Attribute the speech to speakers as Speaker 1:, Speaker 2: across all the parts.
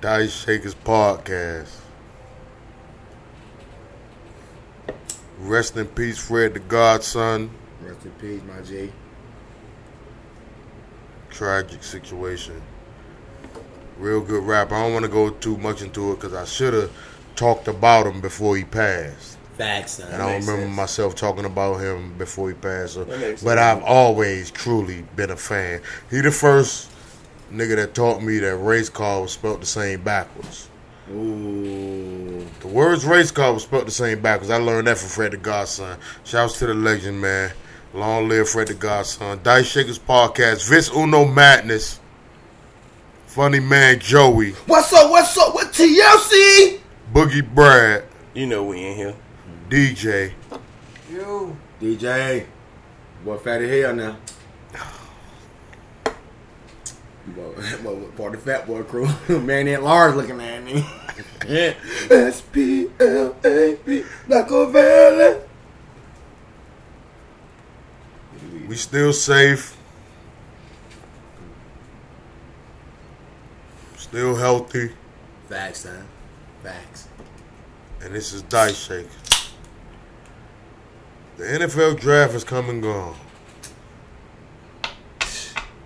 Speaker 1: Dice Shakers Podcast. Rest in peace, Fred the Godson.
Speaker 2: Rest in peace, my G.
Speaker 1: Tragic situation. Real good rapper. I don't want to go too much into it because I should have talked about him before he passed.
Speaker 2: Facts, son.
Speaker 1: And I don't remember myself talking about him before he passed. So,
Speaker 3: That makes
Speaker 1: but
Speaker 3: sense.
Speaker 1: I've always truly been a fan. He the first nigga that taught me that race car was spelled the same backwards.
Speaker 2: my. Ooh.
Speaker 1: The words race car was spelled the same backwards. I learned that from Fred the Godson. Shouts to the legend, man. Long live Fred the Godson. Dice Shakers Podcast. Vince Uno Madness. Funny Man Joey.
Speaker 2: What's up? What's up with TLC?
Speaker 1: Boogie Brad.
Speaker 3: You know we in here.
Speaker 1: DJ.
Speaker 4: You.
Speaker 2: DJ, what fatty hell now? Well, well, Part of the fat boy crew, man at large looking at me. S P L A P like a valley.
Speaker 1: We still safe. Still healthy.
Speaker 2: Facts, son. Facts.
Speaker 1: And this is Dice Shakers. The NFL draft is come and gone.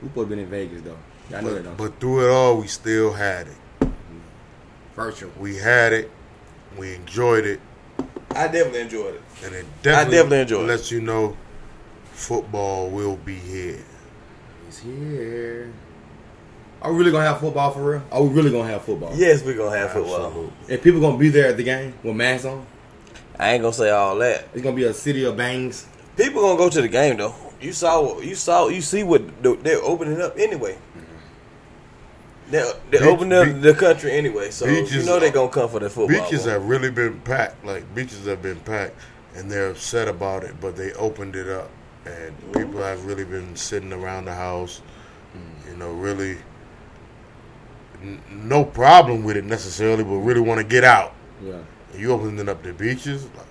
Speaker 2: We both been in Vegas though. Y'all know
Speaker 1: But,
Speaker 2: that though.
Speaker 1: but through it all, we still had it.
Speaker 2: Virtual.
Speaker 1: We had it. We enjoyed it.
Speaker 3: I definitely enjoyed it.
Speaker 1: And it definitely,
Speaker 3: definitely enjoy it.
Speaker 1: lets you know football will be here.
Speaker 2: It's here. Are we really gonna have football for real? Are we really gonna have football?
Speaker 3: Yes, we gonna have football.
Speaker 1: Absolutely.
Speaker 2: And people gonna be there at the game with masks on.
Speaker 3: I ain't gonna say all that.
Speaker 2: It's gonna be a city of bangs.
Speaker 3: People gonna go to the game though. You saw, you saw, you see what the- they're opening up anyway. They're, they're
Speaker 1: Beach-
Speaker 3: opening up
Speaker 1: beach-
Speaker 3: the country anyway, so you
Speaker 1: beaches-
Speaker 3: know they're gonna come for the football.
Speaker 1: Beaches
Speaker 3: one.
Speaker 1: have really been packed. Like beaches have been packed, and they're upset about it. But they opened it up, and people have really been sitting around the house. You know, really, n- no problem with it necessarily, but really want to get out.
Speaker 2: Yeah,
Speaker 1: And you opening up the beaches. Like,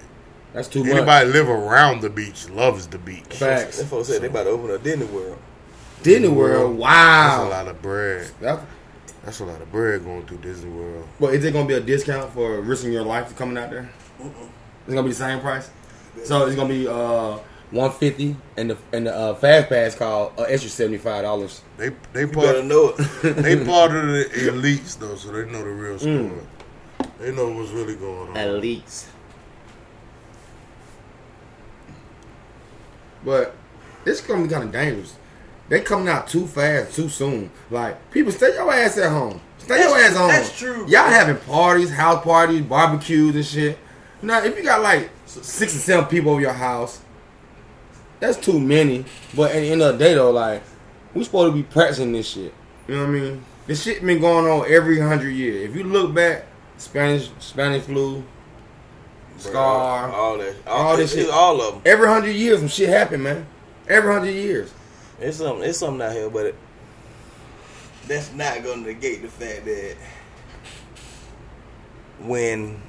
Speaker 2: that's too much.
Speaker 1: anybody live around the beach loves the beach.
Speaker 2: Facts.
Speaker 3: Them folks said they about to open up Disney World.
Speaker 2: Disney World.
Speaker 1: That's a
Speaker 2: Wow.
Speaker 1: lot of bread.
Speaker 2: That's,
Speaker 1: That's a lot of bread going through Disney World.
Speaker 2: but is it gonna be a discount for risking your life coming out there? It's gonna be the same price. So it's gonna be uh one fifty, and the and the uh, fast pass call uh, extra seventy five dollars.
Speaker 1: They they
Speaker 3: You better
Speaker 1: part
Speaker 3: know it.
Speaker 1: they part of the elites though, so they know the
Speaker 2: Mm.
Speaker 1: real score. They know what's really going on.
Speaker 2: least. But this gonna be kind of dangerous. They coming out too fast, too soon. Like people, stay your ass at home. Stay your
Speaker 3: That's-
Speaker 2: ass home.
Speaker 3: that's true.
Speaker 2: Y'all having parties, house parties, barbecues and shit. Now, if you got like six or seven people over your house, that's too many. But at the end of the day, though, like we supposed to be practicing this shit. You know what I mean? This shit been going on every hundred years. If you look back, Spanish Spanish flu, scar,
Speaker 3: all that, all,
Speaker 2: all this
Speaker 3: this
Speaker 2: shit.
Speaker 3: all of them.
Speaker 2: Every hundred years, some shit happen, man. Every hundred years.
Speaker 3: It's something, it's something out here, but it, that's not gonna negate the fact that when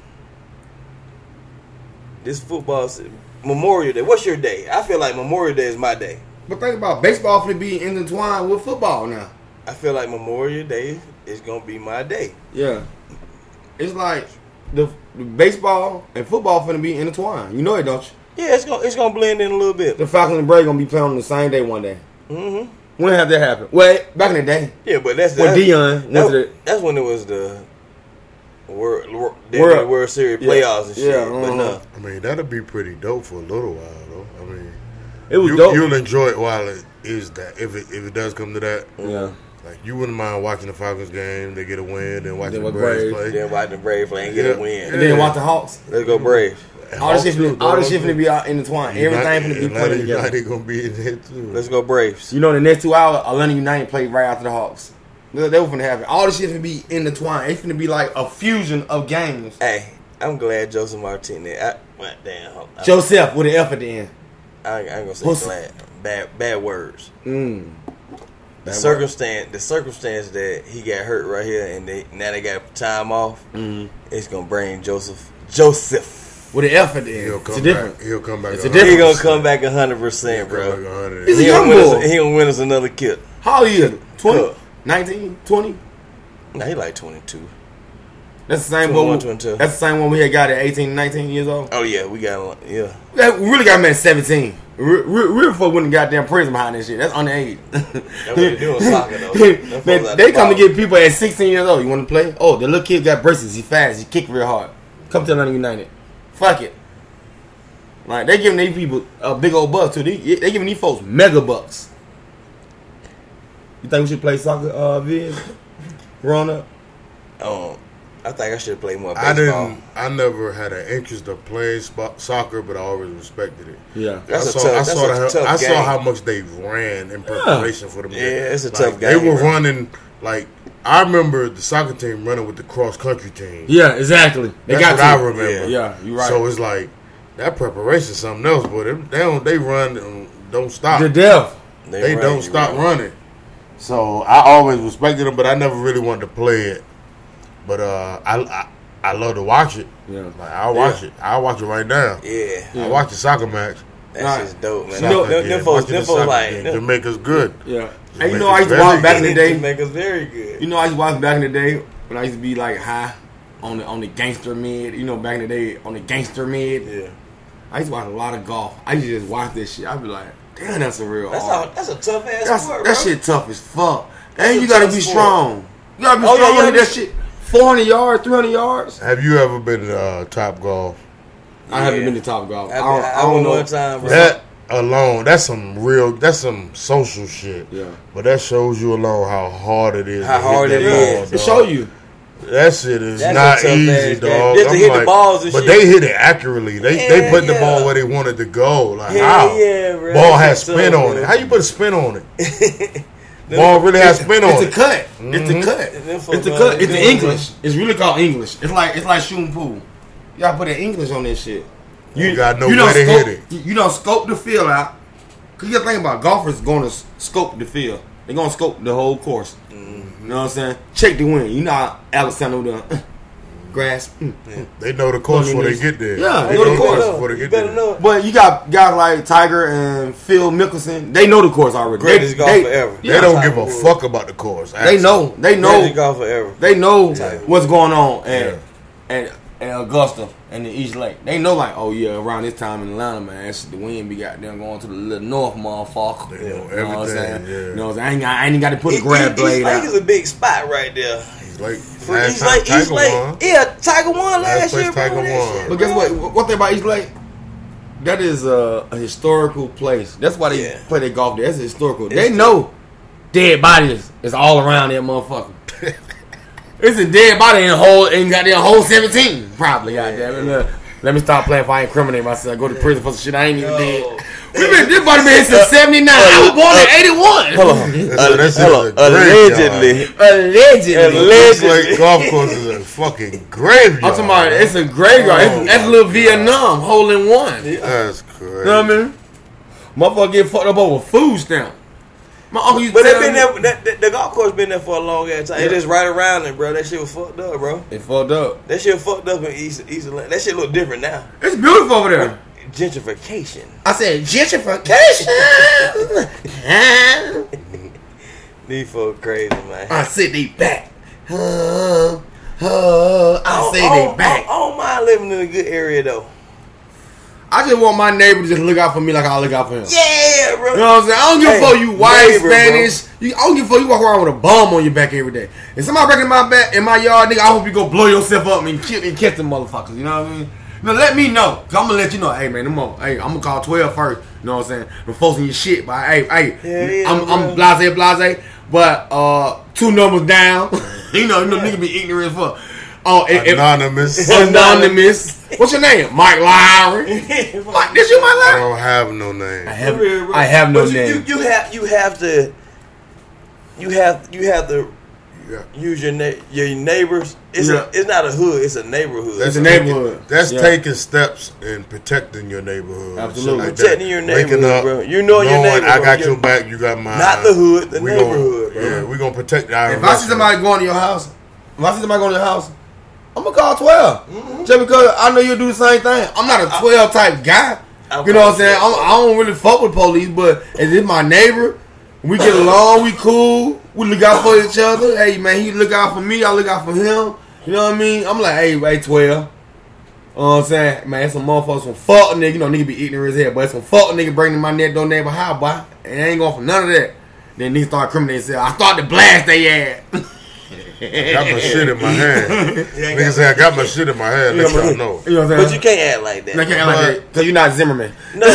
Speaker 3: this football se- Memorial Day, what's your day? I feel like Memorial Day is my day.
Speaker 2: But think about it, baseball finna be intertwined with football now.
Speaker 3: I feel like Memorial Day is gonna be my day.
Speaker 2: Yeah, it's like the, the baseball and football finna be intertwined. You know it, don't you?
Speaker 3: Yeah, it's gonna it's gonna blend in a little bit.
Speaker 2: The Falcons and Braves gonna be playing on the same day one day.
Speaker 3: Mm-hmm.
Speaker 2: When have that happened? Well, back in the day,
Speaker 3: Yeah, but that's
Speaker 2: when
Speaker 3: that's-
Speaker 2: Dion went
Speaker 3: that-
Speaker 2: to the
Speaker 3: that's when it was the World World,
Speaker 2: World-
Speaker 3: World, Series
Speaker 2: yeah,
Speaker 3: playoffs and shit.
Speaker 2: yeah,
Speaker 3: But
Speaker 2: uh-huh.
Speaker 3: no,
Speaker 1: I mean, that'll be pretty dope for a little while, though. I mean,
Speaker 2: it was
Speaker 1: you,
Speaker 2: dope.
Speaker 1: you'll enjoy it while it is that. If it if it does come to that,
Speaker 2: yeah,
Speaker 1: like you wouldn't mind watching the Falcons game, they get a win, then watching
Speaker 2: Then
Speaker 1: the
Speaker 2: with
Speaker 1: Braves
Speaker 2: Braves.
Speaker 1: play.
Speaker 3: then watch the Braves play and get
Speaker 1: Yeah.
Speaker 3: a win.
Speaker 2: and then watch the Hawks.
Speaker 3: Let's go Braves.
Speaker 2: All this shit,
Speaker 1: Hawks
Speaker 2: finna,
Speaker 1: too,
Speaker 2: all this
Speaker 1: dog.
Speaker 2: shit finna be out intertwined. Everything finna be
Speaker 1: Atlanta
Speaker 2: played together.
Speaker 1: United gonna be in there too.
Speaker 3: Let's go Braves.
Speaker 2: You know, the next two hours, Atlanta United played right after the Hawks. They, they were finna happen. All this shit finna be intertwined. It's finna be like a fusion of games.
Speaker 3: Hey, I'm glad Joseph Martinez. I, well, damn, hold- I,
Speaker 2: Joseph with an F at the end.
Speaker 3: I, I ain't gonna say
Speaker 2: Pussy.
Speaker 3: glad. Bad, bad words.
Speaker 2: Mm.
Speaker 3: The circumstance, the circumstance that he got hurt right here, and they now they got time off.
Speaker 1: Mm-hmm.
Speaker 3: It's gonna bring Joseph. Joseph,
Speaker 2: With an F at the end.
Speaker 1: He'll
Speaker 2: It's
Speaker 1: come
Speaker 2: a
Speaker 1: back.
Speaker 2: different.
Speaker 1: He'll come back.
Speaker 2: It's a
Speaker 1: 100%.
Speaker 3: he
Speaker 2: different-
Speaker 3: gonna come back hundred percent,
Speaker 1: He'll come
Speaker 3: bro.
Speaker 1: back 100.
Speaker 2: He's a
Speaker 3: He
Speaker 2: young
Speaker 3: gonna, win us,
Speaker 2: boy.
Speaker 3: he gonna win us another kip.
Speaker 2: How old are you? 20.
Speaker 3: Cook.
Speaker 2: 19, 20?
Speaker 3: Nah, he like 22.
Speaker 2: That's the same
Speaker 3: 21,
Speaker 2: one.
Speaker 3: 22.
Speaker 2: That's the same one we had got at 18, 19 years old.
Speaker 3: Oh yeah, we got one. Yeah,
Speaker 2: Yeah, we really got him at 17. Real, real, real folk wouldn't goddamn prison behind this shit. That's underage.
Speaker 3: what they do in soccer, though. Them folks
Speaker 2: Man,
Speaker 3: out
Speaker 2: they
Speaker 3: the
Speaker 2: come to
Speaker 3: bottom.
Speaker 2: get people at 16 years old. You want to play? Oh, the little kid got braces. He fast. He kick real hard. Come to Atlanta United. Fuck it. Like they giving these people a big old buck too. They, they giving these folks mega bucks. You think we should play soccer, uh, Viz? Growing up,
Speaker 3: um, I think I should play more baseball.
Speaker 1: I didn't. I never had an interest of playing spo- soccer, but I always respected it.
Speaker 2: yeah.
Speaker 3: That's
Speaker 1: I
Speaker 3: a
Speaker 1: saw,
Speaker 3: tough-
Speaker 1: I
Speaker 3: that's
Speaker 1: saw,
Speaker 3: a
Speaker 1: how,
Speaker 3: tough
Speaker 1: I saw
Speaker 3: game.
Speaker 1: how much they ran in preparation for the match.
Speaker 3: Yeah, it's a
Speaker 1: Like,
Speaker 3: tough
Speaker 1: They
Speaker 3: game,
Speaker 1: were
Speaker 3: bro.
Speaker 1: running like I remember the soccer team running with the cross country team.
Speaker 2: Yeah, exactly. They
Speaker 1: That's
Speaker 2: got
Speaker 1: what I
Speaker 2: to.
Speaker 1: remember.
Speaker 2: Yeah, yeah, you right.
Speaker 1: So it's like that preparation, something else. But it, they don't. They run. and Don't stop.
Speaker 2: The death.
Speaker 1: they
Speaker 3: run,
Speaker 1: don't
Speaker 3: you
Speaker 1: stop
Speaker 3: run.
Speaker 1: running. So I always respected them, but I never really wanted to play it. But uh, I, I I love to watch it.
Speaker 2: Yeah.
Speaker 1: Like I watch it. I watch it right now.
Speaker 3: Yeah,
Speaker 1: I watch the soccer match.
Speaker 3: that's
Speaker 2: Nah.
Speaker 3: just dope, man.
Speaker 1: Soccer
Speaker 3: Them- them,
Speaker 1: game.
Speaker 3: them folks,
Speaker 1: Watching the
Speaker 3: them folks
Speaker 1: soccer
Speaker 3: like
Speaker 1: game.
Speaker 3: them-
Speaker 1: Jamaica's good.
Speaker 2: Yeah.
Speaker 1: Just
Speaker 2: And you
Speaker 1: make
Speaker 2: know, I
Speaker 1: it
Speaker 2: used to
Speaker 1: very
Speaker 2: walk back in the
Speaker 3: they
Speaker 2: day.
Speaker 3: make us very
Speaker 2: You
Speaker 3: good.
Speaker 2: know, I used to watch back in the day when I used to be like high on the on the gangster mid. You know, back in the day on the gangster mid.
Speaker 3: Yeah,
Speaker 2: I used to watch a lot of golf. I used to just watch this shit. I'd be like, damn, that's a real.
Speaker 3: that's
Speaker 2: art.
Speaker 3: a that's a tough ass
Speaker 2: That's-
Speaker 3: sport,
Speaker 2: that
Speaker 3: bro.
Speaker 2: shit tough as fuck.
Speaker 3: That's
Speaker 2: and
Speaker 3: a
Speaker 2: you gotta
Speaker 3: tough
Speaker 2: be
Speaker 3: sport.
Speaker 2: strong. You gotta be
Speaker 3: Oh, yeah,
Speaker 2: strong
Speaker 3: yeah,
Speaker 2: with
Speaker 3: yeah.
Speaker 2: that shit. Four hundred yards, three hundred yards.
Speaker 1: Have you ever been to uh, Top Golf?
Speaker 2: I haven't
Speaker 3: Yeah.
Speaker 2: been to top golf.
Speaker 3: I,
Speaker 2: I, don't,
Speaker 3: I,
Speaker 2: I don't
Speaker 3: went
Speaker 2: know.
Speaker 3: one time, bro.
Speaker 1: That alone, that's some real. That's some social shit.
Speaker 2: Yeah.
Speaker 1: But that shows you alone how hard it is.
Speaker 3: How
Speaker 1: to hit
Speaker 3: hard
Speaker 1: that
Speaker 3: it
Speaker 1: ball,
Speaker 2: Yeah,
Speaker 3: is.
Speaker 2: to
Speaker 1: dog.
Speaker 2: show you.
Speaker 1: That shit is
Speaker 3: That's a
Speaker 1: not
Speaker 3: tough ass
Speaker 1: easy,
Speaker 3: game.
Speaker 1: dog.
Speaker 3: Just to
Speaker 1: I'm
Speaker 3: hit the balls and
Speaker 1: but
Speaker 3: shit.
Speaker 1: they hit it accurately. They they
Speaker 3: Yeah,
Speaker 1: put the
Speaker 3: yeah.
Speaker 1: ball where they wanted to go. Like
Speaker 3: Yeah,
Speaker 1: how?
Speaker 3: yeah, bro.
Speaker 1: Ball
Speaker 3: That's
Speaker 1: has
Speaker 3: tough,
Speaker 1: spin on
Speaker 3: bro.
Speaker 1: it. How you put a spin on it? ball really has spin on
Speaker 2: It's a
Speaker 1: it.
Speaker 2: cut. It's a
Speaker 1: Mhm.
Speaker 2: cut.
Speaker 3: And them folks
Speaker 2: It's a
Speaker 3: know
Speaker 2: cut.
Speaker 3: they
Speaker 2: It's
Speaker 3: do
Speaker 2: the
Speaker 3: it.
Speaker 2: English. It's really called English. It's like it's like shooting pool. Y'all put an English on this shit.
Speaker 1: You gotta know
Speaker 2: don't
Speaker 1: where to
Speaker 2: scope,
Speaker 1: hit it.
Speaker 2: You, you don't scope the field out. Cause you gotta think about it, golfers going to scope the field. They gonna scope the whole course. You know what I'm saying? Check the wind. You know how Alexander done grasp. mm.
Speaker 1: They know the course
Speaker 2: Well,
Speaker 1: before
Speaker 2: it
Speaker 1: they
Speaker 2: is-
Speaker 1: get there.
Speaker 2: Yeah,
Speaker 1: they
Speaker 2: you
Speaker 1: know
Speaker 2: know the
Speaker 1: the
Speaker 2: course.
Speaker 1: course before they
Speaker 3: You
Speaker 1: get
Speaker 3: better
Speaker 1: there.
Speaker 3: know.
Speaker 2: But you got guys like Tiger and Phil Mickelson. They know the course already.
Speaker 3: Greatest
Speaker 2: they,
Speaker 3: golfer
Speaker 2: they,
Speaker 3: ever.
Speaker 1: They
Speaker 3: Yeah.
Speaker 1: don't
Speaker 3: Tiger
Speaker 1: give a
Speaker 3: Woods.
Speaker 1: fuck about the course.
Speaker 2: They know. They know.
Speaker 3: Greatest golfer ever.
Speaker 2: They know
Speaker 1: Tiger.
Speaker 2: what's going on at,
Speaker 1: Yeah.
Speaker 2: at at Augusta and the East Lake. They know like, oh yeah, around this time in Atlanta, man, that's the wind be goddamn going to the little north, motherfucker.
Speaker 1: They know
Speaker 2: You know what I'm
Speaker 1: everything,
Speaker 2: saying?
Speaker 1: yeah.
Speaker 2: You know what I'm saying? I ain't, got- I ain't got to put
Speaker 3: He-
Speaker 2: a grab
Speaker 3: he- East
Speaker 2: blade
Speaker 3: Lake is
Speaker 2: out.
Speaker 3: a big spot right there.
Speaker 1: He's like
Speaker 3: For
Speaker 1: last
Speaker 3: East
Speaker 1: time
Speaker 3: Lake, East
Speaker 1: Tiger
Speaker 3: Lake,
Speaker 1: won.
Speaker 3: yeah, Tiger won last,
Speaker 1: Last
Speaker 3: year.
Speaker 1: place
Speaker 3: bro,
Speaker 1: Tiger
Speaker 3: that
Speaker 1: won.
Speaker 3: shit,
Speaker 2: But
Speaker 3: bro.
Speaker 2: guess what? One thing about East Lake, that is a, a historical place. That's why they
Speaker 3: Yeah.
Speaker 2: play their golf there. That's historical. they know dead bodies is all around that motherfucker. It's a dead body in the whole in goddamn whole seventeen, probably. Goddamn it. Look, let me stop playing if I incriminate myself. Go to prison for some shit I ain't even
Speaker 3: Yo.
Speaker 2: dead. We been this body been here
Speaker 1: Uh,
Speaker 2: since seventy nine. I was born in eighty one.
Speaker 3: Oh.
Speaker 1: So that shit
Speaker 3: Hello,
Speaker 1: is a graveyard.
Speaker 3: allegedly.
Speaker 2: Allegedly.
Speaker 3: Alleg-
Speaker 1: East Lake golf course is a fucking graveyard.
Speaker 2: I'm talking about
Speaker 1: man.
Speaker 2: it's a graveyard.
Speaker 1: Oh,
Speaker 2: It's that's
Speaker 1: my
Speaker 2: little
Speaker 1: God.
Speaker 2: Vietnam hole in one. You
Speaker 1: That's crazy.
Speaker 2: know what I mean? Motherfucker get fucked up over food stamp. My uncle used to
Speaker 3: But
Speaker 2: tell
Speaker 3: they been
Speaker 2: me-
Speaker 3: there. That, that, the golf course been there for a long ass time. It just right around it, bro. That shit was fucked up, bro.
Speaker 2: It fucked up.
Speaker 3: That shit fucked up in East East Atlanta. That shit look different now.
Speaker 2: It's beautiful over there.
Speaker 3: Gentrification.
Speaker 2: I said gentrification.
Speaker 3: These folks crazy, man.
Speaker 2: I said they back. Huh, huh, I
Speaker 3: don't-
Speaker 2: said they
Speaker 3: don't-
Speaker 2: back.
Speaker 3: oh, I don't mind living in a good area though.
Speaker 2: I just want my neighbor to just look out for me like I look out for him.
Speaker 3: Yeah, bro.
Speaker 2: You know what I'm saying? I don't give a
Speaker 3: Hey,
Speaker 2: fuck you white,
Speaker 3: neighbor, bro.
Speaker 2: Spanish. You, I don't give a fuck you walk around with a bomb on your back every day. If somebody breaking my back in my yard, nigga, I hope you go blow yourself up and kill and catch them motherfuckers. You know what I mean? Now let me know. i I'm gonna let you know. Hey man, come on. Hey, I'm gonna call 12 first. You know what I'm saying? I'm forcing your shit, but hey, hey,
Speaker 3: Yeah, yeah,
Speaker 2: I'm, I'm
Speaker 3: bro.
Speaker 2: blase, blase, but uh, two numbers down. you know, you know, nigga be ignorant as fuck. Oh, if, if-
Speaker 1: Anonymous. I
Speaker 2: anonymous. What's your name? Mike Lowry. Mike, this you Mike Lowry?
Speaker 1: don't have no name.
Speaker 2: I
Speaker 3: For real,
Speaker 2: have,
Speaker 3: bro.
Speaker 2: I have no
Speaker 3: But you,
Speaker 2: name.
Speaker 3: You, you have you have to you have you have to
Speaker 1: Yeah.
Speaker 3: use your na- your neighbors. It's
Speaker 2: Yeah.
Speaker 3: a, it's not a hood. It's a neighborhood.
Speaker 2: It's a
Speaker 1: taking-
Speaker 2: neighborhood.
Speaker 1: That's
Speaker 2: Yeah.
Speaker 1: taking steps in protecting your neighborhood. and shit
Speaker 2: Absolutely.
Speaker 1: like that.
Speaker 3: Protecting your
Speaker 1: Waking
Speaker 3: neighborhood,
Speaker 1: up,
Speaker 3: bro. You know your
Speaker 1: knowing I
Speaker 3: neighborhood.
Speaker 1: got
Speaker 3: You're-
Speaker 1: your back. You got mine.
Speaker 3: Not the hood, the
Speaker 1: We gon-
Speaker 3: neighborhood, bro.
Speaker 1: Yeah, we gonna protect our.
Speaker 2: If I see somebody going to your house, if I see somebody going to your house, I'm gonna call 12 just because I know you'll do the same thing. I'm not a twelve type guy.
Speaker 3: I-
Speaker 2: you know what I'm saying? I'm, I don't really fuck with police, but is it my neighbor? We get along, we cool, we look out for each other. Hey man, he look out for me, I look out for him. You know what I mean? I'm like, hey, hey, twelve. You know what I'm saying? Man, some motherfuckers some fuck nigga. You know, nigga be ignorant as hell, but some fuck nigga bringing my net don't neighbor high, boy. And I ain't going for none of that. Then niggas start criminating themselves. I start to blast they ass.
Speaker 1: Got my shit in my hand.
Speaker 3: Yeah, I
Speaker 1: Nigga
Speaker 3: got-
Speaker 1: say I got my shit in my hand. Let y'all know.
Speaker 2: You know what I'm
Speaker 3: But you
Speaker 2: saying?
Speaker 3: can't act like that.
Speaker 2: They can't act like that, cause you're not Zimmerman.
Speaker 3: No.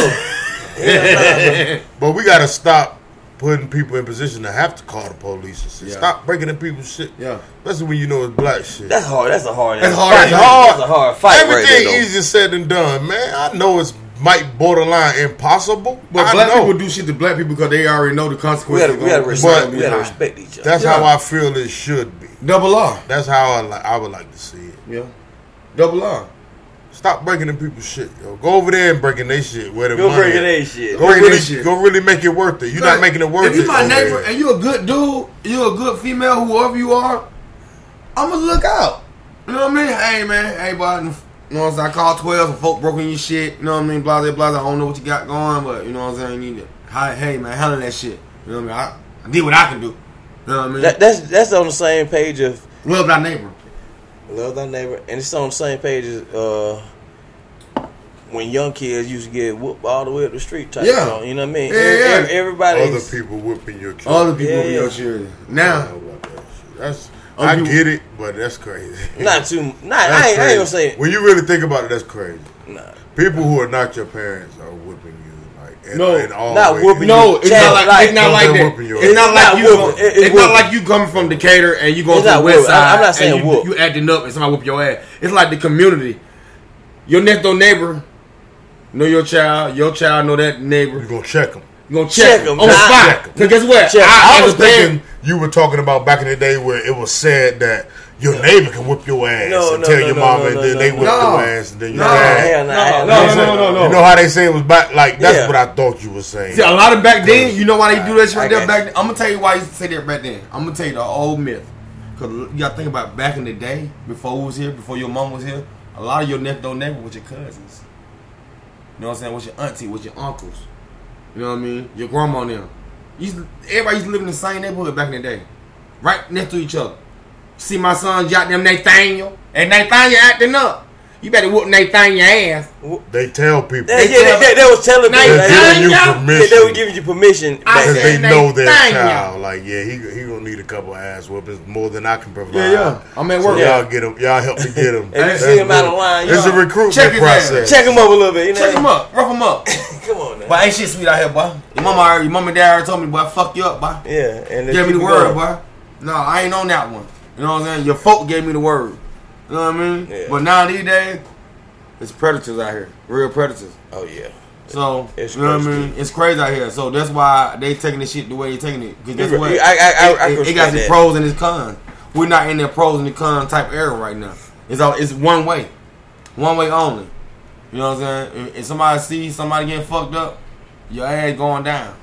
Speaker 1: But we gotta stop putting people in position to have to call the police and shit.
Speaker 2: Yeah.
Speaker 1: Stop breaking in people's shit.
Speaker 2: Yeah.
Speaker 1: Especially when you know it's black shit.
Speaker 3: That's hard. That's a hard.
Speaker 2: That's
Speaker 3: ass
Speaker 2: hard.
Speaker 3: fight.
Speaker 2: That's hard.
Speaker 3: That's a hard fight.
Speaker 1: Everything
Speaker 3: right there, though.
Speaker 1: easier said than done, man. I know it's might borderline impossible.
Speaker 2: But
Speaker 1: I
Speaker 2: black
Speaker 1: know.
Speaker 2: people do shit to black people because they already know the
Speaker 3: We
Speaker 2: consequences.
Speaker 3: gotta, we gotta
Speaker 2: But-
Speaker 3: respect. We gotta
Speaker 1: nah.
Speaker 3: respect each other.
Speaker 1: That's
Speaker 2: Yeah.
Speaker 1: how I feel it should be.
Speaker 2: Double R.
Speaker 1: That's how I like. I would like to see it.
Speaker 2: Yeah. Double R.
Speaker 1: Stop breaking in people's shit, yo. Go over there and breaking their shit. Where the
Speaker 3: Go
Speaker 1: money?
Speaker 3: break
Speaker 1: at.
Speaker 3: that shit.
Speaker 1: Go
Speaker 2: Breaking
Speaker 1: really,
Speaker 2: their shit.
Speaker 1: go really make it worth it. You're not making it worth
Speaker 2: If you
Speaker 1: it.
Speaker 2: my
Speaker 1: over
Speaker 2: neighbor
Speaker 1: there.
Speaker 2: and you a good dude, you a good female, whoever you are, I'ma look out. You know what I mean? Hey man, hey boy, you know what I'm saying? I call twelve some folk broken your shit, you know what I mean? Blah blah blah. I don't know what you got going, but you know what I'm saying? You need to hi- hey man, handle that shit. You know what I mean? I, I did what I can do. You know what I mean?
Speaker 3: That, that's that's on the same page of
Speaker 2: Love thy neighbor.
Speaker 3: love thy neighbor, and it's on the same page as uh, when young kids used to get whooped all the way up the street. Type
Speaker 2: Yeah.
Speaker 3: song, you know what I mean.
Speaker 2: Yeah,
Speaker 3: Every-
Speaker 2: yeah.
Speaker 3: every- everybody.
Speaker 1: other
Speaker 3: is-
Speaker 1: people whipping your kid.
Speaker 2: All the people
Speaker 3: Yeah,
Speaker 2: be
Speaker 3: yeah.
Speaker 2: your cheerleader.
Speaker 1: I
Speaker 2: Now
Speaker 1: don't know about that shit. That's
Speaker 2: Other
Speaker 1: I
Speaker 2: people-
Speaker 1: get it, but that's crazy.
Speaker 3: Not too. Not
Speaker 1: That's
Speaker 3: I ain't, I ain't gonna
Speaker 1: crazy.
Speaker 3: say it.
Speaker 1: When you really think about it, that's crazy.
Speaker 3: Nah.
Speaker 1: People who are not your parents are whipping you, like in,
Speaker 2: No,
Speaker 1: in all
Speaker 3: not
Speaker 1: ways.
Speaker 3: whooping
Speaker 2: No, it's
Speaker 3: Chad,
Speaker 2: not like,
Speaker 3: like,
Speaker 2: it's not
Speaker 1: don't
Speaker 2: like
Speaker 1: they
Speaker 2: that.
Speaker 1: whooping your
Speaker 2: It's not
Speaker 1: ass.
Speaker 2: like
Speaker 3: Not
Speaker 2: you.
Speaker 3: whooping,
Speaker 2: Going,
Speaker 3: it-
Speaker 2: it's
Speaker 3: it's
Speaker 2: not
Speaker 3: whooping.
Speaker 2: like you coming from Decatur and you going
Speaker 3: It's
Speaker 2: to the
Speaker 3: not
Speaker 2: West
Speaker 3: whooping. I-
Speaker 2: Side.
Speaker 3: I'm not
Speaker 2: and
Speaker 3: saying
Speaker 2: you,
Speaker 3: whoop.
Speaker 2: You acting up and somebody whoop your ass. It's like the community. Your next door neighbor know your child. Your child know that neighbor.
Speaker 1: You're gonna check them.
Speaker 2: You gonna
Speaker 3: Check
Speaker 2: check, them
Speaker 3: 'em.
Speaker 2: on the
Speaker 3: Nah.
Speaker 1: Check 'em.
Speaker 2: spot. Cause guess what?
Speaker 3: Check 'em.
Speaker 1: I,
Speaker 2: I,
Speaker 1: was
Speaker 2: understand.
Speaker 1: thinking you were talking about back in the day where it was said that your neighbor can whip your ass
Speaker 3: No,
Speaker 1: and
Speaker 3: no,
Speaker 1: tell
Speaker 3: no,
Speaker 1: your
Speaker 3: no,
Speaker 1: mama,
Speaker 3: no,
Speaker 1: and
Speaker 3: no,
Speaker 1: then
Speaker 3: no,
Speaker 1: they
Speaker 3: no.
Speaker 1: whip
Speaker 2: No.
Speaker 1: your ass, and then your
Speaker 2: No.
Speaker 1: dad.
Speaker 3: Hell nah, hell
Speaker 2: No,
Speaker 3: nah.
Speaker 2: no, no, no, no.
Speaker 1: You know how they say it was back? Like that's
Speaker 3: Yeah.
Speaker 1: what I thought you were saying.
Speaker 2: See, a lot of back then, you know why they do that shit
Speaker 3: I
Speaker 2: right there
Speaker 3: got
Speaker 2: back then? I'm gonna tell you why I used to say that back then. I'm gonna tell you the old myth. Cause you gotta think about back in the day, before we was here, before your mom was here, a lot of your next door neighbor was your cousins. You know what I'm saying? Was your auntie, was your uncles. You know what I mean? Your grandma and them. Used to- everybody used to live in the same neighborhood back in the day. Right next to each other. See my son jot them Nathaniel. And Nathaniel acting up. You better whoop Nathaniel ass.
Speaker 1: They tell people
Speaker 3: Yeah, yeah, they, they, they was telling me.
Speaker 2: Nah,
Speaker 1: they're
Speaker 3: Like,
Speaker 2: nah,
Speaker 1: giving you
Speaker 2: Yeah,
Speaker 3: yeah, they were
Speaker 1: permission.
Speaker 3: giving you permission. Back
Speaker 2: I
Speaker 1: Because
Speaker 2: said-
Speaker 1: they
Speaker 3: then.
Speaker 1: know their
Speaker 2: Nathaniel.
Speaker 1: child. Like, yeah, he he gonna need a couple ass whoopings more than I can provide.
Speaker 2: Yeah, yeah. I'm at work.
Speaker 1: So y'all get him. Y'all help me get him.
Speaker 3: If you see him out of line,
Speaker 1: it's a
Speaker 3: y'all-
Speaker 1: recruitment
Speaker 2: Check his ass.
Speaker 1: process.
Speaker 3: Check him up a little bit. You know?
Speaker 2: Check him up, rough him up.
Speaker 3: Come on now.
Speaker 2: But ain't shit sweet out here, boy. Your mama, already, your mama and dad already told me, boy, fuck you up, boy.
Speaker 3: Yeah, and they
Speaker 2: Gave me the
Speaker 3: keep it
Speaker 2: word,
Speaker 3: going.
Speaker 2: boy. No, I ain't on that one. You know what I'm saying? Your folk gave me the word. You know what I mean?
Speaker 3: Yeah.
Speaker 2: But now these days, it's predators out here, real predators.
Speaker 3: Oh yeah.
Speaker 2: So
Speaker 3: It's
Speaker 2: you know what I
Speaker 3: crazy.
Speaker 2: mean? It's crazy out here. So that's why they taking this shit the way they taking it. Cause guess
Speaker 3: You-
Speaker 2: what?
Speaker 3: you- I- I- I- I
Speaker 2: it, it,
Speaker 3: can
Speaker 2: it got
Speaker 3: respect
Speaker 2: its
Speaker 3: that.
Speaker 2: pros and its cons. We're not in the pros and the cons type era right now. It's all it's one way, one way only. You know what I'm saying? If, if somebody sees somebody getting fucked up, your ass going down.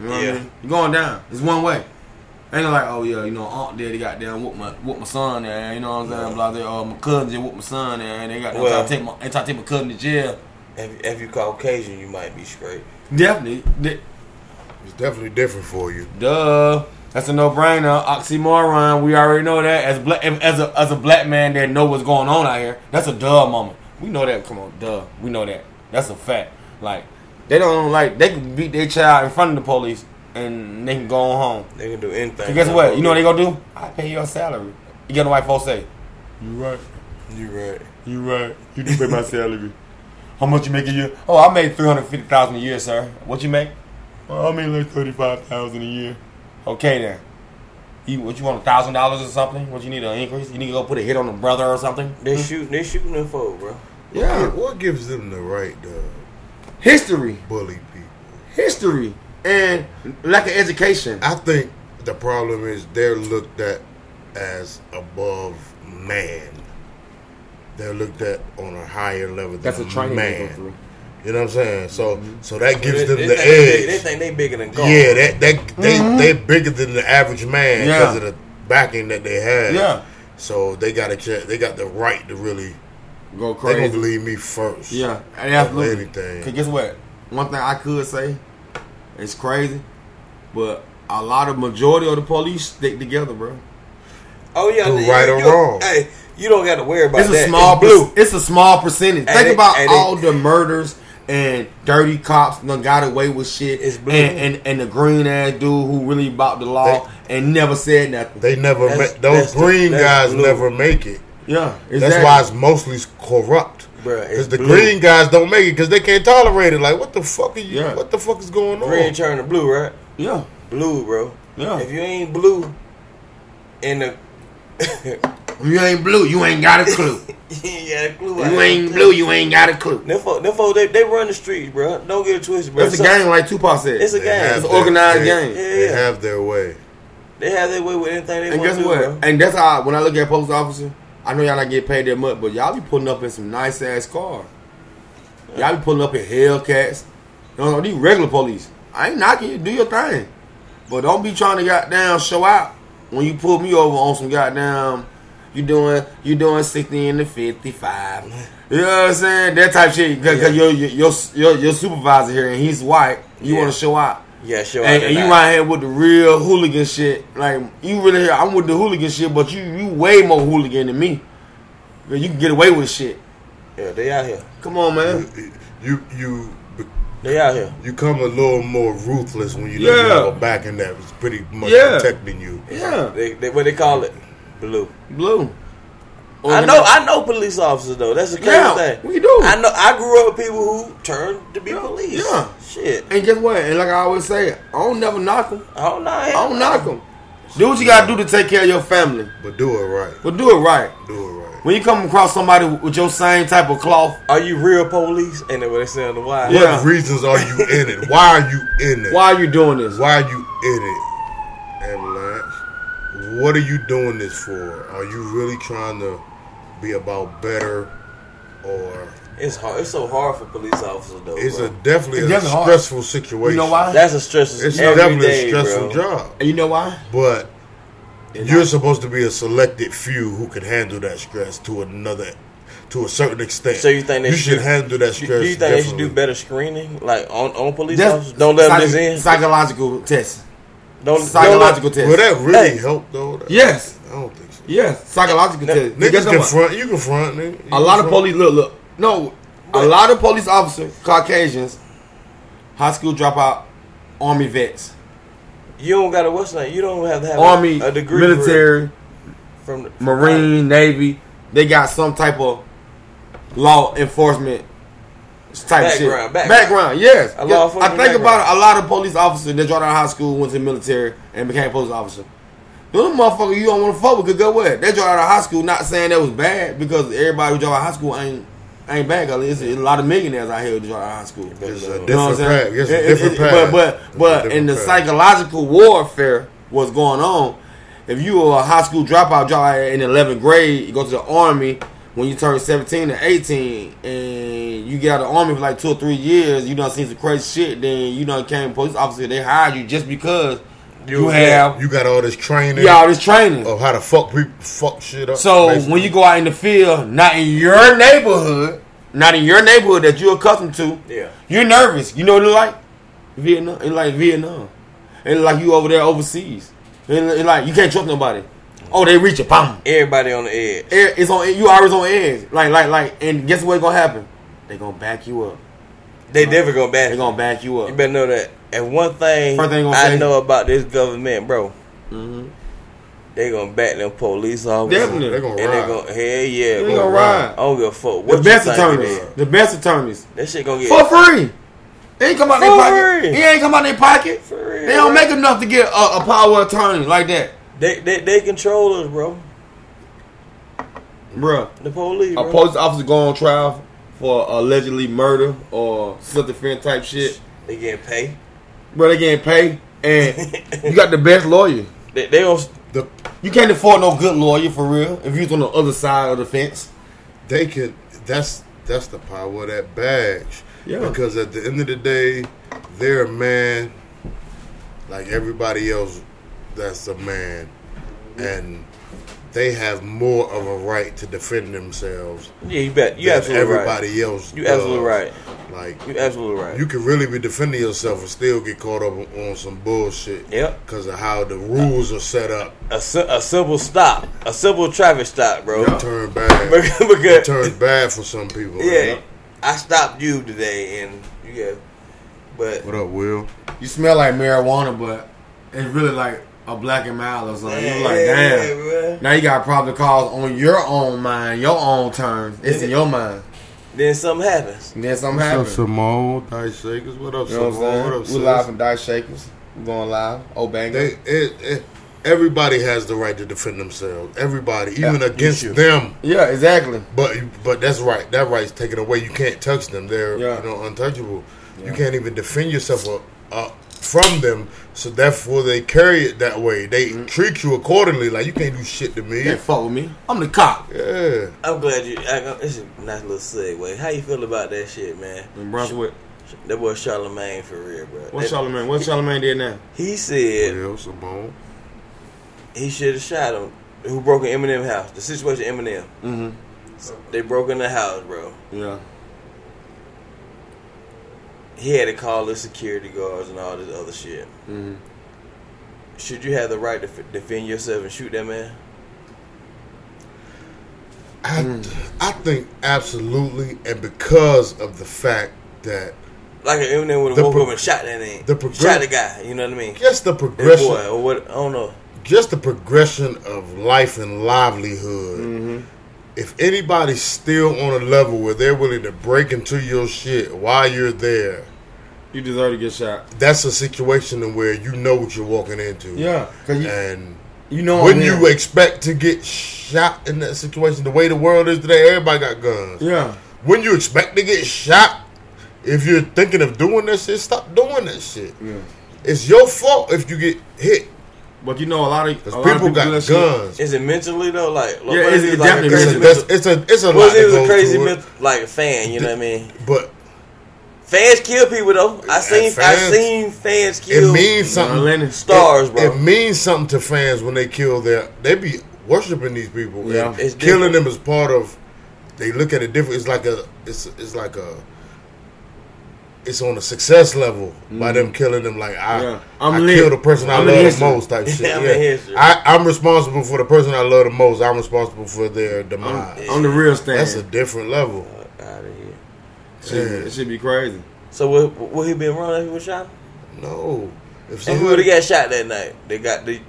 Speaker 2: You know what
Speaker 3: Yeah.
Speaker 2: I mean? You're going down. It's one way. Ain't like, oh yeah, you know, aunt daddy got down with my with my son there, you know what I'm saying? Blah blah. Oh, my cousin just with my son there, and they got well,
Speaker 3: Well-
Speaker 2: trying to take my they trying to take my cousin to jail.
Speaker 3: If, if you Caucasian, you might be straight.
Speaker 2: Definitely, they-
Speaker 1: It's definitely different for you.
Speaker 2: Duh. That's a no-brainer. Oxymoron. We already know that. As black, as a as a black man that know what's going on out here, that's a duh moment. We know that. Come on, duh. We know that. That's a fact. Like they don't like they can beat their child in front of the police and they can go on home.
Speaker 3: They can do anything.
Speaker 2: And guess what? You know what they gonna do? I pay your salary. You get a white folks say. You right.
Speaker 3: You right.
Speaker 2: You right. You do pay my salary. How much you make a year? Oh, I made three hundred fifty thousand a year, sir. What you make? Well, I made like thirty five thousand a year. Okay then. You what you want a thousand dollars or something? What you need an increase? You need to go put a hit on a brother or something?
Speaker 3: They shoot. They shooting them folk, bro.
Speaker 2: Yeah.
Speaker 1: What gives them the right to
Speaker 2: History,
Speaker 1: bully people?
Speaker 2: history, and lack of education.
Speaker 1: I think the problem is they're looked at as above man. They're looked at on a higher level than
Speaker 2: That's a training they go
Speaker 1: man.
Speaker 2: through.
Speaker 1: You know what I'm saying? So, so that gives
Speaker 3: They-
Speaker 1: them
Speaker 3: they
Speaker 1: the
Speaker 3: think they
Speaker 1: edge.
Speaker 3: big- They think they bigger than God.
Speaker 1: Yeah, that that they they're bigger than the average man
Speaker 2: Yeah.
Speaker 1: because of the backing that they have.
Speaker 2: Yeah.
Speaker 1: So they got a check. They got the right to really.
Speaker 2: Go
Speaker 1: They gonna
Speaker 2: crazy.
Speaker 1: believe me first.
Speaker 2: Yeah, and
Speaker 1: Over
Speaker 2: absolutely.
Speaker 1: anything.
Speaker 2: Cause guess what? One thing I could say, it's crazy, but a lot of majority of the police stick together, bro.
Speaker 3: Oh yeah,
Speaker 1: Who
Speaker 3: you-
Speaker 1: right or
Speaker 3: you-
Speaker 1: wrong?
Speaker 3: Hey, you don't got to worry about
Speaker 2: it's
Speaker 3: that.
Speaker 2: a small
Speaker 3: it's blue.
Speaker 2: per- it's a small percentage.
Speaker 3: And
Speaker 2: Think
Speaker 3: it-
Speaker 2: about
Speaker 3: and it-
Speaker 2: all the murders and dirty cops done got away with shit.
Speaker 3: It's blue.
Speaker 2: And, and and the green ass dude who really about the law and never said nothing.
Speaker 1: They never
Speaker 3: That's-
Speaker 1: make those
Speaker 3: that's the-
Speaker 1: green
Speaker 3: that's
Speaker 1: guys
Speaker 3: blue.
Speaker 1: never make it.
Speaker 2: Yeah, exactly.
Speaker 1: That's why it's mostly corrupt.
Speaker 3: Bruh, it's
Speaker 1: Because the
Speaker 3: blue.
Speaker 1: green guys don't make it because they can't tolerate it. Like, what the fuck are you?
Speaker 2: Yeah.
Speaker 1: What the fuck is going on?
Speaker 3: Green turn to blue, right?
Speaker 2: yeah,
Speaker 3: Blue, bro.
Speaker 2: Yeah.
Speaker 3: If you ain't blue, in the
Speaker 2: you ain't blue, you ain't got a clue.
Speaker 3: you ain't got a clue.
Speaker 2: you ain't blue, you ain't got a clue.
Speaker 3: Them fo- them folks, they, they run the streets, bro. Don't get it twisted, bro.
Speaker 2: That's a
Speaker 3: Some-
Speaker 2: game, like Tupac said.
Speaker 3: It's a
Speaker 1: They have
Speaker 3: game.
Speaker 2: It's
Speaker 1: their-
Speaker 2: organized
Speaker 1: they-
Speaker 2: game.
Speaker 1: They
Speaker 3: Yeah.
Speaker 1: have their way.
Speaker 3: They have their way with anything they
Speaker 2: And
Speaker 3: want
Speaker 2: guess
Speaker 3: to,
Speaker 2: what?
Speaker 3: bro.
Speaker 2: And that's how when I look at police officer, I know y'all not get paid that much, but y'all be pulling up in some nice ass cars. Y'all be pulling up in Hellcats. You know, these regular police. I ain't knocking you. Do your thing, but don't be trying to goddamn show out when you pull me over on some goddamn. You doing you doing sixty in the fifty five. You know what I'm saying? That type shit. Because
Speaker 3: Yeah.
Speaker 2: your, your your your your supervisor here and he's white. You
Speaker 3: Yeah.
Speaker 2: want to show out.
Speaker 3: Yeah, sure.
Speaker 2: And,
Speaker 3: I
Speaker 2: and
Speaker 3: did
Speaker 2: you
Speaker 3: not.
Speaker 2: right here with the real hooligan shit. Like you really here. I'm with the hooligan shit, but you you way more hooligan than me. Man, you can get away with shit.
Speaker 3: Yeah, they out here.
Speaker 2: Come on, man.
Speaker 1: You you be-
Speaker 3: They out here.
Speaker 1: you come a little more ruthless when you
Speaker 2: Yeah.
Speaker 1: don't have a back, and that's pretty much
Speaker 2: Yeah.
Speaker 1: protecting you.
Speaker 2: Yeah,
Speaker 3: They, they what they call it? Blue.
Speaker 2: blue.
Speaker 3: I know, I know police officers though. That's the crazy
Speaker 2: Yeah,
Speaker 3: thing.
Speaker 2: we do.
Speaker 3: I know. I grew up with people who turned to be police.
Speaker 2: yeah.
Speaker 3: Shit.
Speaker 2: And guess what? And like I always say, I don't never knock them.
Speaker 3: I don't know.
Speaker 2: I don't knock them. Do what you gotta do to take care of your family,
Speaker 1: But do it right.
Speaker 2: but do it right.
Speaker 1: Do it right.
Speaker 2: When you come across somebody with your same type of cloth,
Speaker 3: Are you real police? And then what they say on the wire.
Speaker 2: Yeah.
Speaker 1: What reasons are you in it? Why are you in it?
Speaker 2: why are you doing this?
Speaker 1: Why are you in it, Avalanche? What are you doing this for? Are you really trying to be about better, or
Speaker 3: It's hard. It's so hard for police officers though.
Speaker 1: it's
Speaker 3: bro.
Speaker 1: a definitely
Speaker 2: It's
Speaker 1: a
Speaker 2: definitely hard.
Speaker 1: stressful situation.
Speaker 2: You know why?
Speaker 3: That's a stressful.
Speaker 1: It's
Speaker 3: every
Speaker 1: definitely
Speaker 3: day,
Speaker 1: a stressful
Speaker 3: bro.
Speaker 1: job,
Speaker 2: And you know why?
Speaker 1: but you're supposed to be a selected few who can handle that stress to another, to a certain extent.
Speaker 3: So you think they
Speaker 1: you should
Speaker 3: should-
Speaker 1: handle that stress?
Speaker 3: Do you think they should do
Speaker 1: differently.
Speaker 3: better screening, like on, on police
Speaker 2: That's
Speaker 3: officers? Don't let
Speaker 2: psych-
Speaker 3: them in.
Speaker 2: Psychological test.
Speaker 3: don't,
Speaker 2: Psychological test.
Speaker 1: Will that really
Speaker 3: Hey.
Speaker 1: help though? That-
Speaker 2: Yes.
Speaker 1: I don't think so.
Speaker 2: Yes, psychological
Speaker 3: Now,
Speaker 2: test.
Speaker 1: Niggas
Speaker 2: Because I'm a-
Speaker 1: confront. You confront. Nigga. You
Speaker 2: a lot of
Speaker 1: confront.
Speaker 2: police look look no, a lot of police officers, Caucasians, high school dropout, army vets,
Speaker 3: Don't, you don't gotta what's that? You don't have to have a-
Speaker 2: army,
Speaker 3: a, degree, for-
Speaker 2: military,
Speaker 3: from, the- from
Speaker 2: marine, navy. They got some type of law enforcement type shit
Speaker 3: Background, background.
Speaker 2: Yes,
Speaker 3: A law
Speaker 2: Yes. I
Speaker 3: enforcement
Speaker 2: think
Speaker 3: background.
Speaker 2: about a lot of police officers that dropped out of high school, went to the military, and became police officer. Those motherfucker you don't want to fuck with. Cause go what? They dropped out of high school. Not saying that was bad because everybody who dropped out of high school ain't ain't bad. Cause it's a lot of millionaires out here who dropped out of high school.
Speaker 1: It's a
Speaker 3: You
Speaker 2: You know what I'm
Speaker 1: different
Speaker 2: saying?
Speaker 1: path. It's
Speaker 2: It-
Speaker 1: a
Speaker 2: it-
Speaker 1: different
Speaker 2: it-
Speaker 1: path.
Speaker 2: But
Speaker 1: It's a
Speaker 2: but but in
Speaker 1: different
Speaker 2: the
Speaker 1: path.
Speaker 2: psychological warfare, what's going on? If you were a high school dropout, dropout in 11th grade, you go to the army when you turn 17 to 18, and you get out of the army for like two or three years, you done seen some crazy shit. Then you done came police officer. They hired you just because you,
Speaker 3: was
Speaker 2: have
Speaker 1: You got all this training
Speaker 2: you all this training.
Speaker 1: of how to fuck people, fuck shit up.
Speaker 2: So
Speaker 1: basically.
Speaker 2: when you go out in the field, not in your neighborhood, not in your neighborhood that you're accustomed to,
Speaker 3: Yeah.
Speaker 2: you're nervous. You know what it like? Vietnam. It like Vietnam. It like you over there overseas. It, it like you can't trust nobody. Oh, they reach you, bam.
Speaker 3: Everybody on the edge.
Speaker 2: It- It's on. You always on edge. Like like like. And guess what's gonna happen? They gonna back you up.
Speaker 3: They never gonna back.
Speaker 2: They gonna back you
Speaker 3: You
Speaker 2: up.
Speaker 3: better know that. And one thing,
Speaker 2: First thing gonna
Speaker 3: I
Speaker 2: say- Mm-hmm.
Speaker 3: know about this government, bro, they gonna back them police officers.
Speaker 2: Definitely.
Speaker 1: they gonna
Speaker 3: And they
Speaker 1: ride.
Speaker 3: gonna hell yeah,
Speaker 2: They
Speaker 3: bro.
Speaker 2: gonna
Speaker 1: ride.
Speaker 2: ride.
Speaker 3: I don't give a fuck. What
Speaker 2: The
Speaker 3: you
Speaker 2: best
Speaker 3: think it
Speaker 2: attorneys.
Speaker 3: is.
Speaker 2: The best attorneys
Speaker 3: That shit gonna get
Speaker 2: for free. It ain't come out their
Speaker 3: For
Speaker 2: pocket.
Speaker 3: free.
Speaker 2: It ain't come out their pocket.
Speaker 3: For real,
Speaker 2: They don't
Speaker 3: bro.
Speaker 2: make enough to get a, a power attorney like that,
Speaker 3: They, they they control us, bro.
Speaker 2: bruh.
Speaker 3: The police,
Speaker 2: a
Speaker 3: bro.
Speaker 2: police officer go on trial for allegedly murder or self-defense type shit,
Speaker 3: they getting paid.
Speaker 2: but they getting paid, and you got the best lawyer.
Speaker 3: They, they don't.
Speaker 1: the,
Speaker 2: You can't afford no good lawyer for real if you was on the other side of the fence.
Speaker 1: they can that's that's the power of that badge.
Speaker 2: Yeah.
Speaker 1: Because at the end of the day, they're a man like everybody else that's a man. And they have more of a right to defend themselves
Speaker 3: Yeah, you bet. You
Speaker 1: than
Speaker 3: absolutely right.
Speaker 1: everybody else.
Speaker 3: You absolutely
Speaker 1: does.
Speaker 3: right.
Speaker 1: Like
Speaker 3: You absolutely right.
Speaker 1: you can really be defending yourself and still get caught up on- on some bullshit.
Speaker 3: Yep.
Speaker 1: Because of how the rules are set up.
Speaker 3: a, si- a simple stop, a simple traffic stop, bro.
Speaker 1: It turn bad.
Speaker 3: Because-
Speaker 1: It
Speaker 3: because-
Speaker 1: turns bad for some people.
Speaker 3: yeah, I stopped you today, and yeah, but
Speaker 1: What up, Will?
Speaker 2: You smell like marijuana, but it's really like a black and mild or something.
Speaker 3: yeah,
Speaker 2: you like,
Speaker 3: yeah,
Speaker 2: damn.
Speaker 3: yeah, bro.
Speaker 2: Now you got probably cause on your own mind, your own terms. It's in your mind.
Speaker 3: then something happens.
Speaker 2: And then something
Speaker 1: What's up,
Speaker 2: happens.
Speaker 1: Simone? Dice Shakers. What up,
Speaker 2: You know
Speaker 1: Simone?
Speaker 2: what
Speaker 1: What
Speaker 2: I'm
Speaker 1: up,
Speaker 2: saying? We
Speaker 1: sis?
Speaker 2: live from Dice Shakers. We going live. Oh, bang.
Speaker 1: They, it, it, everybody has the right to defend themselves. Everybody, even
Speaker 2: Yeah, you
Speaker 1: against
Speaker 2: should.
Speaker 1: them.
Speaker 2: yeah, exactly.
Speaker 1: But but that's right. That right's taken away. You can't touch them. They're
Speaker 2: Yeah.
Speaker 1: you know untouchable. You can't even defend yourself up, up from them. So therefore, they carry it that way. They treat you accordingly. Like you can't do shit to me.
Speaker 2: Can't fuck with me. I'm the cop.
Speaker 1: Yeah.
Speaker 3: I'm glad you. I, it's a nice little segue. How you feel about that shit, man?
Speaker 2: And Bronx with
Speaker 3: That boy Charlemagne for real, bro.
Speaker 2: what
Speaker 3: That-
Speaker 2: Charlemagne? What Charlemagne did now?
Speaker 3: He said
Speaker 1: Will Simone.
Speaker 3: he should have shot him. Who broke in Eminem house? The situation Eminem.
Speaker 2: Mm-hmm.
Speaker 3: They broke in the house, bro.
Speaker 2: Yeah.
Speaker 3: He had to call the security guards and all this other shit.
Speaker 2: Mm-hmm.
Speaker 3: Should you have the right to f- defend yourself and shoot that man?
Speaker 1: I, I think absolutely, and because of the fact that
Speaker 3: Like an Eminem would
Speaker 1: The
Speaker 3: have woke
Speaker 1: pro-
Speaker 3: up and shot that nigga.
Speaker 1: the pro-
Speaker 3: shot the guy. You know what I mean?
Speaker 1: just the
Speaker 3: That
Speaker 1: progression,
Speaker 3: boy or what? I don't know.
Speaker 1: just the progression of life and livelihood.
Speaker 2: Mm-hmm.
Speaker 1: if anybody's still on a level where they're willing to break into your shit while you're there,
Speaker 2: You deserve to get shot.
Speaker 1: that's a situation in where you know what you're walking into.
Speaker 2: Yeah, cause you
Speaker 1: And
Speaker 2: you know
Speaker 1: wouldn't
Speaker 2: I'm
Speaker 1: you
Speaker 2: in.
Speaker 1: expect to get shot in that situation? The way the world is today, everybody got guns.
Speaker 2: Yeah.
Speaker 1: Wouldn't you expect to get shot? If you're thinking of doing that shit, stop doing that shit.
Speaker 2: Yeah.
Speaker 1: It's your fault if you get hit.
Speaker 2: But you know a lot of a
Speaker 1: Because
Speaker 2: lot of
Speaker 1: people
Speaker 2: people do
Speaker 1: got
Speaker 2: that shit.
Speaker 1: guns.
Speaker 3: Is it mentally though? Like, like
Speaker 2: Yeah,
Speaker 3: what
Speaker 2: it's-
Speaker 3: if
Speaker 2: it
Speaker 3: he's like
Speaker 2: definitely
Speaker 3: a
Speaker 1: It's
Speaker 3: crazy
Speaker 1: a,
Speaker 2: mentally.
Speaker 1: that's,
Speaker 3: mental,
Speaker 1: it's a, it's a lot
Speaker 3: what
Speaker 1: to
Speaker 3: if he
Speaker 1: go
Speaker 3: was a crazy
Speaker 1: to it.
Speaker 3: mental, like a fan? You know what I mean?
Speaker 1: But
Speaker 3: Fans kill people though. I seen I
Speaker 1: fans-
Speaker 3: seen fans
Speaker 1: it
Speaker 3: kill
Speaker 1: means
Speaker 2: You know,
Speaker 1: something.
Speaker 2: Lennon.
Speaker 3: stars, bro.
Speaker 1: It means something to fans when they kill their. They be worshiping these people.
Speaker 2: Yeah.
Speaker 1: and
Speaker 3: It's
Speaker 1: killing
Speaker 3: different.
Speaker 1: them is part of. They look at it different. It's like a. It's it's like a. It's on a success level by
Speaker 3: Mm-hmm.
Speaker 1: them killing them. Like I,
Speaker 2: Yeah.
Speaker 1: i
Speaker 2: I'm lit.
Speaker 1: killed the person I
Speaker 2: I'm in
Speaker 1: love the
Speaker 2: history.
Speaker 1: most. Type shit.
Speaker 3: I'm
Speaker 1: Yeah,
Speaker 3: in history.
Speaker 1: I, I'm responsible for the person I love the most. I'm responsible for their demise.
Speaker 2: I'm the real stand.
Speaker 1: Ah, That's a different level.
Speaker 3: Out of here.
Speaker 2: Shit,
Speaker 1: Yeah.
Speaker 2: It should be crazy.
Speaker 3: So would, would he been wrong if he was shot?
Speaker 1: No, if
Speaker 3: And who would have got shot that night? They got the.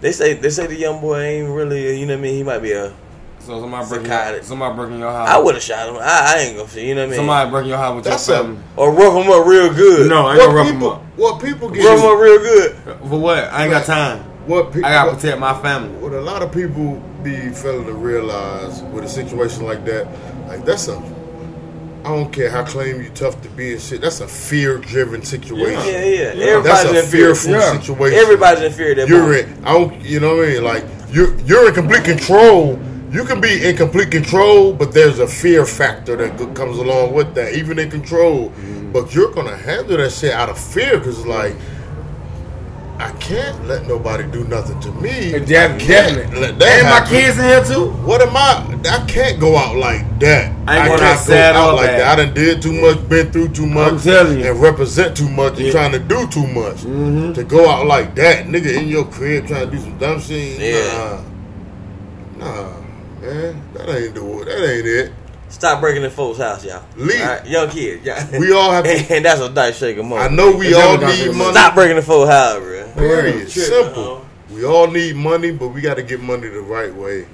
Speaker 3: They say they say the young boy ain't really. You know what I mean? He might be a.
Speaker 2: So somebody breaking
Speaker 3: Psychotic.
Speaker 2: your, somebody breaking your house.
Speaker 3: I would have shot him. I, I ain't gonna. You know what I mean?
Speaker 2: Uh, Somebody breaking your house with
Speaker 1: That's a-
Speaker 2: your family.
Speaker 3: or rough him up real good.
Speaker 2: No, I ain't gonna
Speaker 1: what
Speaker 2: rough him
Speaker 1: people,
Speaker 2: up.
Speaker 1: what people get,
Speaker 3: rough him up real good.
Speaker 2: For what? I ain't got time.
Speaker 1: what pe-
Speaker 2: I gotta
Speaker 1: what-
Speaker 2: protect my family.
Speaker 1: What a lot of people be failing to realize with a situation like that, like that's a, I don't care how claim you tough to be and shit, that's a fear driven situation.
Speaker 3: Yeah, yeah.
Speaker 2: Yeah.
Speaker 1: That's
Speaker 3: Everybody's
Speaker 1: a
Speaker 3: in fear.
Speaker 1: fearful
Speaker 2: Yeah.
Speaker 1: situation.
Speaker 3: Everybody's in fear. At that
Speaker 1: You're
Speaker 3: moment.
Speaker 1: in, I don't, you know what I mean? Like, you're, you're in complete control. You can be in complete control, but there's a fear factor that go- comes along with that, even in control. But you're gonna handle that shit out of fear, cause like, I can't let nobody do nothing to me.
Speaker 2: Def- definitely.
Speaker 1: Let
Speaker 2: And
Speaker 1: that
Speaker 2: my
Speaker 1: happen.
Speaker 2: kids in here too.
Speaker 1: What am I? I can't go out like that.
Speaker 2: I ain't
Speaker 1: I
Speaker 2: going
Speaker 1: can't
Speaker 2: out
Speaker 1: go
Speaker 2: sad
Speaker 1: out
Speaker 2: or
Speaker 1: like
Speaker 2: bad.
Speaker 1: that. I done did too much, been through too much,
Speaker 2: telling you.
Speaker 1: and represent too much, and
Speaker 2: Yeah.
Speaker 1: trying to do too much.
Speaker 2: Mm-hmm.
Speaker 1: To go out like that, nigga, in your crib trying to do some dumb shit.
Speaker 3: Yeah.
Speaker 1: Nah, nah, man, that ain't the that ain't it.
Speaker 3: Stop breaking in folks' house, y'all.
Speaker 1: Leave.
Speaker 3: All right, young kids. Y'all.
Speaker 1: We all have to-
Speaker 3: and that's a dice shaker
Speaker 1: I
Speaker 3: moment.
Speaker 1: know we
Speaker 2: They
Speaker 1: all
Speaker 2: never got
Speaker 1: need
Speaker 2: their
Speaker 1: money.
Speaker 3: Stop breaking in folks' house, bro.
Speaker 1: Period.
Speaker 2: Shit,
Speaker 1: Simple. We all need money, but we got to get money the right way.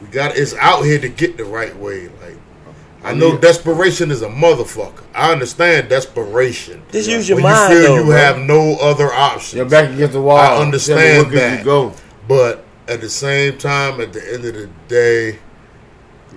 Speaker 1: We got it's out here to get the right way. Like I know desperation is a motherfucker. I understand desperation.
Speaker 3: Just use your
Speaker 1: when
Speaker 3: mind,
Speaker 1: you feel
Speaker 3: though,
Speaker 1: you
Speaker 3: bro.
Speaker 1: have no other
Speaker 2: Your
Speaker 1: option.
Speaker 2: back against the wall.
Speaker 1: I understand
Speaker 2: Tell me what could
Speaker 1: that.
Speaker 2: You go.
Speaker 1: But at the same time, at the end of the day,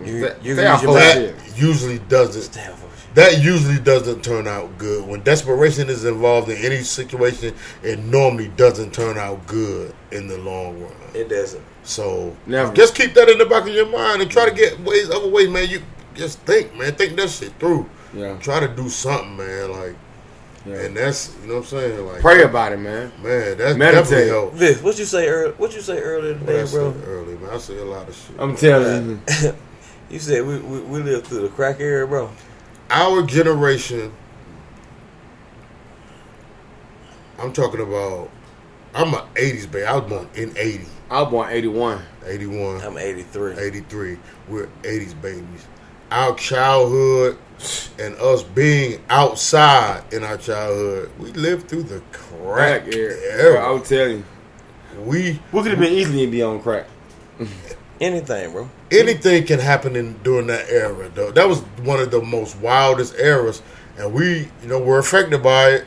Speaker 3: You,
Speaker 2: Stay-
Speaker 3: you
Speaker 2: stay
Speaker 3: can
Speaker 2: out
Speaker 3: use your
Speaker 2: folks'
Speaker 3: mind.
Speaker 1: that
Speaker 2: shit.
Speaker 1: usually doesn't
Speaker 3: Stay out folks' shit.
Speaker 1: that usually doesn't turn out good. When desperation is involved in any situation, it normally doesn't turn out good in the long run.
Speaker 3: It doesn't.
Speaker 1: So
Speaker 2: Never.
Speaker 1: just keep that in the back of your mind and try to get ways other ways, man. You just think, man. Think that shit through.
Speaker 2: Yeah.
Speaker 1: Try to do something, man. Like
Speaker 2: Yeah.
Speaker 1: And that's you know what I'm saying. Like
Speaker 2: Pray about it, man.
Speaker 1: man, that
Speaker 2: Meditate.
Speaker 1: definitely helps.
Speaker 3: Viv, what you say earlier? What you say earlier today,
Speaker 1: I
Speaker 3: bro?
Speaker 1: said early, man. I say a lot of shit.
Speaker 2: I'm telling you.
Speaker 3: You said we, we we lived through the crack era, bro.
Speaker 1: our generation I'm talking about I'm a 80s baby. I was born in 80,
Speaker 2: I was born 81.
Speaker 1: 81,
Speaker 3: I'm 83.
Speaker 1: 83. We're 80s babies. Our childhood and us being outside in our childhood, we lived through the crack
Speaker 2: Crack era. Bro, I
Speaker 1: era.
Speaker 2: would tell you.
Speaker 1: We
Speaker 2: We could have been easily be on crack.
Speaker 3: Anything, bro.
Speaker 1: anything can happen in during that era though. That was one of the most wildest eras, and we you know were affected by it,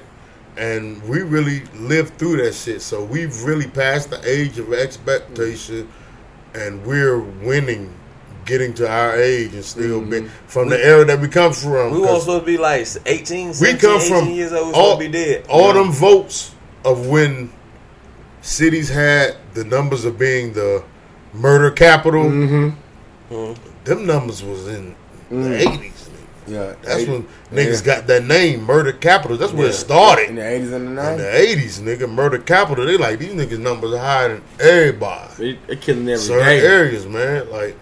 Speaker 1: and we really lived through that shit. So we've really passed the age of expectation, and we're winning, getting to our age and still been from the era that we come from.
Speaker 3: We
Speaker 1: 'Cause
Speaker 3: weren't supposed to be like 18, 17,
Speaker 1: we come from
Speaker 3: 18 years old. We
Speaker 1: all,
Speaker 3: supposed to be dead.
Speaker 1: all them votes of when cities had the numbers of being the murder capital.
Speaker 2: Mm-hmm.
Speaker 3: Mm-hmm.
Speaker 1: Them numbers was in the eighties.
Speaker 2: Yeah.
Speaker 1: That's
Speaker 2: eight-
Speaker 1: when niggas got that name, murder capital. That's where it
Speaker 3: Yeah.
Speaker 2: in
Speaker 1: started.
Speaker 2: the 80s and the
Speaker 1: In
Speaker 2: 90s.
Speaker 1: the eighties, nigga, murder capital. They like these niggas numbers are higher than everybody.
Speaker 2: They, they killing every day.
Speaker 1: Certain areas, man. Like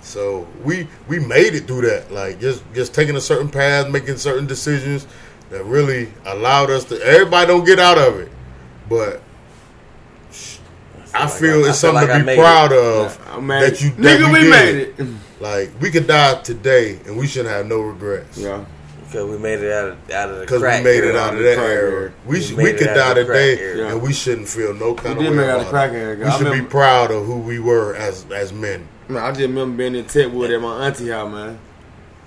Speaker 1: so we we made it through that. Like just just taking a certain path, making certain decisions that really allowed us to everybody don't get out of it. But I
Speaker 3: like
Speaker 1: feel
Speaker 3: I- I
Speaker 1: it's
Speaker 3: feel
Speaker 1: something
Speaker 3: like I
Speaker 1: to be
Speaker 3: made
Speaker 1: proud
Speaker 3: it.
Speaker 1: of
Speaker 2: I made
Speaker 1: that
Speaker 2: it.
Speaker 1: you that
Speaker 2: Nigga, we
Speaker 1: did.
Speaker 2: made it.
Speaker 1: Like we could die today and we shouldn't have no regrets.
Speaker 2: Yeah.
Speaker 3: Because we made it out of, out of the
Speaker 1: Because we
Speaker 3: crack
Speaker 1: made it
Speaker 3: era.
Speaker 1: out of
Speaker 2: the
Speaker 1: that
Speaker 2: crack
Speaker 1: era.
Speaker 2: era.
Speaker 1: We
Speaker 3: We
Speaker 1: sh-
Speaker 3: made
Speaker 1: we
Speaker 3: it
Speaker 1: could
Speaker 3: out
Speaker 1: die
Speaker 3: of the crack
Speaker 1: today,
Speaker 3: era.
Speaker 1: and we shouldn't feel no kind
Speaker 2: We
Speaker 1: of
Speaker 2: did
Speaker 1: way
Speaker 2: make it out of
Speaker 1: about
Speaker 2: the crack
Speaker 1: it.
Speaker 2: era,
Speaker 1: We
Speaker 2: 'cause I
Speaker 1: should be
Speaker 2: remember-
Speaker 1: proud of who we were as as men.
Speaker 2: Man, I just remember being in Tetwood at my auntie house, man.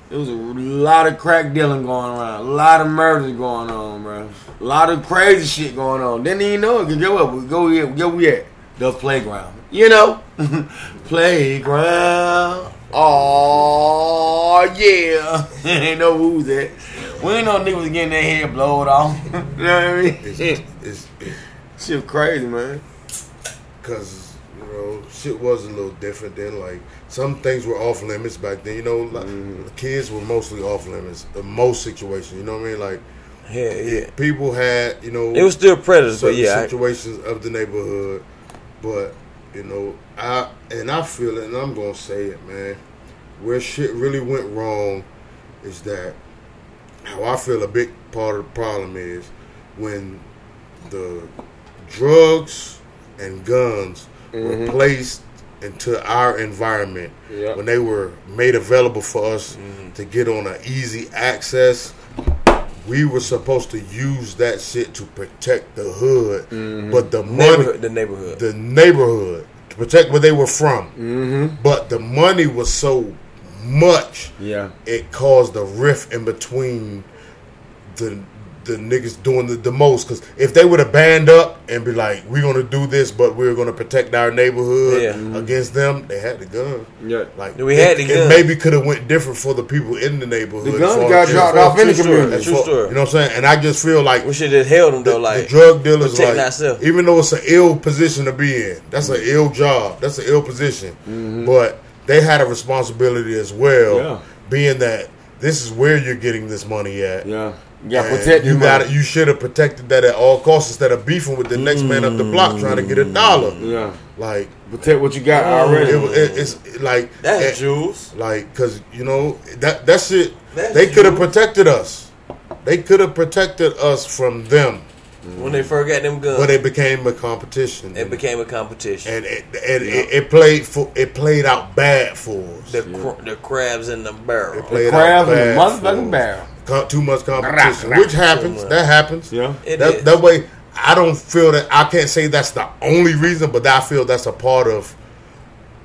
Speaker 2: There was a lot of crack dealing going around, a lot of murders going on, bro. A lot of crazy shit going on. Didn't even know it. Cause get what? We go here. Where we at? The playground. You know, playground. Oh yeah. ain't know who was at. We ain't know niggas was getting their head blowed off. you know what I
Speaker 1: It's,
Speaker 2: mean?
Speaker 1: it's,
Speaker 2: Shit crazy, man.
Speaker 1: because you know shit was a little different then. Like some things were off limits back then. You know, like
Speaker 2: Mm-hmm.
Speaker 1: kids were mostly off limits in most situations. You know what I mean? Like
Speaker 3: Yeah, yeah.
Speaker 1: people had you know
Speaker 3: It was still predators, but
Speaker 1: certain
Speaker 3: yeah. I-
Speaker 1: situations of the neighborhood. But you know, I and I feel it, and I'm gonna say it, man. Where shit really went wrong is that how I feel a big part of the problem is when the drugs and guns
Speaker 3: Mm-hmm.
Speaker 1: were placed into our environment
Speaker 2: Yep.
Speaker 1: when they were made available for us
Speaker 3: Mm-hmm.
Speaker 1: to get on an easy access we were supposed to use that shit to protect the hood, but the money,
Speaker 3: Mm-hmm. neighborhood, the neighborhood.
Speaker 1: the neighborhood, to protect where they were from. Mm-hmm. But the money was so much,
Speaker 2: Yeah.
Speaker 1: it caused a rift in between the the niggas doing the, the most. Because if they would have band up and be like, "We're gonna do this, but we're gonna protect our neighborhood
Speaker 3: Yeah. Mhm.
Speaker 1: against them," they had the gun.
Speaker 2: Yeah.
Speaker 1: Like
Speaker 3: We had
Speaker 1: it,
Speaker 3: the
Speaker 1: it
Speaker 3: gun.
Speaker 1: maybe could have went different for the people in the neighborhood.
Speaker 2: The guns
Speaker 1: For-
Speaker 2: got
Speaker 1: for-
Speaker 2: dropped
Speaker 1: for-
Speaker 2: off in the
Speaker 3: True
Speaker 2: community.
Speaker 3: story. True story.
Speaker 1: you know what I'm saying? And I just feel like
Speaker 3: we should have held them
Speaker 1: the,
Speaker 3: though, like
Speaker 1: the drug dealers,
Speaker 3: protecting
Speaker 1: like
Speaker 3: ourselves.
Speaker 1: even though it's an ill position to be in, that's an ill job, that's an ill position. But they had a responsibility as well,
Speaker 2: Mm-hmm. Yeah.
Speaker 1: being that this is where you're getting this money at.
Speaker 2: Yeah. Yeah.
Speaker 1: And
Speaker 2: Protect
Speaker 1: you
Speaker 2: you,
Speaker 1: got You should have protected that at all costs instead of beefing with the next man up the block trying to get a dollar.
Speaker 2: Yeah.
Speaker 1: Like
Speaker 2: Protect what you got already.
Speaker 1: it, it, it's like it-
Speaker 3: That's Jews.
Speaker 1: like, cause you know that that shit.
Speaker 3: That's
Speaker 1: they could have
Speaker 3: huge.
Speaker 1: protected us. They could have protected us from them,
Speaker 3: When they first got them guns,
Speaker 1: but it became a competition,
Speaker 3: it became a competition.
Speaker 1: and it and it, it played for it played out bad for us.
Speaker 3: the cr- the crabs in the barrel.
Speaker 1: It played
Speaker 2: crabs in the
Speaker 1: bad for
Speaker 2: motherfucking
Speaker 1: us.
Speaker 2: barrel.
Speaker 1: Co- too much competition,
Speaker 2: Rah, rah.
Speaker 1: which happens.
Speaker 3: much.
Speaker 1: That happens.
Speaker 2: Yeah.
Speaker 3: It
Speaker 1: that,
Speaker 3: is.
Speaker 1: that way, I don't feel that I can't say that's the only reason, but I feel that's a part of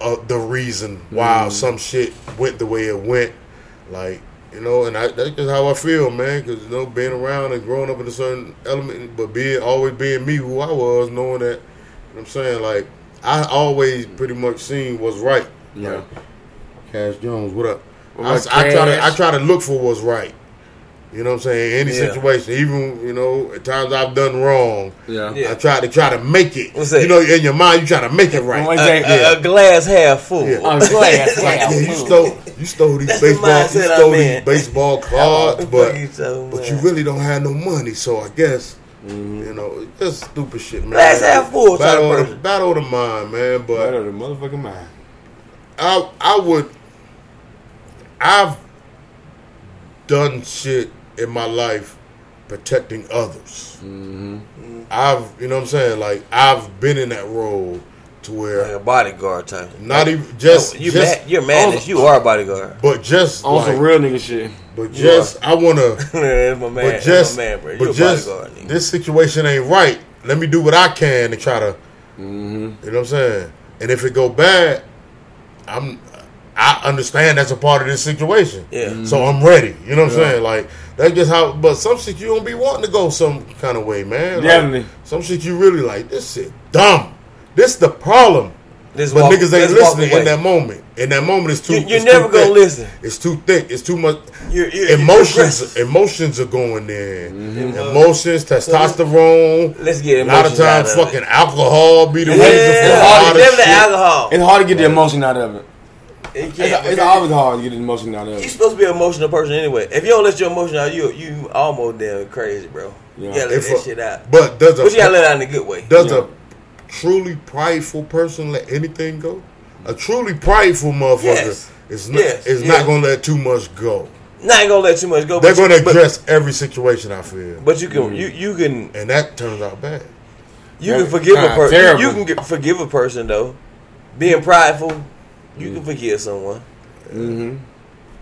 Speaker 1: uh, the reason why
Speaker 3: Mm.
Speaker 1: some shit went the way it went. Like you know, and I, that's just how I feel, man. Because you know, being around and growing up in a certain element, but being always being me, who I was, knowing that. You know what I'm saying, like I always pretty much seen what's right.
Speaker 2: Yeah.
Speaker 1: Cash Jones, what up?
Speaker 2: What
Speaker 1: I,
Speaker 2: up,
Speaker 1: I try to I
Speaker 2: Cash?
Speaker 1: try to look for what's right. You know what I'm saying? Any
Speaker 3: Yeah.
Speaker 1: situation, even you know, at times I've done wrong.
Speaker 2: Yeah.
Speaker 3: Yeah.
Speaker 1: I try to try to make it.
Speaker 3: What's that?
Speaker 1: You know, in your mind, you try to make it right.
Speaker 2: When
Speaker 3: A,
Speaker 2: Exactly.
Speaker 3: a- a glass half full.
Speaker 1: Yeah.
Speaker 4: I'm glad.
Speaker 1: Like, yeah, you
Speaker 4: Ooh.
Speaker 1: stole, you stole these
Speaker 3: That's the
Speaker 1: baseball, you
Speaker 3: mindset I'm
Speaker 1: stole
Speaker 3: in.
Speaker 1: these baseball cards, but
Speaker 3: Fuck you so
Speaker 1: but
Speaker 3: much.
Speaker 1: you really don't have no money. So I guess
Speaker 2: Mm-hmm.
Speaker 1: you know, it's just stupid shit, man.
Speaker 3: Glass half full type
Speaker 1: Battle of the,
Speaker 3: person.
Speaker 1: battle of the mind, man. But
Speaker 2: Better than motherfucking mine.
Speaker 1: I I would I've done shit in my life protecting others. Mm-hmm. I've you know what I'm saying like I've been in that role to
Speaker 3: like
Speaker 1: where
Speaker 3: a bodyguard type.
Speaker 1: not even just
Speaker 3: you
Speaker 1: just
Speaker 3: mad, you're madness.
Speaker 1: on-
Speaker 3: You are a bodyguard.
Speaker 1: but just
Speaker 2: On some
Speaker 1: like-
Speaker 2: real nigga shit.
Speaker 1: but just I want to
Speaker 3: that's my
Speaker 1: but
Speaker 3: man. That's
Speaker 1: just
Speaker 3: my man, bro. You
Speaker 1: but
Speaker 3: a
Speaker 1: just
Speaker 3: bodyguard. Nigga.
Speaker 1: this situation ain't right. Let me do what I can to try to you know what I'm saying. And if it go bad, I'm I understand that's a part of this situation.
Speaker 3: yeah.
Speaker 1: So I'm ready. You know what I'm saying? Like that's just how. But some shit you don't be wanting to go some kind of way, man. Like,
Speaker 2: Definitely.
Speaker 1: Some shit you really like. This shit dumb. This the problem.
Speaker 3: This
Speaker 1: But
Speaker 3: walk-
Speaker 1: niggas ain't
Speaker 3: this walk
Speaker 1: listening
Speaker 3: away.
Speaker 1: in that moment. In that moment, it's too.
Speaker 3: You- you're
Speaker 1: it's
Speaker 3: never
Speaker 1: too
Speaker 3: gonna
Speaker 1: thick.
Speaker 3: listen.
Speaker 1: It's too thick. It's too much.
Speaker 3: You're- you're- you're
Speaker 1: emotions.
Speaker 3: progressive.
Speaker 1: emotions are going in.
Speaker 3: Mm-hmm.
Speaker 1: Emotions, testosterone.
Speaker 3: Let's get
Speaker 1: a lot of
Speaker 3: emotions out
Speaker 1: times,
Speaker 3: of it.
Speaker 1: fucking alcohol be the
Speaker 3: Yeah,
Speaker 1: reason for a lot
Speaker 3: never the
Speaker 1: of shit.
Speaker 3: alcohol.
Speaker 2: It's hard to get the emotion out of it.
Speaker 3: It
Speaker 2: It's,
Speaker 3: can't-
Speaker 2: it's always hard to get the emotion out of
Speaker 3: You're
Speaker 2: it.
Speaker 3: supposed to be an emotional person anyway. If you don't let your emotion out, you you almost damn crazy, bro.
Speaker 2: Yeah.
Speaker 3: You gotta let
Speaker 1: If
Speaker 3: that
Speaker 1: a-
Speaker 3: shit out.
Speaker 1: But does a
Speaker 3: But you gotta let it out in a good way.
Speaker 1: Does
Speaker 2: Yeah.
Speaker 1: a truly prideful person let anything go? A truly prideful motherfucker
Speaker 3: Yes.
Speaker 1: is not
Speaker 3: Yes,
Speaker 1: is
Speaker 3: yes.
Speaker 1: not gonna let too much go.
Speaker 3: Not gonna let too much go.
Speaker 1: They're
Speaker 3: but you-
Speaker 1: gonna
Speaker 3: but-
Speaker 1: address every situation. I feel,
Speaker 3: But you can you you can
Speaker 1: and that turns out bad.
Speaker 3: you
Speaker 2: Yeah.
Speaker 3: can forgive a
Speaker 2: Nah,
Speaker 3: person.
Speaker 2: terrible.
Speaker 3: You can get, forgive a person though. Being prideful, you can forgive someone.
Speaker 2: Mm-hmm.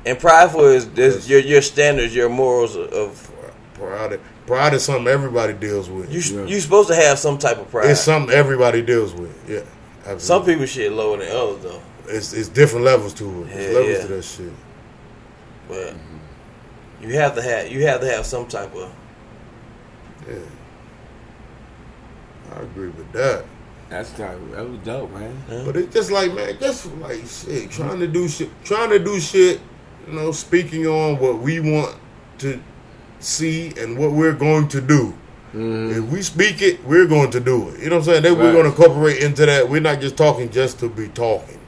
Speaker 3: And prideful is, is your your standards, your morals of
Speaker 1: Pride, pride is something everybody deals with.
Speaker 3: you.
Speaker 2: Yeah.
Speaker 3: You supposed to have some type of pride.
Speaker 1: it's something everybody deals with. Yeah, absolutely.
Speaker 3: some people shit lower than others though.
Speaker 1: It's, it's different levels to it. There's
Speaker 3: Yeah,
Speaker 1: levels
Speaker 3: yeah.
Speaker 1: to that shit.
Speaker 3: But
Speaker 1: Mm-hmm.
Speaker 3: you have to have you have to have some type of
Speaker 1: Yeah, I agree with that.
Speaker 2: That's kind of, that was dope, man.
Speaker 1: But it's just like man, just like shit, trying to do shit, trying to do shit, you know, speaking on what we want to see and what we're going to do. If we speak it, we're going to do it. You know what I'm saying? Then we're
Speaker 2: Right.
Speaker 1: going to incorporate into that. We're not just talking just to be talking.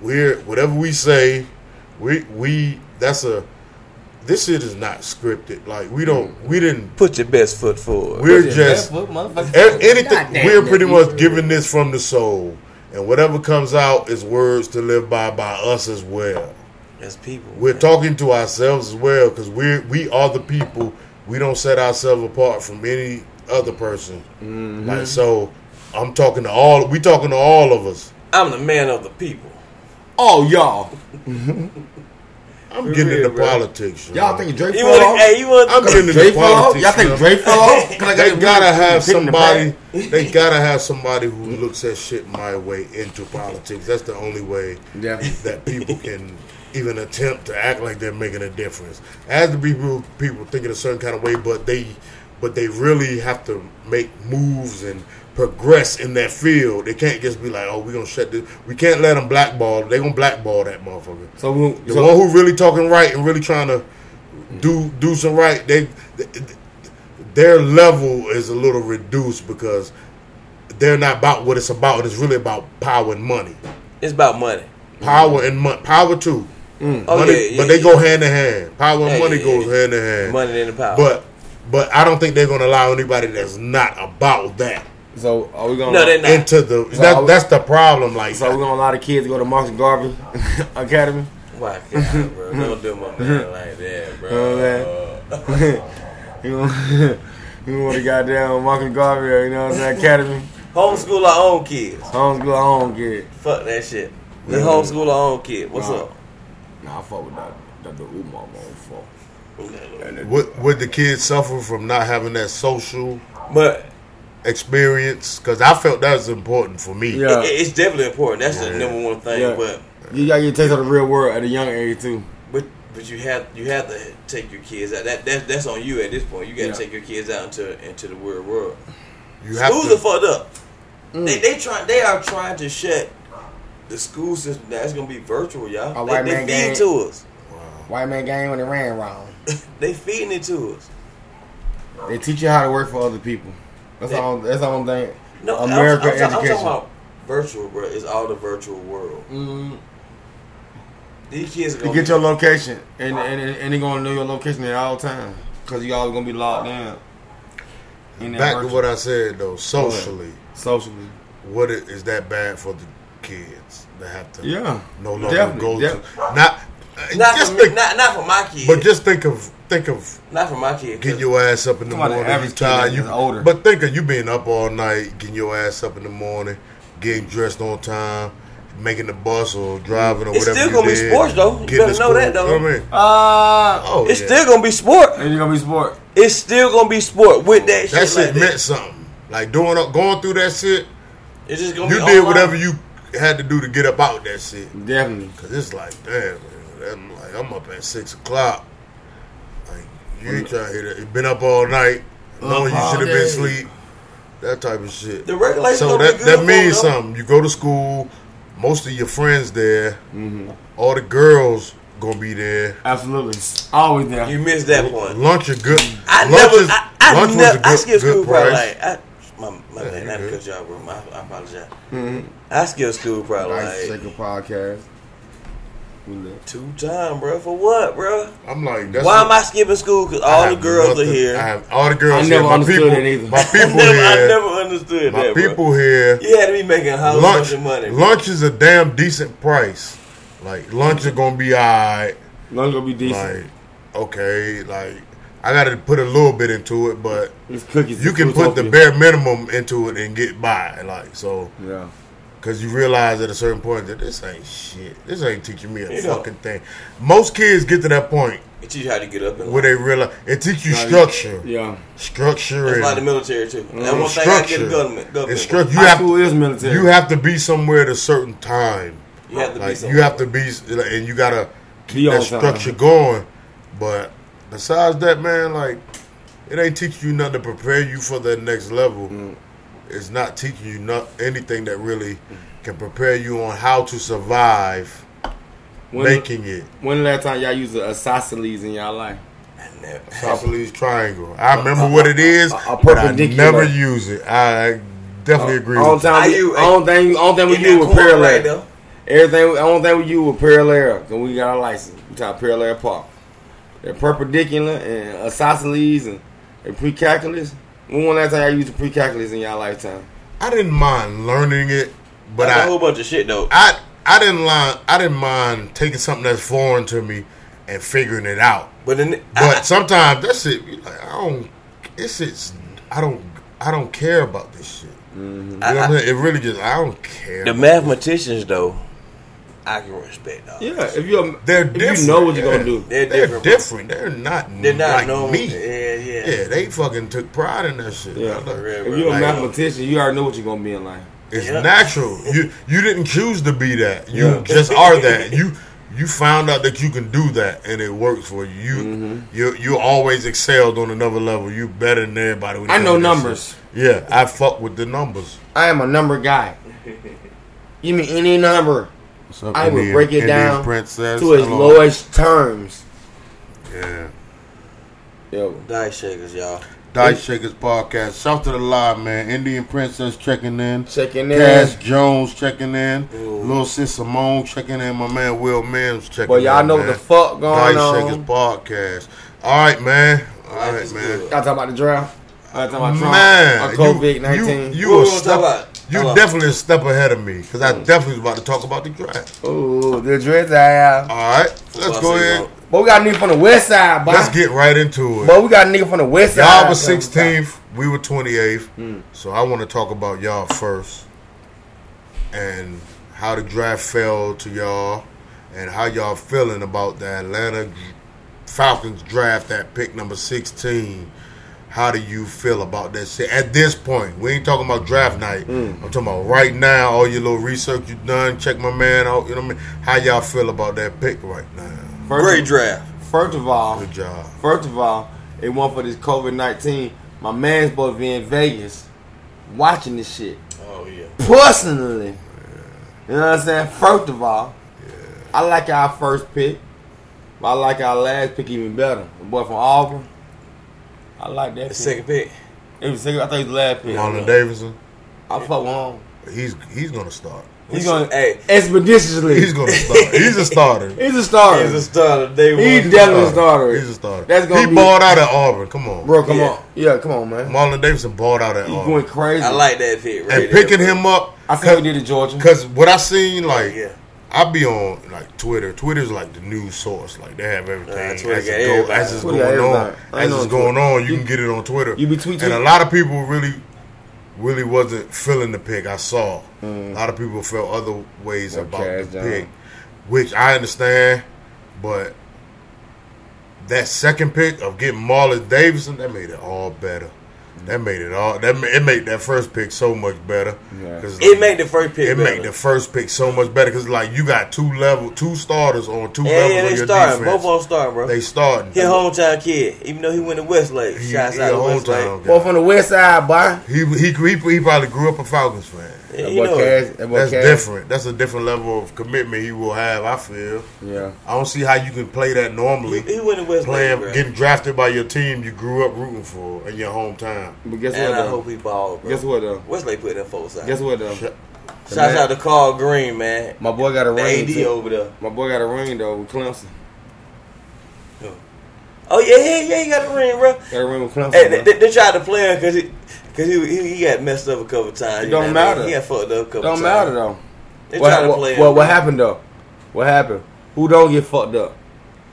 Speaker 1: We're whatever we say, we we that's a this shit is not scripted. Like we don't we didn't
Speaker 3: put your best foot forward.
Speaker 1: we're just
Speaker 2: Barefoot, motherfucker.
Speaker 1: a- E-, anything
Speaker 4: Goddamn,
Speaker 1: we're pretty
Speaker 4: nigga.
Speaker 1: much giving this from the soul, and whatever comes out is words to live by by us as well.
Speaker 3: as people.
Speaker 1: We're
Speaker 3: man.
Speaker 1: talking to ourselves as well because we we are the people. We don't set ourselves apart from any other person. Like so, I'm talking to all. We talking to all of us.
Speaker 3: I'm the man of the people.
Speaker 2: Oh, y'all.
Speaker 1: I'm
Speaker 3: For
Speaker 1: getting
Speaker 3: real,
Speaker 1: into
Speaker 3: bro.
Speaker 1: politics. you
Speaker 2: Y'all
Speaker 1: know.
Speaker 2: think Drake
Speaker 3: You
Speaker 2: fell
Speaker 3: want?
Speaker 2: off?
Speaker 3: Hey, you want?
Speaker 1: I'm getting
Speaker 2: Dre
Speaker 1: into
Speaker 2: fell off?
Speaker 1: politics.
Speaker 2: Y'all think
Speaker 1: man.
Speaker 2: Dre fell off? 'Cause I
Speaker 1: They
Speaker 2: got
Speaker 1: gotta have
Speaker 2: hit in the
Speaker 1: somebody.
Speaker 2: back.
Speaker 1: They gotta have somebody who looks at shit my way into politics. That's the only way
Speaker 2: Yeah.
Speaker 1: that people can even attempt to act like they're making a difference. As the people people think in a certain kind of way, but they but they really have to make moves and progress in that field. They can't just be like, "Oh, we're gonna shut this." We can't let them blackball. They gonna blackball that motherfucker.
Speaker 2: So, we,
Speaker 1: The
Speaker 2: so
Speaker 1: one who really talking right and really trying to do do some right, they, th- their level is a little reduced because they're not about what it's about. It's really about power and money,
Speaker 3: It's about money.
Speaker 1: power and money, power too.
Speaker 3: Oh
Speaker 1: Mm. money,
Speaker 3: yeah, yeah,
Speaker 1: but they
Speaker 3: yeah.
Speaker 1: go hand in hand. Power and
Speaker 3: Yeah,
Speaker 1: money
Speaker 3: yeah,
Speaker 1: goes
Speaker 3: yeah.
Speaker 1: hand in hand.
Speaker 3: money in the power.
Speaker 1: But but I don't think they're gonna allow anybody that's not about that
Speaker 2: so are we gonna?
Speaker 3: no, they're not.
Speaker 1: into the.
Speaker 2: So I
Speaker 1: that,
Speaker 2: would-
Speaker 1: that's the problem. Like
Speaker 2: So we're gonna allow the kids to go to Marks and Garvey Academy.
Speaker 3: Why, God, bro? Don't do my
Speaker 1: Mm-hmm.
Speaker 3: man like that,
Speaker 2: Oh,
Speaker 3: bro.
Speaker 2: man. you want you want to goddamn Marks and Garvey? You know what I'm saying? Academy.
Speaker 3: homeschool our own kids.
Speaker 2: Homeschool, I don't get. It.
Speaker 3: Fuck that shit. We
Speaker 1: Mm-hmm.
Speaker 3: homeschool our own kid. What's
Speaker 2: Nah.
Speaker 3: up?
Speaker 2: Nah, I fuck with that. That the Umar motherfucker.
Speaker 1: would, would the kids suffer from not having that social?
Speaker 3: But
Speaker 1: experience because I felt that was important for me.
Speaker 2: Yeah.
Speaker 3: it, it's definitely important. That's the number one thing.
Speaker 2: Yeah.
Speaker 3: But
Speaker 2: You gotta get a taste of the real world at a young age too.
Speaker 3: But but you have you have to take your kids out. That, that that's on you at this point. You got to
Speaker 2: Yeah.
Speaker 3: take your kids out into into the real world.
Speaker 1: you have
Speaker 3: Schools are
Speaker 1: to.
Speaker 3: fucked up. They they try they are trying to shut the school system. That's gonna be virtual, y'all.
Speaker 2: A
Speaker 3: They,
Speaker 2: white
Speaker 3: they
Speaker 2: man
Speaker 3: feed
Speaker 2: gang.
Speaker 3: to us.
Speaker 2: White man game when it ran wrong.
Speaker 3: they feeding it to us.
Speaker 2: They teach you how to work for other people. That's
Speaker 3: They-
Speaker 2: all. That's all I'm thinking.
Speaker 3: No, I'm-
Speaker 2: America
Speaker 3: I'm, ta- I'm
Speaker 2: education.
Speaker 3: talking about virtual, bro. It's all the virtual world.
Speaker 2: Mm,
Speaker 3: These kids are
Speaker 2: to
Speaker 3: gonna
Speaker 2: get your location, and and, and, and they're gonna know your location at all times, cause you all gonna be locked down. In that
Speaker 1: Back to
Speaker 2: virtual-
Speaker 1: what I said though, socially,
Speaker 2: socially.
Speaker 1: what is, is that bad for the kids that have to
Speaker 2: Yeah,
Speaker 1: no longer
Speaker 2: Definitely,
Speaker 1: go
Speaker 2: def-
Speaker 1: to not,
Speaker 3: not
Speaker 1: just
Speaker 3: for me,
Speaker 1: think,
Speaker 3: not not for my kid,
Speaker 1: but just think of think of
Speaker 3: not for my kid. 'cause
Speaker 1: getting your ass up in the
Speaker 2: Come on, the
Speaker 1: morning. You
Speaker 2: average kid
Speaker 1: tired?
Speaker 2: is
Speaker 1: You
Speaker 2: older.
Speaker 1: But think of you being up all night, getting your ass up in the morning, getting dressed on time, making the bus or driving or
Speaker 3: It's
Speaker 1: whatever.
Speaker 3: still
Speaker 1: you
Speaker 3: gonna be
Speaker 1: did,
Speaker 3: sports, though. You
Speaker 1: getting to
Speaker 3: better know that,
Speaker 1: You
Speaker 3: though.
Speaker 1: what I mean?
Speaker 2: Uh,
Speaker 1: Oh,
Speaker 3: it's
Speaker 1: yeah.
Speaker 3: still gonna be sport.
Speaker 2: and you gonna be sport.
Speaker 3: It's still gonna be sport with that,
Speaker 1: that
Speaker 3: shit.
Speaker 1: shit
Speaker 3: like that.
Speaker 1: meant something. Like doing up, going through that shit.
Speaker 3: It's just gonna
Speaker 1: You
Speaker 3: be
Speaker 1: did
Speaker 3: online.
Speaker 1: whatever you had to do to get up out that shit.
Speaker 2: Definitely.
Speaker 1: Cause it's like, damn, man, I'm like I'm up at six o'clock. Like you ain't trying to hear that. You been up all night, knowing you
Speaker 2: all
Speaker 1: should have
Speaker 2: day.
Speaker 1: been asleep. That type of shit.
Speaker 3: The regulations
Speaker 1: So
Speaker 3: gonna
Speaker 1: that
Speaker 3: be good
Speaker 1: that
Speaker 3: for
Speaker 1: means
Speaker 3: them.
Speaker 1: something. You go to school, most of your friends there, all the girls gonna be there.
Speaker 2: Absolutely. Always there.
Speaker 3: You missed that point.
Speaker 1: Lunch is good.
Speaker 3: I
Speaker 1: lunch
Speaker 3: never,
Speaker 1: is-
Speaker 3: I, I
Speaker 1: lunch was
Speaker 3: never,
Speaker 1: a
Speaker 3: I
Speaker 1: good-
Speaker 3: skipped
Speaker 1: good
Speaker 3: school probably
Speaker 1: price.
Speaker 3: like, I, my, my bad,
Speaker 1: you
Speaker 3: not
Speaker 1: good.
Speaker 3: because y'all were, I, I apologize.
Speaker 1: Mm-hmm.
Speaker 3: I skipped school probably
Speaker 2: Nice
Speaker 3: like
Speaker 2: Shaker podcast. We lit.
Speaker 3: two times, bro. For what, bro?
Speaker 1: I'm like, that's
Speaker 3: Why
Speaker 1: what-
Speaker 3: am I skipping school? Because
Speaker 1: I
Speaker 3: all the
Speaker 1: have
Speaker 3: girls are
Speaker 1: nothing-
Speaker 3: here.
Speaker 1: I
Speaker 3: I,
Speaker 1: have all the girls
Speaker 2: I
Speaker 1: here.
Speaker 2: never
Speaker 1: My
Speaker 2: understood
Speaker 1: people,
Speaker 2: it either.
Speaker 1: my people
Speaker 3: never, I
Speaker 1: here.
Speaker 3: never understood
Speaker 1: my
Speaker 3: that,
Speaker 1: people
Speaker 3: bro.
Speaker 1: here.
Speaker 3: You had to be making a whole
Speaker 1: lunch,
Speaker 3: bunch of money. bro.
Speaker 1: lunch is a damn decent price. Like lunch is gonna be alright.
Speaker 2: Lunch gonna be decent.
Speaker 1: Like okay, like I gotta put a little bit into it, but
Speaker 2: it's cookies.
Speaker 1: you
Speaker 2: It's
Speaker 1: can put the
Speaker 2: Fruitopia.
Speaker 1: bare minimum into it and get by. Like so,
Speaker 2: Yeah.
Speaker 1: because you realize at a certain point that this ain't shit. This ain't teaching me a
Speaker 3: You know.
Speaker 1: fucking thing. Most kids get to that point
Speaker 3: It teach you how to get up and
Speaker 1: where
Speaker 3: lunch.
Speaker 1: they realize it teach you
Speaker 2: Right.
Speaker 1: structure,
Speaker 2: Yeah.
Speaker 1: structure,
Speaker 3: That's like the
Speaker 1: and,
Speaker 3: military too. That's
Speaker 1: and
Speaker 3: one thing I
Speaker 1: Mm-hmm.
Speaker 3: get
Speaker 1: structure.
Speaker 3: the government.
Speaker 1: And
Speaker 3: government
Speaker 1: struc- you
Speaker 2: High
Speaker 1: have
Speaker 2: school is military.
Speaker 1: you have to be somewhere at a certain time.
Speaker 3: you have to be
Speaker 1: Like
Speaker 3: somewhere.
Speaker 1: you have to be, like, and you gotta
Speaker 2: Be
Speaker 1: keep that
Speaker 2: on time.
Speaker 1: structure going. But besides that, man, like it ain't teaching you nothing to prepare you for that next level.
Speaker 2: Mm.
Speaker 1: It's not teaching you not anything that really can prepare you on how to survive
Speaker 2: when,
Speaker 1: making it.
Speaker 2: When the last time y'all used a isosceles in y'all life?
Speaker 3: I never-
Speaker 1: Isosceles triangle. I remember what it is,
Speaker 2: a- a
Speaker 1: but I
Speaker 2: perpendicular. Uh,
Speaker 1: never use it. I definitely agree.
Speaker 2: All
Speaker 1: with you.
Speaker 2: time,
Speaker 3: Are you-
Speaker 2: all thing, all thing we
Speaker 3: In that
Speaker 2: do was
Speaker 3: corner
Speaker 2: parallel.
Speaker 3: right there.
Speaker 2: Everything, all thing we do was parallel. Cause we got our license. We taught parallel park. They're perpendicular and isosceles and, and pre-calculus. When was the last time y'all used a pre-calculus in y'all lifetime?
Speaker 1: I didn't mind learning it, but
Speaker 3: That's a
Speaker 1: I
Speaker 3: whole bunch of shit though.
Speaker 1: I I didn't mind I didn't mind taking something that's foreign to me and figuring it out.
Speaker 3: but in,
Speaker 1: But
Speaker 3: I,
Speaker 1: sometimes that shit, you like, I don't. It's it's I don't I don't care about this shit. You know what I'm saying? It really just I don't care.
Speaker 3: Uh-uh. the mathematicians though, I can respect dog.
Speaker 2: Yeah, if you're,
Speaker 1: They're
Speaker 2: if
Speaker 1: different.
Speaker 2: you know what you're gonna
Speaker 1: yeah.
Speaker 2: do.
Speaker 3: They're,
Speaker 1: They're different.
Speaker 3: different. bro.
Speaker 1: They're not.
Speaker 3: They're not
Speaker 1: like
Speaker 3: known.
Speaker 1: me. Yeah.
Speaker 3: Yeah, yeah.
Speaker 1: they fucking took pride in that shit.
Speaker 2: Yeah.
Speaker 1: Like,
Speaker 3: Real,
Speaker 2: If you're a
Speaker 1: Like-
Speaker 2: mathematician, you already know what you're gonna be in life.
Speaker 1: It's
Speaker 3: Yeah.
Speaker 1: natural. You you didn't choose to be that. You
Speaker 2: Yeah.
Speaker 1: just are that. You you found out that you can do that and it works for you. You
Speaker 2: Mm-hmm.
Speaker 1: you you always excelled on another level. You better than everybody. when it
Speaker 2: I
Speaker 1: comes
Speaker 2: know
Speaker 1: to that
Speaker 2: numbers.
Speaker 1: shit. Yeah, I fuck with the numbers.
Speaker 2: I am a number guy. Give me any number
Speaker 1: What's up,
Speaker 2: I would break it down
Speaker 1: princess.
Speaker 2: to its
Speaker 1: Hello.
Speaker 2: lowest terms.
Speaker 1: Yeah.
Speaker 2: Yo,
Speaker 3: Dice shakers, y'all.
Speaker 1: Dice Shakers podcast. Shout to the live man. Indian Princess checking in.
Speaker 2: checking in.
Speaker 1: Cass Jones checking in.
Speaker 3: Ooh.
Speaker 1: Little Sis Simone checking in. My man Will Mims checking
Speaker 2: But
Speaker 1: in.
Speaker 2: y'all know what
Speaker 1: man.
Speaker 2: the fuck going
Speaker 1: Dice Shakers
Speaker 2: on.
Speaker 1: podcast. All right, man. All
Speaker 3: Life
Speaker 1: right,
Speaker 3: is
Speaker 1: man.
Speaker 3: good.
Speaker 2: Y'all talking about the draft? Y'all talking about Trump?
Speaker 1: Man,
Speaker 2: or
Speaker 1: you-
Speaker 2: COVID
Speaker 1: You,
Speaker 2: nineteen?
Speaker 3: What
Speaker 1: you, a
Speaker 3: we gonna
Speaker 1: step,
Speaker 3: talk about?
Speaker 1: you
Speaker 3: Hold on.
Speaker 1: definitely a step ahead of me because I definitely was about to talk about the draft.
Speaker 2: Ooh, the dreads I have.
Speaker 1: All right, let's
Speaker 3: Well,
Speaker 1: go
Speaker 3: so you
Speaker 1: ahead.
Speaker 3: won't-
Speaker 2: But we got a nigga from the west side, boy.
Speaker 1: Let's get right into it.
Speaker 2: but we got a nigga from the west side.
Speaker 1: Y'all was 16th, we were 28th, so I want to talk about y'all first and how the draft fell to y'all and how y'all feeling about the Atlanta Falcons draft at pick number 16. How do you feel about that shit at this point? We ain't talking about draft night. I'm talking about right now. All your little research you done. Check my man out. You know what I mean? How y'all feel about that pick right now?
Speaker 2: First
Speaker 3: Great
Speaker 2: of-
Speaker 3: draft.
Speaker 2: First of all,
Speaker 1: Good job.
Speaker 2: first of all, it went for this COVID nineteen. My man's supposed to be in Vegas, watching this shit.
Speaker 3: Oh yeah.
Speaker 2: personally. You know what I'm saying? First of all, I like our first pick. But I like our last pick even better. The boy from Auburn. I like that.
Speaker 3: The
Speaker 2: pick.
Speaker 3: second pick.
Speaker 2: It was second. I thought it was the last pick.
Speaker 1: Marlon Davidson,
Speaker 2: I fuck with him.
Speaker 1: he's he's gonna start.
Speaker 2: He's gonna
Speaker 3: Hey,
Speaker 2: expeditiously.
Speaker 1: He's gonna start. he's a starter.
Speaker 2: He's a starter.
Speaker 3: he's a starter. Day one.
Speaker 2: He definitely a starter.
Speaker 1: He's a starter.
Speaker 2: That's gonna
Speaker 1: he
Speaker 2: be-
Speaker 1: balled out at Auburn. Come on,
Speaker 2: Bro, come
Speaker 3: Yeah.
Speaker 2: on. Yeah, come on, man.
Speaker 1: Marlon Davidson balled out at
Speaker 2: He's
Speaker 1: Auburn.
Speaker 2: going crazy.
Speaker 3: I like that pick. Right
Speaker 1: and
Speaker 3: there,
Speaker 1: picking
Speaker 3: bro.
Speaker 1: him up
Speaker 2: I think we did it, Georgia.
Speaker 1: because what I seen like
Speaker 3: Yeah.
Speaker 1: I be on like Twitter. Twitter's like the news source. Like they have everything
Speaker 3: Nah,
Speaker 1: as,
Speaker 3: Twitter
Speaker 1: it's
Speaker 3: got
Speaker 1: go-
Speaker 3: everybody.
Speaker 1: as it's
Speaker 2: Twitter got
Speaker 1: going on.
Speaker 2: everybody. I
Speaker 1: As
Speaker 2: know
Speaker 1: it's
Speaker 2: on
Speaker 1: going on, you,
Speaker 2: You-
Speaker 1: can get it on Twitter.
Speaker 2: you be tweet-
Speaker 1: and a
Speaker 2: tweet.
Speaker 1: lot of people really, really wasn't feeling the pick. I saw
Speaker 2: Mm.
Speaker 1: a lot of people felt other ways
Speaker 2: Like
Speaker 1: about
Speaker 2: Chaz
Speaker 1: the
Speaker 2: Johnson.
Speaker 1: pick, which I understand, but. That second pick of getting Marlon Davidson, that made it all better. That made it all. That ma- it made that first pick so much better.
Speaker 2: Yeah.
Speaker 1: 'Cause,
Speaker 3: It
Speaker 1: like,
Speaker 3: made the first pick.
Speaker 1: it
Speaker 3: better.
Speaker 1: make the first pick so much better because like you got two level two starters on two
Speaker 3: yeah,
Speaker 1: levels
Speaker 3: yeah,
Speaker 1: of
Speaker 3: they
Speaker 1: your
Speaker 3: starting.
Speaker 1: defense.
Speaker 3: Both of them starting, bro.
Speaker 1: they starting.
Speaker 3: He a hometown kid, even though he went to Westlake.
Speaker 1: He-
Speaker 3: Shouts
Speaker 1: he
Speaker 3: out
Speaker 1: a
Speaker 3: to Westlake.
Speaker 1: hometown
Speaker 2: Boy
Speaker 1: guy.
Speaker 2: from the west side, boy.
Speaker 1: He, he he he probably grew up a Falcons fan.
Speaker 3: Yeah,
Speaker 2: That
Speaker 3: you
Speaker 2: boy
Speaker 3: know it.
Speaker 2: Cass- that boy
Speaker 1: That's
Speaker 2: Cass-
Speaker 1: different. That's a different level of commitment he will have. I feel.
Speaker 2: Yeah.
Speaker 1: I don't see how you can play that normally.
Speaker 3: He went to Westlake,
Speaker 1: Playing,
Speaker 3: bro.
Speaker 1: getting drafted by your team you grew up rooting for in your hometown.
Speaker 2: But guess
Speaker 3: and
Speaker 2: what,
Speaker 3: I
Speaker 2: though?
Speaker 3: hope he balled, bro.
Speaker 2: Guess what, though?
Speaker 3: Westlake put them folks out.
Speaker 2: Guess what, though?
Speaker 1: Shut-
Speaker 2: The
Speaker 3: Shouts
Speaker 2: man-
Speaker 3: out to Carl Green, man.
Speaker 2: My boy got a
Speaker 3: The
Speaker 2: ring.
Speaker 3: AD
Speaker 2: too.
Speaker 3: over there.
Speaker 2: My boy got a ring, though, with Clemson.
Speaker 3: Oh yeah, yeah, yeah. He got a ring, bro.
Speaker 2: Got a ring with Clemson.
Speaker 3: Hey,
Speaker 2: bro.
Speaker 3: they, they, they tried to play him because he, cause he, he he got messed up a couple
Speaker 2: It
Speaker 3: times. you
Speaker 2: don't
Speaker 3: know what I mean?
Speaker 2: matter.
Speaker 3: He got fucked up a couple times.
Speaker 2: Don't matter, though.
Speaker 3: They
Speaker 2: What,
Speaker 3: tried to
Speaker 2: what-
Speaker 3: play him.
Speaker 2: what, what
Speaker 3: bro.
Speaker 2: happened, though? What happened? Who don't get fucked up?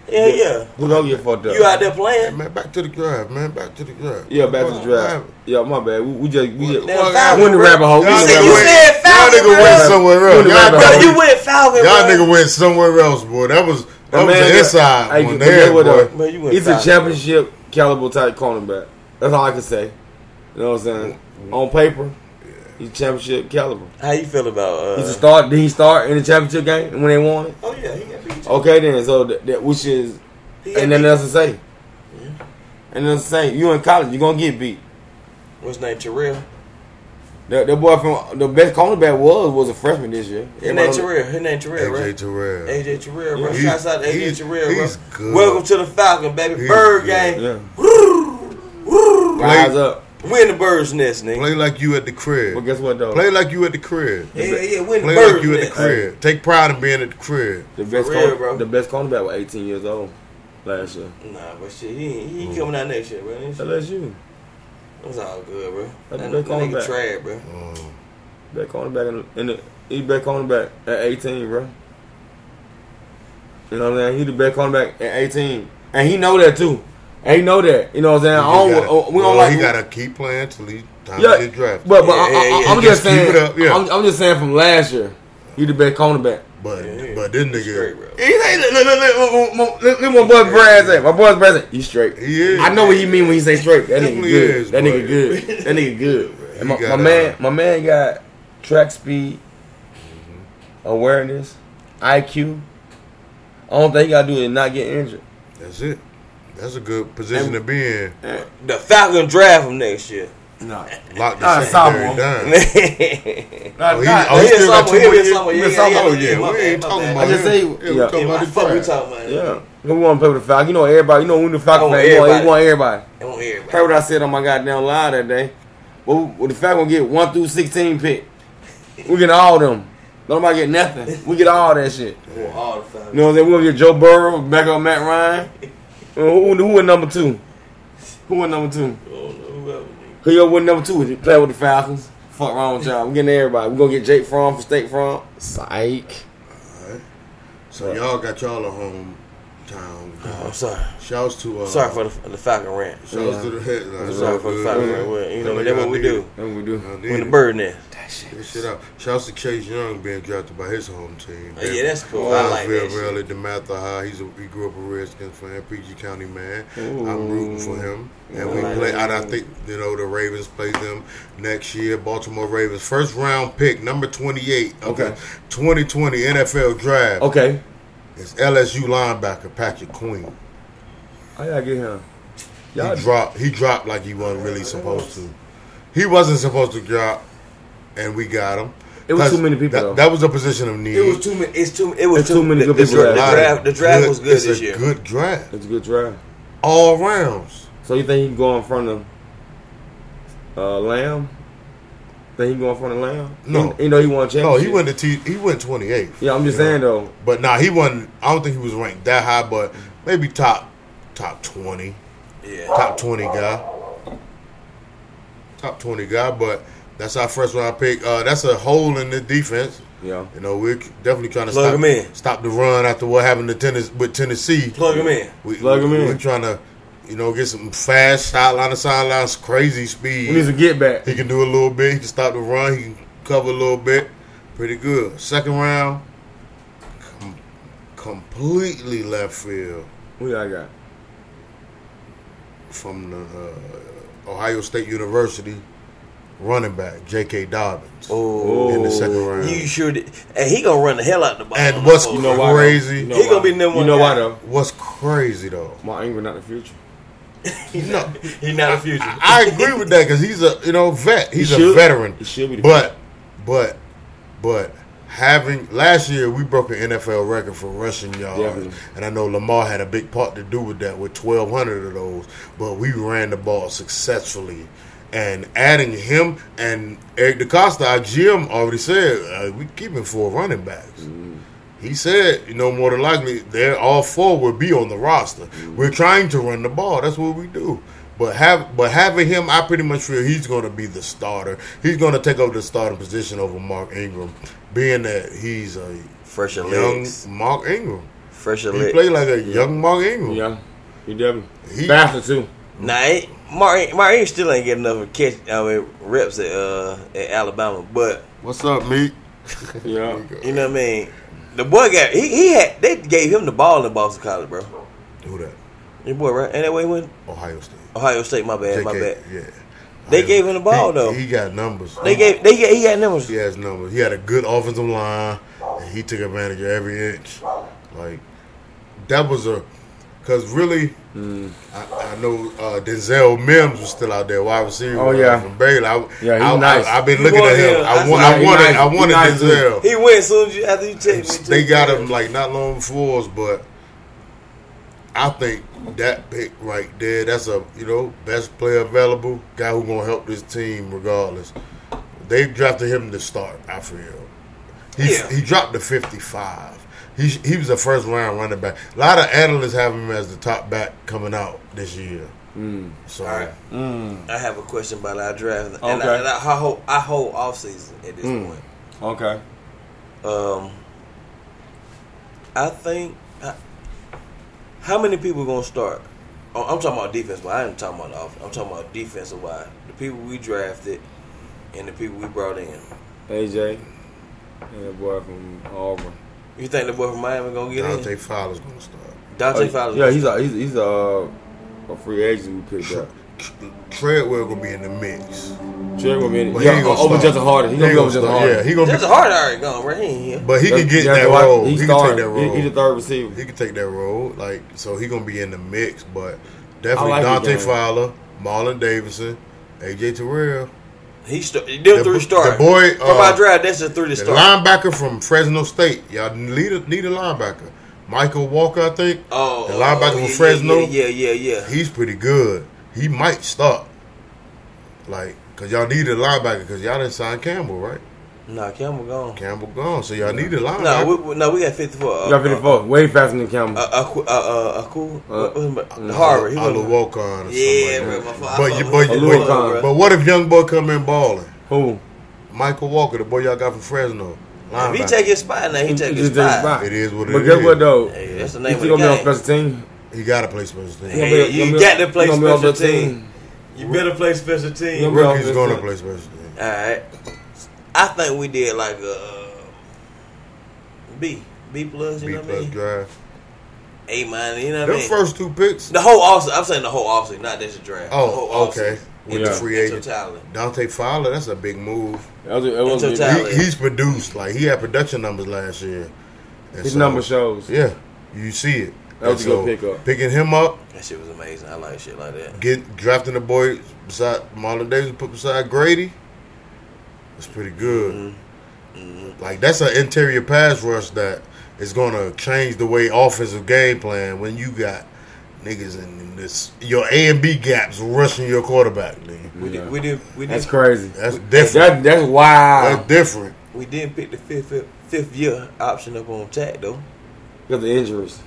Speaker 3: Yeah, yeah.
Speaker 2: Who don't get fucked up?
Speaker 3: You out there
Speaker 1: Hey,
Speaker 3: playing?
Speaker 1: man, back to the drive, man. Back to the drive.
Speaker 2: Yeah, back to the draft. Yeah, my bad. We, we just we just
Speaker 3: Damn
Speaker 1: Well,
Speaker 3: Falcon,
Speaker 2: went to
Speaker 3: bro.
Speaker 2: rabbit hole. We
Speaker 1: Y'all
Speaker 2: went
Speaker 3: said-
Speaker 2: rabbit
Speaker 3: you
Speaker 2: hole.
Speaker 1: nigga went- y'all nigga
Speaker 3: said Falcon, bro.
Speaker 1: went somewhere else.
Speaker 2: We
Speaker 1: Y'all
Speaker 2: went to
Speaker 3: Bro,
Speaker 2: rabbit
Speaker 1: nigga-
Speaker 3: you went Falcon,
Speaker 1: Y'all
Speaker 3: bro.
Speaker 1: nigga went somewhere else, boy. That was that
Speaker 2: That
Speaker 1: was
Speaker 2: man
Speaker 1: the
Speaker 2: got-
Speaker 1: inside
Speaker 2: Hey,
Speaker 1: one
Speaker 2: but guess
Speaker 1: there,
Speaker 2: what, uh,
Speaker 1: boy.
Speaker 2: though?
Speaker 3: Bro, you went
Speaker 2: He's a
Speaker 3: Falcon,
Speaker 2: championship caliber type cornerback. That's all I can say. You know what I'm saying?
Speaker 3: Mm-hmm.
Speaker 2: On paper, he's championship caliber.
Speaker 3: bro. How you feel about? Uh,
Speaker 2: He's a start. Did he start in the championship game when they won it?
Speaker 3: Oh yeah, he got beat.
Speaker 2: Okay, then. So that, that which is
Speaker 3: He got
Speaker 2: ain't nothing
Speaker 3: beat.
Speaker 2: else to say. Ain't nothing to say. You in college, you gonna get beat.
Speaker 3: What's his name? Terrell.
Speaker 2: The, the boy from the best cornerback was was a freshman this year.
Speaker 3: His name Terrell. His name Terrell,
Speaker 1: AJ
Speaker 3: right?
Speaker 1: Terrell.
Speaker 3: AJ Terrell, bro.
Speaker 1: He's-
Speaker 3: Shouts out to AJ
Speaker 1: he's-
Speaker 3: Terrell, bro.
Speaker 1: he's good.
Speaker 3: Welcome to the Falcon, baby.
Speaker 1: He's
Speaker 3: Bird
Speaker 1: good.
Speaker 3: gang.
Speaker 2: Yeah.
Speaker 3: Woo!
Speaker 2: Rise up.
Speaker 3: Win the bird's nest, nigga.
Speaker 1: Play like you at the crib.
Speaker 2: But guess what though?
Speaker 1: Play like you at the crib.
Speaker 3: yeah, yeah, win the
Speaker 1: Play
Speaker 3: bird's
Speaker 1: like you at the
Speaker 3: nest.
Speaker 1: crib. Take pride in being at the crib.
Speaker 2: The best
Speaker 3: For real,
Speaker 2: corner-
Speaker 3: bro.
Speaker 2: the best cornerback was 18 years old last year.
Speaker 3: Nah, but shit, he
Speaker 1: Mm.
Speaker 3: ain't- he ain't coming out next year, bro. That shit-
Speaker 2: LSU,
Speaker 3: That was all good, bro.
Speaker 2: That
Speaker 3: That,
Speaker 2: big
Speaker 3: that nigga
Speaker 2: comeback.
Speaker 3: trash, bro.
Speaker 1: Um,
Speaker 2: best cornerback in, the- in the he best cornerback at 18, bro. You know what I'm saying? He the best cornerback at 18, and he know that too. And he know that. You know what I'm saying? I
Speaker 1: he
Speaker 2: don't,
Speaker 1: Um, gotta-
Speaker 2: oh, we
Speaker 1: well,
Speaker 2: don't like.
Speaker 1: he gotta keep playing till he time
Speaker 2: yeah,
Speaker 1: to get drafted.
Speaker 2: but but I,
Speaker 3: Yeah, yeah, yeah.
Speaker 2: am
Speaker 1: Just
Speaker 2: just
Speaker 1: keep
Speaker 2: saying.
Speaker 1: it up, yeah.
Speaker 2: I'm, I'm just saying from last year, he the best cornerback.
Speaker 1: but,
Speaker 3: Yeah, yeah.
Speaker 1: but this nigga,
Speaker 3: Straight, bro.
Speaker 2: He ain't look, look, look, look, look, look, look, my boy Brad's at. My boy's Brad's at. He's straight.
Speaker 1: He is.
Speaker 2: I know what he mean when he say straight. That nigga
Speaker 1: Definitely
Speaker 2: good.
Speaker 1: is,
Speaker 2: that
Speaker 1: bro.
Speaker 2: nigga good. That nigga good. And my,
Speaker 1: He got,
Speaker 2: my man, my man got track speed, Mm-hmm. awareness, IQ. I don't think he gotta do is not get injured.
Speaker 1: that's it. That's a good position to be in.
Speaker 3: The Falcon draft him next year.
Speaker 2: No,
Speaker 1: Lock the
Speaker 2: Nah,
Speaker 1: secondary
Speaker 2: sophomore.
Speaker 1: down.
Speaker 3: yeah,
Speaker 1: Oh, he, oh, he
Speaker 3: he a
Speaker 1: still got two
Speaker 3: sophomore, he
Speaker 1: more
Speaker 3: a
Speaker 1: years.
Speaker 3: sophomore,
Speaker 1: He a
Speaker 3: yeah, yeah,
Speaker 1: sophomore,
Speaker 3: yeah, yeah,
Speaker 1: yeah.
Speaker 3: my
Speaker 1: We ain't
Speaker 3: bad,
Speaker 1: talking
Speaker 3: my
Speaker 1: about
Speaker 2: bad. I just say-
Speaker 1: him. Yeah, we
Speaker 2: yeah.
Speaker 1: talking
Speaker 3: what
Speaker 1: about
Speaker 3: the
Speaker 1: the
Speaker 3: fuck we
Speaker 1: draft.
Speaker 3: talking about?
Speaker 2: yeah. We want to play with the Falcons. You know everybody. You know when the Falcons
Speaker 3: I want
Speaker 2: play, we want, we
Speaker 3: everybody.
Speaker 2: want Oh, everybody.
Speaker 3: I don't hear it,
Speaker 2: That's
Speaker 3: bro.
Speaker 2: what I said on my goddamn live that day. Well, we- well, the Falcons get one through sixteen pick. We get all them. Nobody get nothing. We get all that shit.
Speaker 3: Well, all the
Speaker 2: You
Speaker 3: Falcons.
Speaker 2: know what I'm saying? We're gonna get Joe Burrow, back up Matt Ryan. And who, who was number two? Who was number two?
Speaker 3: I don't know whoever, nigga.
Speaker 2: Who y'all was number two? Play with the Falcons. Fuck wrong with y'all. We're getting everybody. We're gonna get Jake Fromm from State Farm. Psych.
Speaker 1: So y'all got y'all a hometown.
Speaker 3: I'm sorry.
Speaker 1: Shouts to uh,
Speaker 3: Sorry for the, the Falcon rant.
Speaker 1: shouts to the headline.
Speaker 3: I'm sorry for the Falcon rant. Well, You know, that's what we do.
Speaker 2: That's what we do.
Speaker 3: When the bird nest.
Speaker 1: Good shit out. Shouts to Chase Young being drafted by his home team.
Speaker 3: Oh, yeah, that's cool. I like that
Speaker 1: Real,
Speaker 3: shit.
Speaker 1: really, DeMatha High. He's a, he grew up a Redskins fan, PG County man. I'm
Speaker 2: Ooh.
Speaker 1: rooting for him. And
Speaker 3: I
Speaker 1: we
Speaker 3: like
Speaker 1: play.
Speaker 3: that.
Speaker 1: And I think you know the Ravens play them next year. Baltimore Ravens first round pick, number 28 of the
Speaker 2: Okay.
Speaker 1: 2020 NFL draft.
Speaker 2: Okay.
Speaker 1: It's LSU linebacker Patrick Queen.
Speaker 2: I gotta get him.
Speaker 1: He
Speaker 2: Y'all
Speaker 1: dropped. He dropped like he wasn't really supposed to. He wasn't supposed to drop, and we got him.
Speaker 2: It was
Speaker 1: That's-
Speaker 2: too many people
Speaker 1: That,
Speaker 2: though.
Speaker 1: that was a position of need.
Speaker 3: It was too many. It's too. It was
Speaker 2: It's too many
Speaker 3: the,
Speaker 2: good
Speaker 3: the,
Speaker 2: people
Speaker 3: dra- the
Speaker 2: out
Speaker 1: Not
Speaker 2: there.
Speaker 3: draft. The draft
Speaker 1: good-
Speaker 3: was good
Speaker 1: it's
Speaker 3: this
Speaker 1: a
Speaker 3: year.
Speaker 1: Good draft,
Speaker 2: it's a good drive.
Speaker 1: all rounds.
Speaker 2: So you think he can go in front of uh, Lamb? Think he can go in front of Lamb?
Speaker 1: No.
Speaker 2: He- you know he won a championship.
Speaker 1: No, Oh, he went to T, he went twenty eighth.
Speaker 2: Yeah, I'm just saying though.
Speaker 1: But nah, he wasn't. I don't think he was ranked that high, but maybe top top twenty,
Speaker 3: Yeah.
Speaker 1: top twenty guy, top twenty guy. But that's our first round pick. Uh, that's a hole in the defense.
Speaker 2: Yeah.
Speaker 1: You know, we're definitely trying to
Speaker 3: Plug
Speaker 1: stop,
Speaker 3: him in.
Speaker 1: stop the run after what happened to tennis with Tennessee.
Speaker 3: Plug him in.
Speaker 1: We,
Speaker 2: Plug him in.
Speaker 1: We're trying to, you know, get some fast sideline to sideline, crazy speed.
Speaker 2: He needs to get back.
Speaker 1: He can do a little bit. He can stop the run. He can cover a little bit. Pretty good. Second round, com- completely left field
Speaker 2: Who y'all got?
Speaker 1: from the uh, Ohio State University running back J.K. Dobbins
Speaker 3: Oh,
Speaker 1: in the second round.
Speaker 3: you sure? Did, and he gonna run the hell out the ball.
Speaker 1: and what's
Speaker 3: you
Speaker 2: know why,
Speaker 1: crazy?
Speaker 2: though? You know
Speaker 3: He gonna
Speaker 2: why.
Speaker 3: be number
Speaker 2: You
Speaker 3: one
Speaker 2: know
Speaker 3: guy.
Speaker 2: why though?
Speaker 1: What's crazy though?
Speaker 2: My Ingram not the future.
Speaker 1: No,
Speaker 3: he not a future.
Speaker 1: I agree with that because he's a you know vet. He's a
Speaker 2: should.
Speaker 1: veteran.
Speaker 2: He should be the
Speaker 1: But, but, but having last year we broke an NFL record for rushing yards,
Speaker 2: Definitely.
Speaker 1: and I know Lamar had a big part to do with that with twelve hundred of those. But we ran the ball successfully, and adding him and Eric DaCosta, our GM already said uh, we keeping four running backs.
Speaker 2: Mm-hmm.
Speaker 1: He said, you know, more than likely, they're all four will be on the roster.
Speaker 3: Mm-hmm.
Speaker 1: We're trying to run the ball. That's what we do. But have but having him, I pretty much feel he's going to be the starter. He's going to take over the starting position over Mark Ingram, being that he's a
Speaker 3: Fresher
Speaker 1: young
Speaker 3: legs.
Speaker 1: Mark Ingram.
Speaker 3: Fresher
Speaker 1: He
Speaker 3: legs.
Speaker 1: played like a young Mark Ingram.
Speaker 2: Yeah. He definitely.
Speaker 1: He-
Speaker 2: Faster too.
Speaker 3: Nah, ain't, Martin, Martin still ain't getting enough catch. I mean, reps at uh at Alabama, but
Speaker 1: What's up, Meek?
Speaker 2: Yeah.
Speaker 3: you know what I mean. The boy got he, he had they gave him the ball in Boston College, bro.
Speaker 1: Who that?
Speaker 3: Your boy, right? And that way he went
Speaker 1: Ohio State.
Speaker 3: Ohio State. My bad, my
Speaker 1: JK,
Speaker 3: bad.
Speaker 1: Yeah.
Speaker 3: They
Speaker 1: Ohio-
Speaker 3: gave him the ball,
Speaker 1: he-
Speaker 3: though.
Speaker 1: He got numbers.
Speaker 3: They gave they gave, he had numbers.
Speaker 1: He has numbers. He had a good offensive line. And he took advantage of every inch. Like that was a because really,
Speaker 2: Mm.
Speaker 1: I, I know uh, Denzel Mims was still out there, wide receiver. uh,
Speaker 2: Oh, yeah.
Speaker 1: from Baylor. I,
Speaker 2: Yeah, he
Speaker 1: I,
Speaker 2: nice.
Speaker 1: I, have been
Speaker 3: He
Speaker 1: looking at
Speaker 3: wanted
Speaker 1: him.
Speaker 3: him.
Speaker 1: I
Speaker 3: That's
Speaker 1: want.
Speaker 2: nice.
Speaker 1: I
Speaker 2: He
Speaker 1: wanted.
Speaker 2: nice.
Speaker 1: I
Speaker 2: He
Speaker 1: wanted
Speaker 2: nice,
Speaker 1: Denzel.
Speaker 3: He went as soon as you after you take me.
Speaker 1: They got him like not long before us, but I think that pick right there, that's a you know best player available guy who gonna help this team regardless. They drafted him to start. I feel he
Speaker 3: Yeah.
Speaker 1: he dropped to fifty five. He he was a first round running back. A lot of analysts have him as the top back coming out this year.
Speaker 2: Mm.
Speaker 1: So
Speaker 3: All right. I have a question about our draft, and,
Speaker 2: Okay.
Speaker 3: I, and I, I hold I hold off season at this
Speaker 2: Mm.
Speaker 3: point.
Speaker 2: Okay.
Speaker 3: Um, I think I, how many people gonna start? Oh, I'm talking about defense, but I ain't talking about the offense. I'm talking about defensive wise. The people we drafted and the people we brought in.
Speaker 2: AJ. And that boy from Auburn.
Speaker 3: You think the boy from Miami gonna get
Speaker 1: Dante
Speaker 3: in?
Speaker 1: Fowler's gonna start.
Speaker 3: Dante
Speaker 2: Oh,
Speaker 3: Fowler.
Speaker 2: yeah, he's a he's, he's a, a free agent we picked up.
Speaker 1: Treadwell gonna be in the mix.
Speaker 2: Trey will be in
Speaker 1: But
Speaker 2: it.
Speaker 1: he
Speaker 2: Yeah, uh,
Speaker 1: ain't gonna
Speaker 2: over
Speaker 1: start.
Speaker 2: Justin Harden. He's
Speaker 1: He ain't
Speaker 2: gonna be over
Speaker 1: gonna
Speaker 2: Justin
Speaker 1: start. Yeah,
Speaker 2: Harden.
Speaker 1: he gonna
Speaker 3: That's
Speaker 1: be.
Speaker 3: hard already gone. Right? He ain't here.
Speaker 1: But he can
Speaker 2: That's-
Speaker 1: get
Speaker 2: that's
Speaker 1: that
Speaker 2: why
Speaker 1: role. He
Speaker 2: He's
Speaker 1: can
Speaker 2: starting.
Speaker 1: take that
Speaker 2: He-
Speaker 1: role.
Speaker 2: He's the third receiver.
Speaker 3: Uh,
Speaker 1: He can take that role, like so. He gonna be in the mix, but definitely
Speaker 2: I like
Speaker 1: Dante
Speaker 2: the game.
Speaker 1: Fowler, Marlon Davidson, AJ Terrell,
Speaker 3: He start. Them
Speaker 1: The
Speaker 3: three
Speaker 1: bo-
Speaker 3: start.
Speaker 1: the boy,
Speaker 3: from
Speaker 1: uh,
Speaker 3: our draft. That's the three to
Speaker 1: the
Speaker 3: start.
Speaker 1: linebacker from Fresno State. Y'all need a need a linebacker. Michael Walker, I think.
Speaker 3: oh,
Speaker 1: the
Speaker 3: oh,
Speaker 1: linebacker
Speaker 3: oh, yeah,
Speaker 1: from Fresno.
Speaker 3: Yeah, yeah, yeah. yeah.
Speaker 1: He's pretty good. He might start, like, cause y'all need a linebacker, cause y'all didn't sign Campbell, right?
Speaker 3: Nah, Campbell gone.
Speaker 1: Campbell gone, so y'all need a linebacker.
Speaker 3: No, we, we- no, we got fifty four. Uh,
Speaker 2: Y'all 54. Way faster than Campbell.
Speaker 3: Uh, uh, uh, uh, uh, cool.
Speaker 2: Uh,
Speaker 3: Uh, Harvard. He
Speaker 1: Ala
Speaker 3: was-
Speaker 1: Walker or something
Speaker 3: Yeah,
Speaker 1: like
Speaker 3: bro.
Speaker 1: that.
Speaker 3: My fault.
Speaker 1: But
Speaker 3: I
Speaker 1: you, but,
Speaker 3: fuck with
Speaker 1: you,
Speaker 2: Lil Con,
Speaker 1: but, but what if young boy come in balling?
Speaker 2: Who?
Speaker 1: Michael Walker, the boy y'all got from Fresno.
Speaker 3: If he
Speaker 1: linebacker.
Speaker 3: take his spot now, he take his
Speaker 2: just take his
Speaker 3: spot.
Speaker 2: spot.
Speaker 1: It is what it is.
Speaker 2: But guess what though?
Speaker 3: Hey, that's the
Speaker 2: He
Speaker 3: name
Speaker 2: still
Speaker 3: of the
Speaker 2: gonna be
Speaker 3: game.
Speaker 2: on special team.
Speaker 1: He got to play special teams.
Speaker 2: He
Speaker 3: Yeah.
Speaker 1: Yeah.
Speaker 2: gonna be-
Speaker 3: you
Speaker 2: he gonna
Speaker 3: got
Speaker 2: be-
Speaker 3: to play
Speaker 2: he gonna be on
Speaker 3: special
Speaker 2: special
Speaker 3: team.
Speaker 2: team.
Speaker 3: You better play special
Speaker 2: Yeah.
Speaker 3: team.
Speaker 1: Rookie's going to play special teams.
Speaker 3: All right. I think we did like a uh, B, B plus. You
Speaker 1: B
Speaker 3: know what I
Speaker 1: plus
Speaker 3: mean?
Speaker 1: draft.
Speaker 3: A minus. You know what I
Speaker 1: Them
Speaker 3: mean?
Speaker 1: first two picks,
Speaker 3: the whole offseason. I'm saying the whole offseason, not just the draft.
Speaker 1: Oh,
Speaker 3: the whole
Speaker 1: okay.
Speaker 3: offseason.
Speaker 2: With
Speaker 3: In
Speaker 2: the
Speaker 3: to-
Speaker 1: free
Speaker 3: in
Speaker 1: agent.
Speaker 3: totality.
Speaker 1: Dante Fowler, that's a big move.
Speaker 2: That was, that was
Speaker 3: In
Speaker 2: big.
Speaker 3: totality.
Speaker 1: He, he's produced. Like, he had production numbers last year. And
Speaker 2: His
Speaker 1: so-
Speaker 2: number shows.
Speaker 1: Yeah, you see it.
Speaker 2: That was
Speaker 1: And
Speaker 2: a good pickup.
Speaker 1: Picking him up,
Speaker 3: That shit was amazing. I like shit like that.
Speaker 1: get drafting the boy beside Marlon Davis, put beside Grady. That's pretty good.
Speaker 3: Mm-hmm.
Speaker 1: Like that's an interior pass rush that is going to change the way offensive game plan when you got niggas in this your A and B gaps rushing your quarterback. Nigga.
Speaker 3: We
Speaker 2: Yeah.
Speaker 3: did. We did. We
Speaker 2: That's
Speaker 3: did.
Speaker 2: crazy.
Speaker 1: That's different.
Speaker 2: That, that's wild.
Speaker 1: That's different.
Speaker 3: We didn't pick the fifth fifth- fifth year option up on tag though.
Speaker 2: Because of injuries.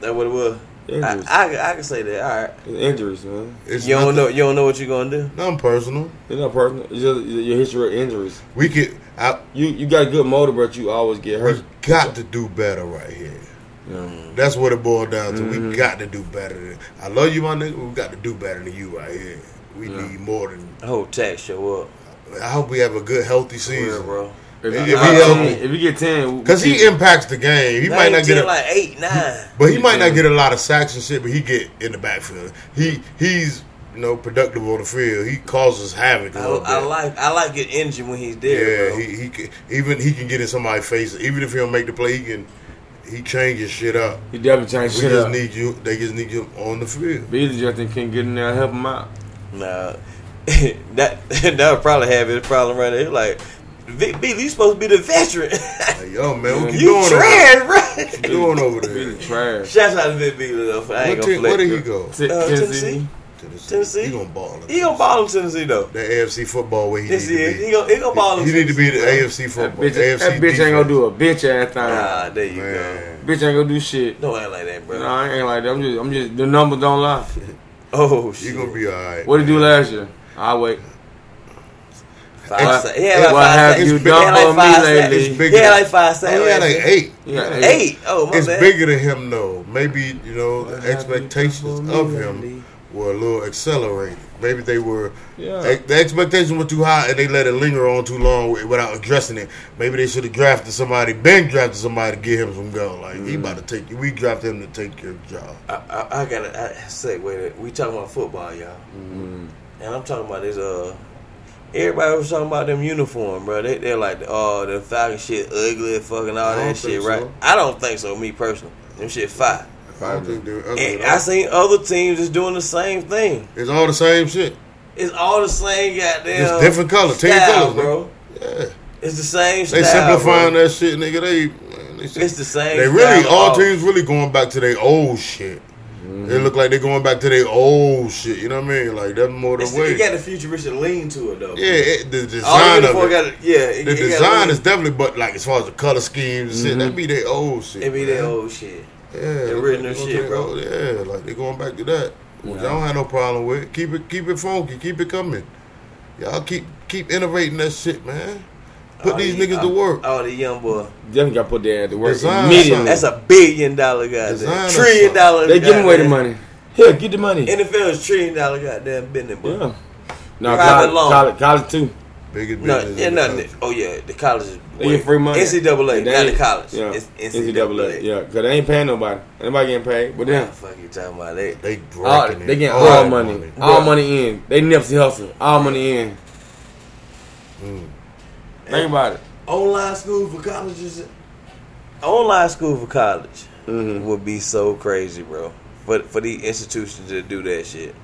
Speaker 3: That what it was.
Speaker 2: Injuries.
Speaker 3: I, I I can say that. All right.
Speaker 2: It's injuries, man.
Speaker 1: It's
Speaker 3: you don't
Speaker 1: nothing,
Speaker 3: know. You don't know what you're gonna do.
Speaker 1: nothing personal.
Speaker 2: It's not personal. It's just your history of injuries.
Speaker 1: We could. I,
Speaker 2: You you got a good motor, but you always get
Speaker 1: we
Speaker 2: hurt.
Speaker 1: got to do better right here.
Speaker 3: Mm-hmm.
Speaker 2: Yeah.
Speaker 1: That's what it boiled down to. We got to do better. Than, I love you, my nigga. We got to do better than you right here. We need more than.
Speaker 3: The whole tag show up.
Speaker 1: I hope we have a good, healthy
Speaker 3: Real,
Speaker 1: season.
Speaker 3: bro.
Speaker 1: If
Speaker 2: If, you
Speaker 1: he
Speaker 2: get
Speaker 1: healthy.
Speaker 2: 10, if you get ten,
Speaker 1: Cause he impacts the game. He
Speaker 3: Now
Speaker 1: might
Speaker 3: he
Speaker 1: not get,
Speaker 3: till
Speaker 1: a,
Speaker 3: like eight, nine.
Speaker 1: but he might not get a lot of sacks and shit. But he get in the backfield. He he's you know productive on the field. He causes havoc. a
Speaker 3: I,
Speaker 1: little
Speaker 3: I
Speaker 1: bit.
Speaker 3: like I like your engine when he's there,
Speaker 1: Yeah,
Speaker 3: bro.
Speaker 1: he, he can, even he can get in somebody's face. Even if he don't make the play, he can he changes shit up.
Speaker 2: He definitely changed
Speaker 1: We
Speaker 2: shit
Speaker 1: just
Speaker 2: up.
Speaker 1: need you. They just need you on the field.
Speaker 2: Beasley Justin can get in there and help him out.
Speaker 3: nah, that that would probably have his problem right there. Like, Vic Beasley, you supposed to be the veteran.
Speaker 1: Like, yo, man, what you,
Speaker 3: you
Speaker 1: doing? Over,
Speaker 3: trash,
Speaker 1: what you
Speaker 3: bro.
Speaker 1: doing over there?
Speaker 2: Beasley trash.
Speaker 3: Shouts out to Vic Beasley though. For, I ain't
Speaker 1: What
Speaker 3: gonna
Speaker 1: team, where
Speaker 3: flex.
Speaker 1: did he go?
Speaker 2: T-
Speaker 3: Uh,
Speaker 2: Tennessee.
Speaker 3: Tennessee. Tennessee?
Speaker 1: He gonna ball. in
Speaker 3: He gonna ball in Tennessee though.
Speaker 1: That AFC football where he
Speaker 3: This
Speaker 1: need to
Speaker 3: is
Speaker 1: be.
Speaker 3: he gonna he gonna ball in
Speaker 1: He need to be the
Speaker 3: Tennessee, bro.
Speaker 1: AFC
Speaker 2: That
Speaker 1: football.
Speaker 2: bitch, that
Speaker 1: AFC
Speaker 2: bitch ain't gonna
Speaker 1: defense.
Speaker 2: do a bitch ass thing.
Speaker 3: Nah, Ah, there you
Speaker 1: Man.
Speaker 2: Bitch ain't gonna do shit.
Speaker 3: go. Don't act like that, bro.
Speaker 2: No, I ain't like that. I'm just, I'm just. The numbers don't lie.
Speaker 3: Oh shit.
Speaker 1: You gonna be all right.
Speaker 2: What did he do last year? I wait.
Speaker 3: Five,
Speaker 1: It's-
Speaker 3: sa- he had like
Speaker 2: what
Speaker 3: five
Speaker 2: have
Speaker 3: sacks.
Speaker 1: you
Speaker 3: He had
Speaker 2: done
Speaker 3: like
Speaker 2: for me
Speaker 3: five sacks.
Speaker 2: lately?
Speaker 1: It's bigger.
Speaker 3: He had like five
Speaker 1: Oh,
Speaker 3: sacks.
Speaker 1: he had
Speaker 3: last
Speaker 1: like
Speaker 3: year.
Speaker 1: eight.
Speaker 2: Yeah,
Speaker 3: Eight. Oh my
Speaker 1: It's
Speaker 3: bad.
Speaker 1: bigger than him though. Maybe you know the
Speaker 2: have you
Speaker 1: expectations
Speaker 2: done for
Speaker 1: of
Speaker 2: me
Speaker 1: him
Speaker 2: lately?
Speaker 1: were a little accelerated. Maybe they were.
Speaker 2: Yeah.
Speaker 1: ex- The expectations were too high, and they let it linger on too long wi- without addressing it. Maybe they should have drafted somebody, been drafted somebody to give him some go. Like he about to take you. We drafted him to take your job.
Speaker 3: I, I, I gotta I, say, wait. a- We talking about football, y'all,
Speaker 2: Mm-hmm.
Speaker 3: and I'm talking about this. Uh, everybody was talking about them uniform, bro. They they're like, oh, the Falcon shit, ugly, fucking all
Speaker 1: don't
Speaker 3: that shit,
Speaker 1: think
Speaker 3: right?
Speaker 1: so.
Speaker 3: I don't think so, me personally. Them shit fire.
Speaker 1: I don't think they were ugly
Speaker 3: And
Speaker 1: at all.
Speaker 3: I seen other teams just doing the same thing.
Speaker 1: It's all the same shit.
Speaker 3: It's all the same goddamn.
Speaker 1: It's different color, team
Speaker 3: style,
Speaker 1: colors,
Speaker 3: bro.
Speaker 1: Yeah.
Speaker 3: It's the same.
Speaker 1: They
Speaker 3: style,
Speaker 1: simplifying
Speaker 3: bro.
Speaker 1: that shit, nigga. They, man, they
Speaker 3: It's the same.
Speaker 1: They really
Speaker 3: style
Speaker 1: all
Speaker 3: of-
Speaker 1: teams really going back to their old shit. They
Speaker 3: Mm-hmm.
Speaker 1: look like they're going back to their old shit. You know what I mean? Like that's more the
Speaker 3: It's-
Speaker 1: way.
Speaker 3: It got the futuristic lean to it though.
Speaker 1: yeah, it, the
Speaker 3: All
Speaker 1: design
Speaker 3: the
Speaker 1: of
Speaker 3: uniform
Speaker 1: it.
Speaker 3: got it. Yeah, it,
Speaker 1: the
Speaker 3: it got a
Speaker 1: design
Speaker 3: lean.
Speaker 1: is definitely, but like as far as the color schemes and shit, that be their old shit.
Speaker 3: It be
Speaker 1: man.
Speaker 3: that old shit.
Speaker 1: yeah,
Speaker 3: original
Speaker 1: they going to
Speaker 3: shit,
Speaker 1: their
Speaker 3: bro.
Speaker 1: old- yeah, like they going back to that. Which I
Speaker 2: Yeah.
Speaker 1: don't have no problem with. it. Keep it, keep it funky, keep it coming. Y'all keep keep innovating that shit, man. Put
Speaker 3: All
Speaker 1: these
Speaker 3: the-
Speaker 1: niggas to
Speaker 3: all-
Speaker 1: work.
Speaker 3: All the young boy.
Speaker 2: Definitely got to put that to work
Speaker 1: Design
Speaker 2: immediately.
Speaker 1: something.
Speaker 3: That's a billion dollar goddamn.
Speaker 1: Design
Speaker 3: Trillion
Speaker 1: or something.
Speaker 3: dollar.
Speaker 2: They giving away the
Speaker 3: goddamn-
Speaker 2: money. Here, get the money.
Speaker 3: NFL is trillion dollar goddamn business, boy.
Speaker 2: yeah. No,
Speaker 3: Private
Speaker 2: college,
Speaker 3: loan.
Speaker 2: college, college too.
Speaker 1: Biggest
Speaker 3: No,
Speaker 1: business.
Speaker 3: yeah,
Speaker 1: in the
Speaker 3: nothing.
Speaker 1: country.
Speaker 3: Oh yeah, the college is
Speaker 2: They get free money.
Speaker 3: NCAA,
Speaker 2: They
Speaker 3: not the
Speaker 2: ain't-
Speaker 3: college.
Speaker 2: Yeah.
Speaker 3: It's
Speaker 2: NCAA.
Speaker 3: NCAA.
Speaker 2: Yeah, because they ain't paying nobody. Anybody getting paid? But
Speaker 3: What
Speaker 2: them.
Speaker 3: the fuck you talking about that?
Speaker 1: They
Speaker 2: All,
Speaker 1: racking
Speaker 2: they
Speaker 1: in
Speaker 2: getting all
Speaker 1: that
Speaker 2: money. All
Speaker 3: Bruh.
Speaker 2: money in. They Nipsey Hustle. All money in. Think about it.
Speaker 3: Online school for colleges. Online school for college
Speaker 1: Mm-hmm.
Speaker 3: would be so crazy, bro. For for the institutions to do that shit.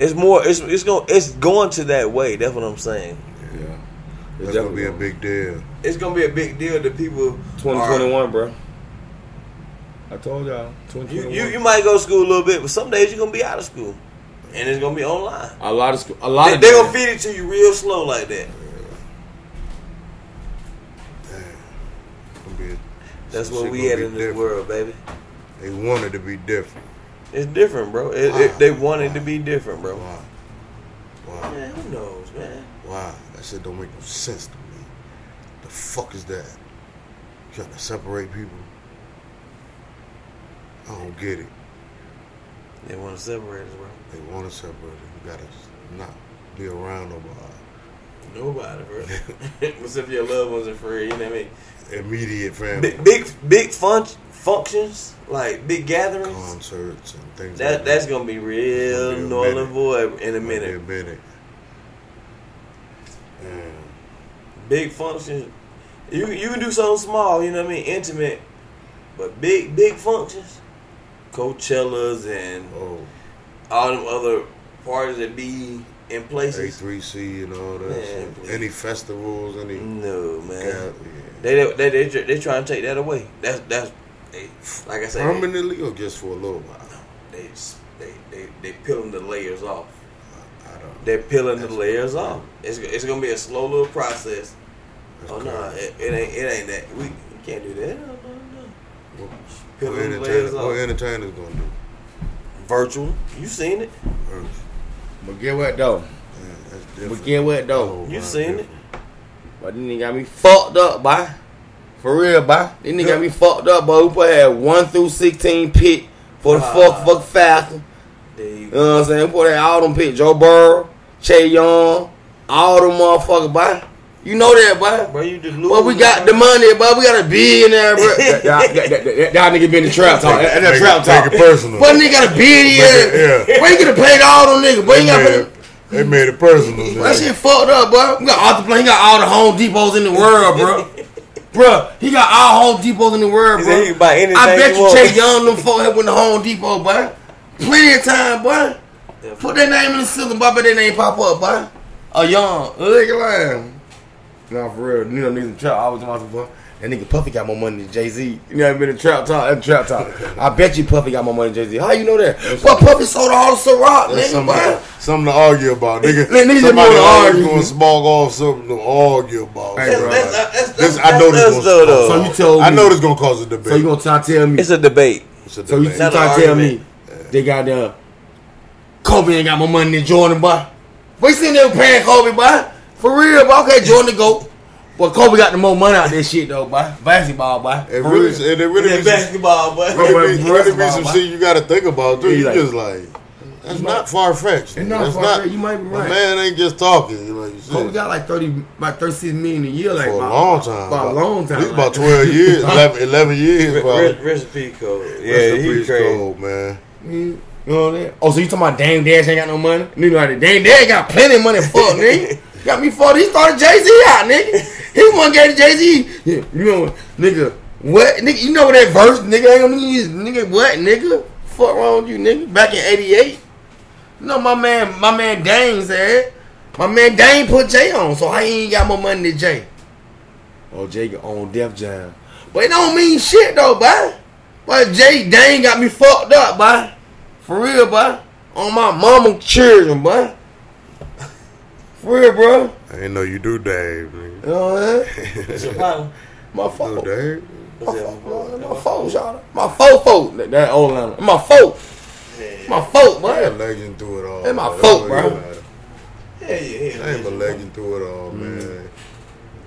Speaker 3: It's more. It's it's going. It's going to that way. That's what I'm saying.
Speaker 2: Yeah.
Speaker 1: That's gonna be a big deal.
Speaker 3: It's gonna be a big deal to people.
Speaker 2: 2021, bro. I told y'all.
Speaker 3: You,
Speaker 2: 2021.
Speaker 3: you you might go to school a little bit, but some days you're gonna be out of school, and it's gonna be online.
Speaker 2: a lot of school. A lot
Speaker 3: They,
Speaker 2: of
Speaker 3: they gonna feed it to you real slow like that.
Speaker 1: It's gonna be a-
Speaker 3: That's
Speaker 1: some
Speaker 3: what
Speaker 1: shit
Speaker 3: we
Speaker 1: gonna
Speaker 3: had
Speaker 1: be
Speaker 3: in this
Speaker 1: different.
Speaker 3: world, baby.
Speaker 1: They wanted to be different.
Speaker 3: It's different, bro. It, it, they wanted to be different, bro.
Speaker 1: Why? Why?
Speaker 3: Man, who knows, man?
Speaker 1: Why? That shit don't make no sense to me. The fuck is that? trying to separate people? I don't get it.
Speaker 3: They want to separate us, bro.
Speaker 1: They want to separate. it. You gotta not be around nobody.
Speaker 3: Nobody, bro. What's if your loved ones are free? You know what I mean?
Speaker 1: Immediate family
Speaker 3: Big, big, big fun- functions like big gatherings.
Speaker 1: concerts and things.
Speaker 3: that
Speaker 1: like
Speaker 3: that's
Speaker 1: that.
Speaker 3: gonna be real
Speaker 1: Gonna be a
Speaker 3: null
Speaker 1: minute.
Speaker 3: and void in a
Speaker 1: Might be
Speaker 3: minute.
Speaker 1: A minute. And
Speaker 3: Big functions. You you can do something small. You know what I mean? Intimate, but big big functions. Coachellas and
Speaker 1: oh,
Speaker 3: all them other parties that be in places.
Speaker 1: A3C and all that.
Speaker 3: Man,
Speaker 1: shit.
Speaker 3: please.
Speaker 1: any festivals, any.
Speaker 3: No man,
Speaker 1: Yeah.
Speaker 3: they they they they, they trying to take that away. That's that's they, like I said. they-
Speaker 1: Permanently or just for a little while?
Speaker 3: They they they they peeling the layers off.
Speaker 1: I don't.
Speaker 3: They're peeling the
Speaker 1: That's-
Speaker 3: layers off. It's it's gonna be a slow little process.
Speaker 1: That's
Speaker 3: oh no,
Speaker 1: crazy.
Speaker 3: it, it ain't it ain't that we, we can't do that. No, no, no.
Speaker 1: What-
Speaker 3: Peel
Speaker 1: What,
Speaker 3: them
Speaker 1: entertainers,
Speaker 3: layers
Speaker 1: what
Speaker 3: off.
Speaker 1: entertainers gonna do?
Speaker 3: Virtual, you seen it?
Speaker 1: Earth.
Speaker 2: But get what though?
Speaker 1: Man, that's
Speaker 2: But
Speaker 1: different.
Speaker 2: get what
Speaker 1: Oh,
Speaker 2: though?
Speaker 3: You
Speaker 1: my
Speaker 3: seen it?
Speaker 1: goodness.
Speaker 2: But then they got me fucked up, boy. For real, boy. Then they got me fucked up, boy. We probably had one through sixteen pick for the
Speaker 3: Ah.
Speaker 2: fuck fuck Falcon.
Speaker 3: There you
Speaker 2: You know what I'm saying? Boy, that all them pick Joe Burrow, Che Young, all them motherfuckers, boy. You know that, boy.
Speaker 1: Uh,
Speaker 3: bro. You just lose.
Speaker 2: Well, we got the money, boy. We got a billionaire, bro. That, that, that, that, that, that nigga been in the trap talk. That, that
Speaker 1: Make it-
Speaker 2: trap talk.
Speaker 1: Make it personal.
Speaker 2: But nigga got a billionaire.
Speaker 1: Yeah.
Speaker 2: Boy, you could have paid all them niggas. Boy, you got
Speaker 1: They made, they made it personal.
Speaker 2: that
Speaker 1: man.
Speaker 2: shit fucked up, bro. We got all the he got all the Home Depots in the world, bro. bro, he got all Home Depots in the world,
Speaker 3: He
Speaker 2: bro.
Speaker 3: said he buy anything
Speaker 2: I bet
Speaker 3: he
Speaker 2: you
Speaker 3: want.
Speaker 2: Chase Young them folk had went to Home Depot, bro. Plenty of time, bro.
Speaker 3: Yeah,
Speaker 2: Put their name in the system, bro. I bet their name pop up, bro. A young nigga, like. Nah, for real. You know, niggas in trap. I was talking about that nigga Puffy got more money than Jay Z. You know, I've been in trap talk. In trap talk. I bet you Puffy got more money than Jay Z. How you know that? Well, Puffy sold all the Ciroc,
Speaker 1: That's
Speaker 2: nigga,
Speaker 1: something,
Speaker 2: bro.
Speaker 1: something to argue about, nigga.
Speaker 2: Nigga, niggas just
Speaker 1: Somebody
Speaker 2: wanna
Speaker 1: always
Speaker 2: argue.
Speaker 1: gonna smog off something to argue about.
Speaker 2: Hey,
Speaker 1: So,
Speaker 3: That's,
Speaker 2: bro.
Speaker 1: like,
Speaker 3: that's, that's,
Speaker 1: This-
Speaker 3: that's,
Speaker 1: I know this
Speaker 3: us,
Speaker 1: was-
Speaker 3: though, though.
Speaker 2: So you told me.
Speaker 1: I know this gonna cause a debate.
Speaker 2: So you gonna try to tell me?
Speaker 3: it's a debate.
Speaker 1: It's a
Speaker 2: so you, you
Speaker 1: debate.
Speaker 3: Not an
Speaker 2: trying to tell me
Speaker 3: argument.
Speaker 2: they got the Kobe ain't got more money than Jordan, boy? We seen them paying Kobe, boy. For real, boy. Okay, Jordan the goat, but Kobe got the more money out this shit though, boy. Basketball, boy.
Speaker 1: it
Speaker 2: For
Speaker 1: really,
Speaker 2: real.
Speaker 1: it, it really
Speaker 3: It's
Speaker 1: be some,
Speaker 3: basketball, but
Speaker 2: Bro,
Speaker 1: it
Speaker 2: bro,
Speaker 1: be-
Speaker 2: bro,
Speaker 1: really be
Speaker 2: basketball,
Speaker 1: some
Speaker 2: bro.
Speaker 1: shit you gotta think about too.
Speaker 2: Yeah,
Speaker 1: You
Speaker 2: like-
Speaker 1: just like, that's
Speaker 2: might-
Speaker 1: not far fetched.
Speaker 2: It's not
Speaker 1: That's
Speaker 2: far-fetched. You might be
Speaker 1: my
Speaker 2: right.
Speaker 1: Man ain't just talking. You like,
Speaker 2: Kobe
Speaker 1: shit,
Speaker 2: got like thirty, about thirty six million a year, like
Speaker 1: for a
Speaker 2: by-
Speaker 1: long time,
Speaker 2: by a long time,
Speaker 1: At least
Speaker 2: like-
Speaker 1: about twelve years, 11, 11 years,
Speaker 3: Re-
Speaker 1: bro.
Speaker 3: recipe code.
Speaker 1: Rest
Speaker 3: Yeah,
Speaker 1: in
Speaker 3: he
Speaker 1: peace,
Speaker 3: crazy.
Speaker 1: Cole, man.
Speaker 2: You know what I mean? Oh, so you talking about Dame Dash ain't got no money? You know how the Dame Dash got plenty of money, fuck nigga. Got me fucked. He started Jay Z out, nigga. He one gave Jay Z. You know, what, nigga. What, nigga? You know that verse, nigga? Ain't gonna use, nigga. What, nigga? Fuck wrong with you, nigga? Back in '88. No, my man, my man Dame said, my man Dame put Jay on, so I ain't got more money than Jay. Oh, Jay got on Def Jam, but it don't mean shit though, boy. But Jay Dane got me fucked up, boy. For real, boy. On my mama children, boy. For real, bro.
Speaker 1: I didn't know you do, Dave. nigga.
Speaker 2: You know what I'm saying?
Speaker 3: What's your problem?
Speaker 2: My
Speaker 1: Oh,
Speaker 2: fault.
Speaker 1: Dave.
Speaker 2: My
Speaker 3: What's your
Speaker 2: fault,
Speaker 3: problem?
Speaker 2: my fault, y'all. My fault, fault. That, that old line. My fault.
Speaker 3: Yeah,
Speaker 2: My fault,
Speaker 1: I
Speaker 2: boy.
Speaker 1: ain't legend through it all.
Speaker 2: That's my
Speaker 1: man.
Speaker 2: fault,
Speaker 1: That's what
Speaker 2: bro.
Speaker 1: you
Speaker 2: Mm.
Speaker 1: gotta-
Speaker 3: yeah, yeah.
Speaker 1: I ain't a
Speaker 3: legend.
Speaker 1: legend through it all, man.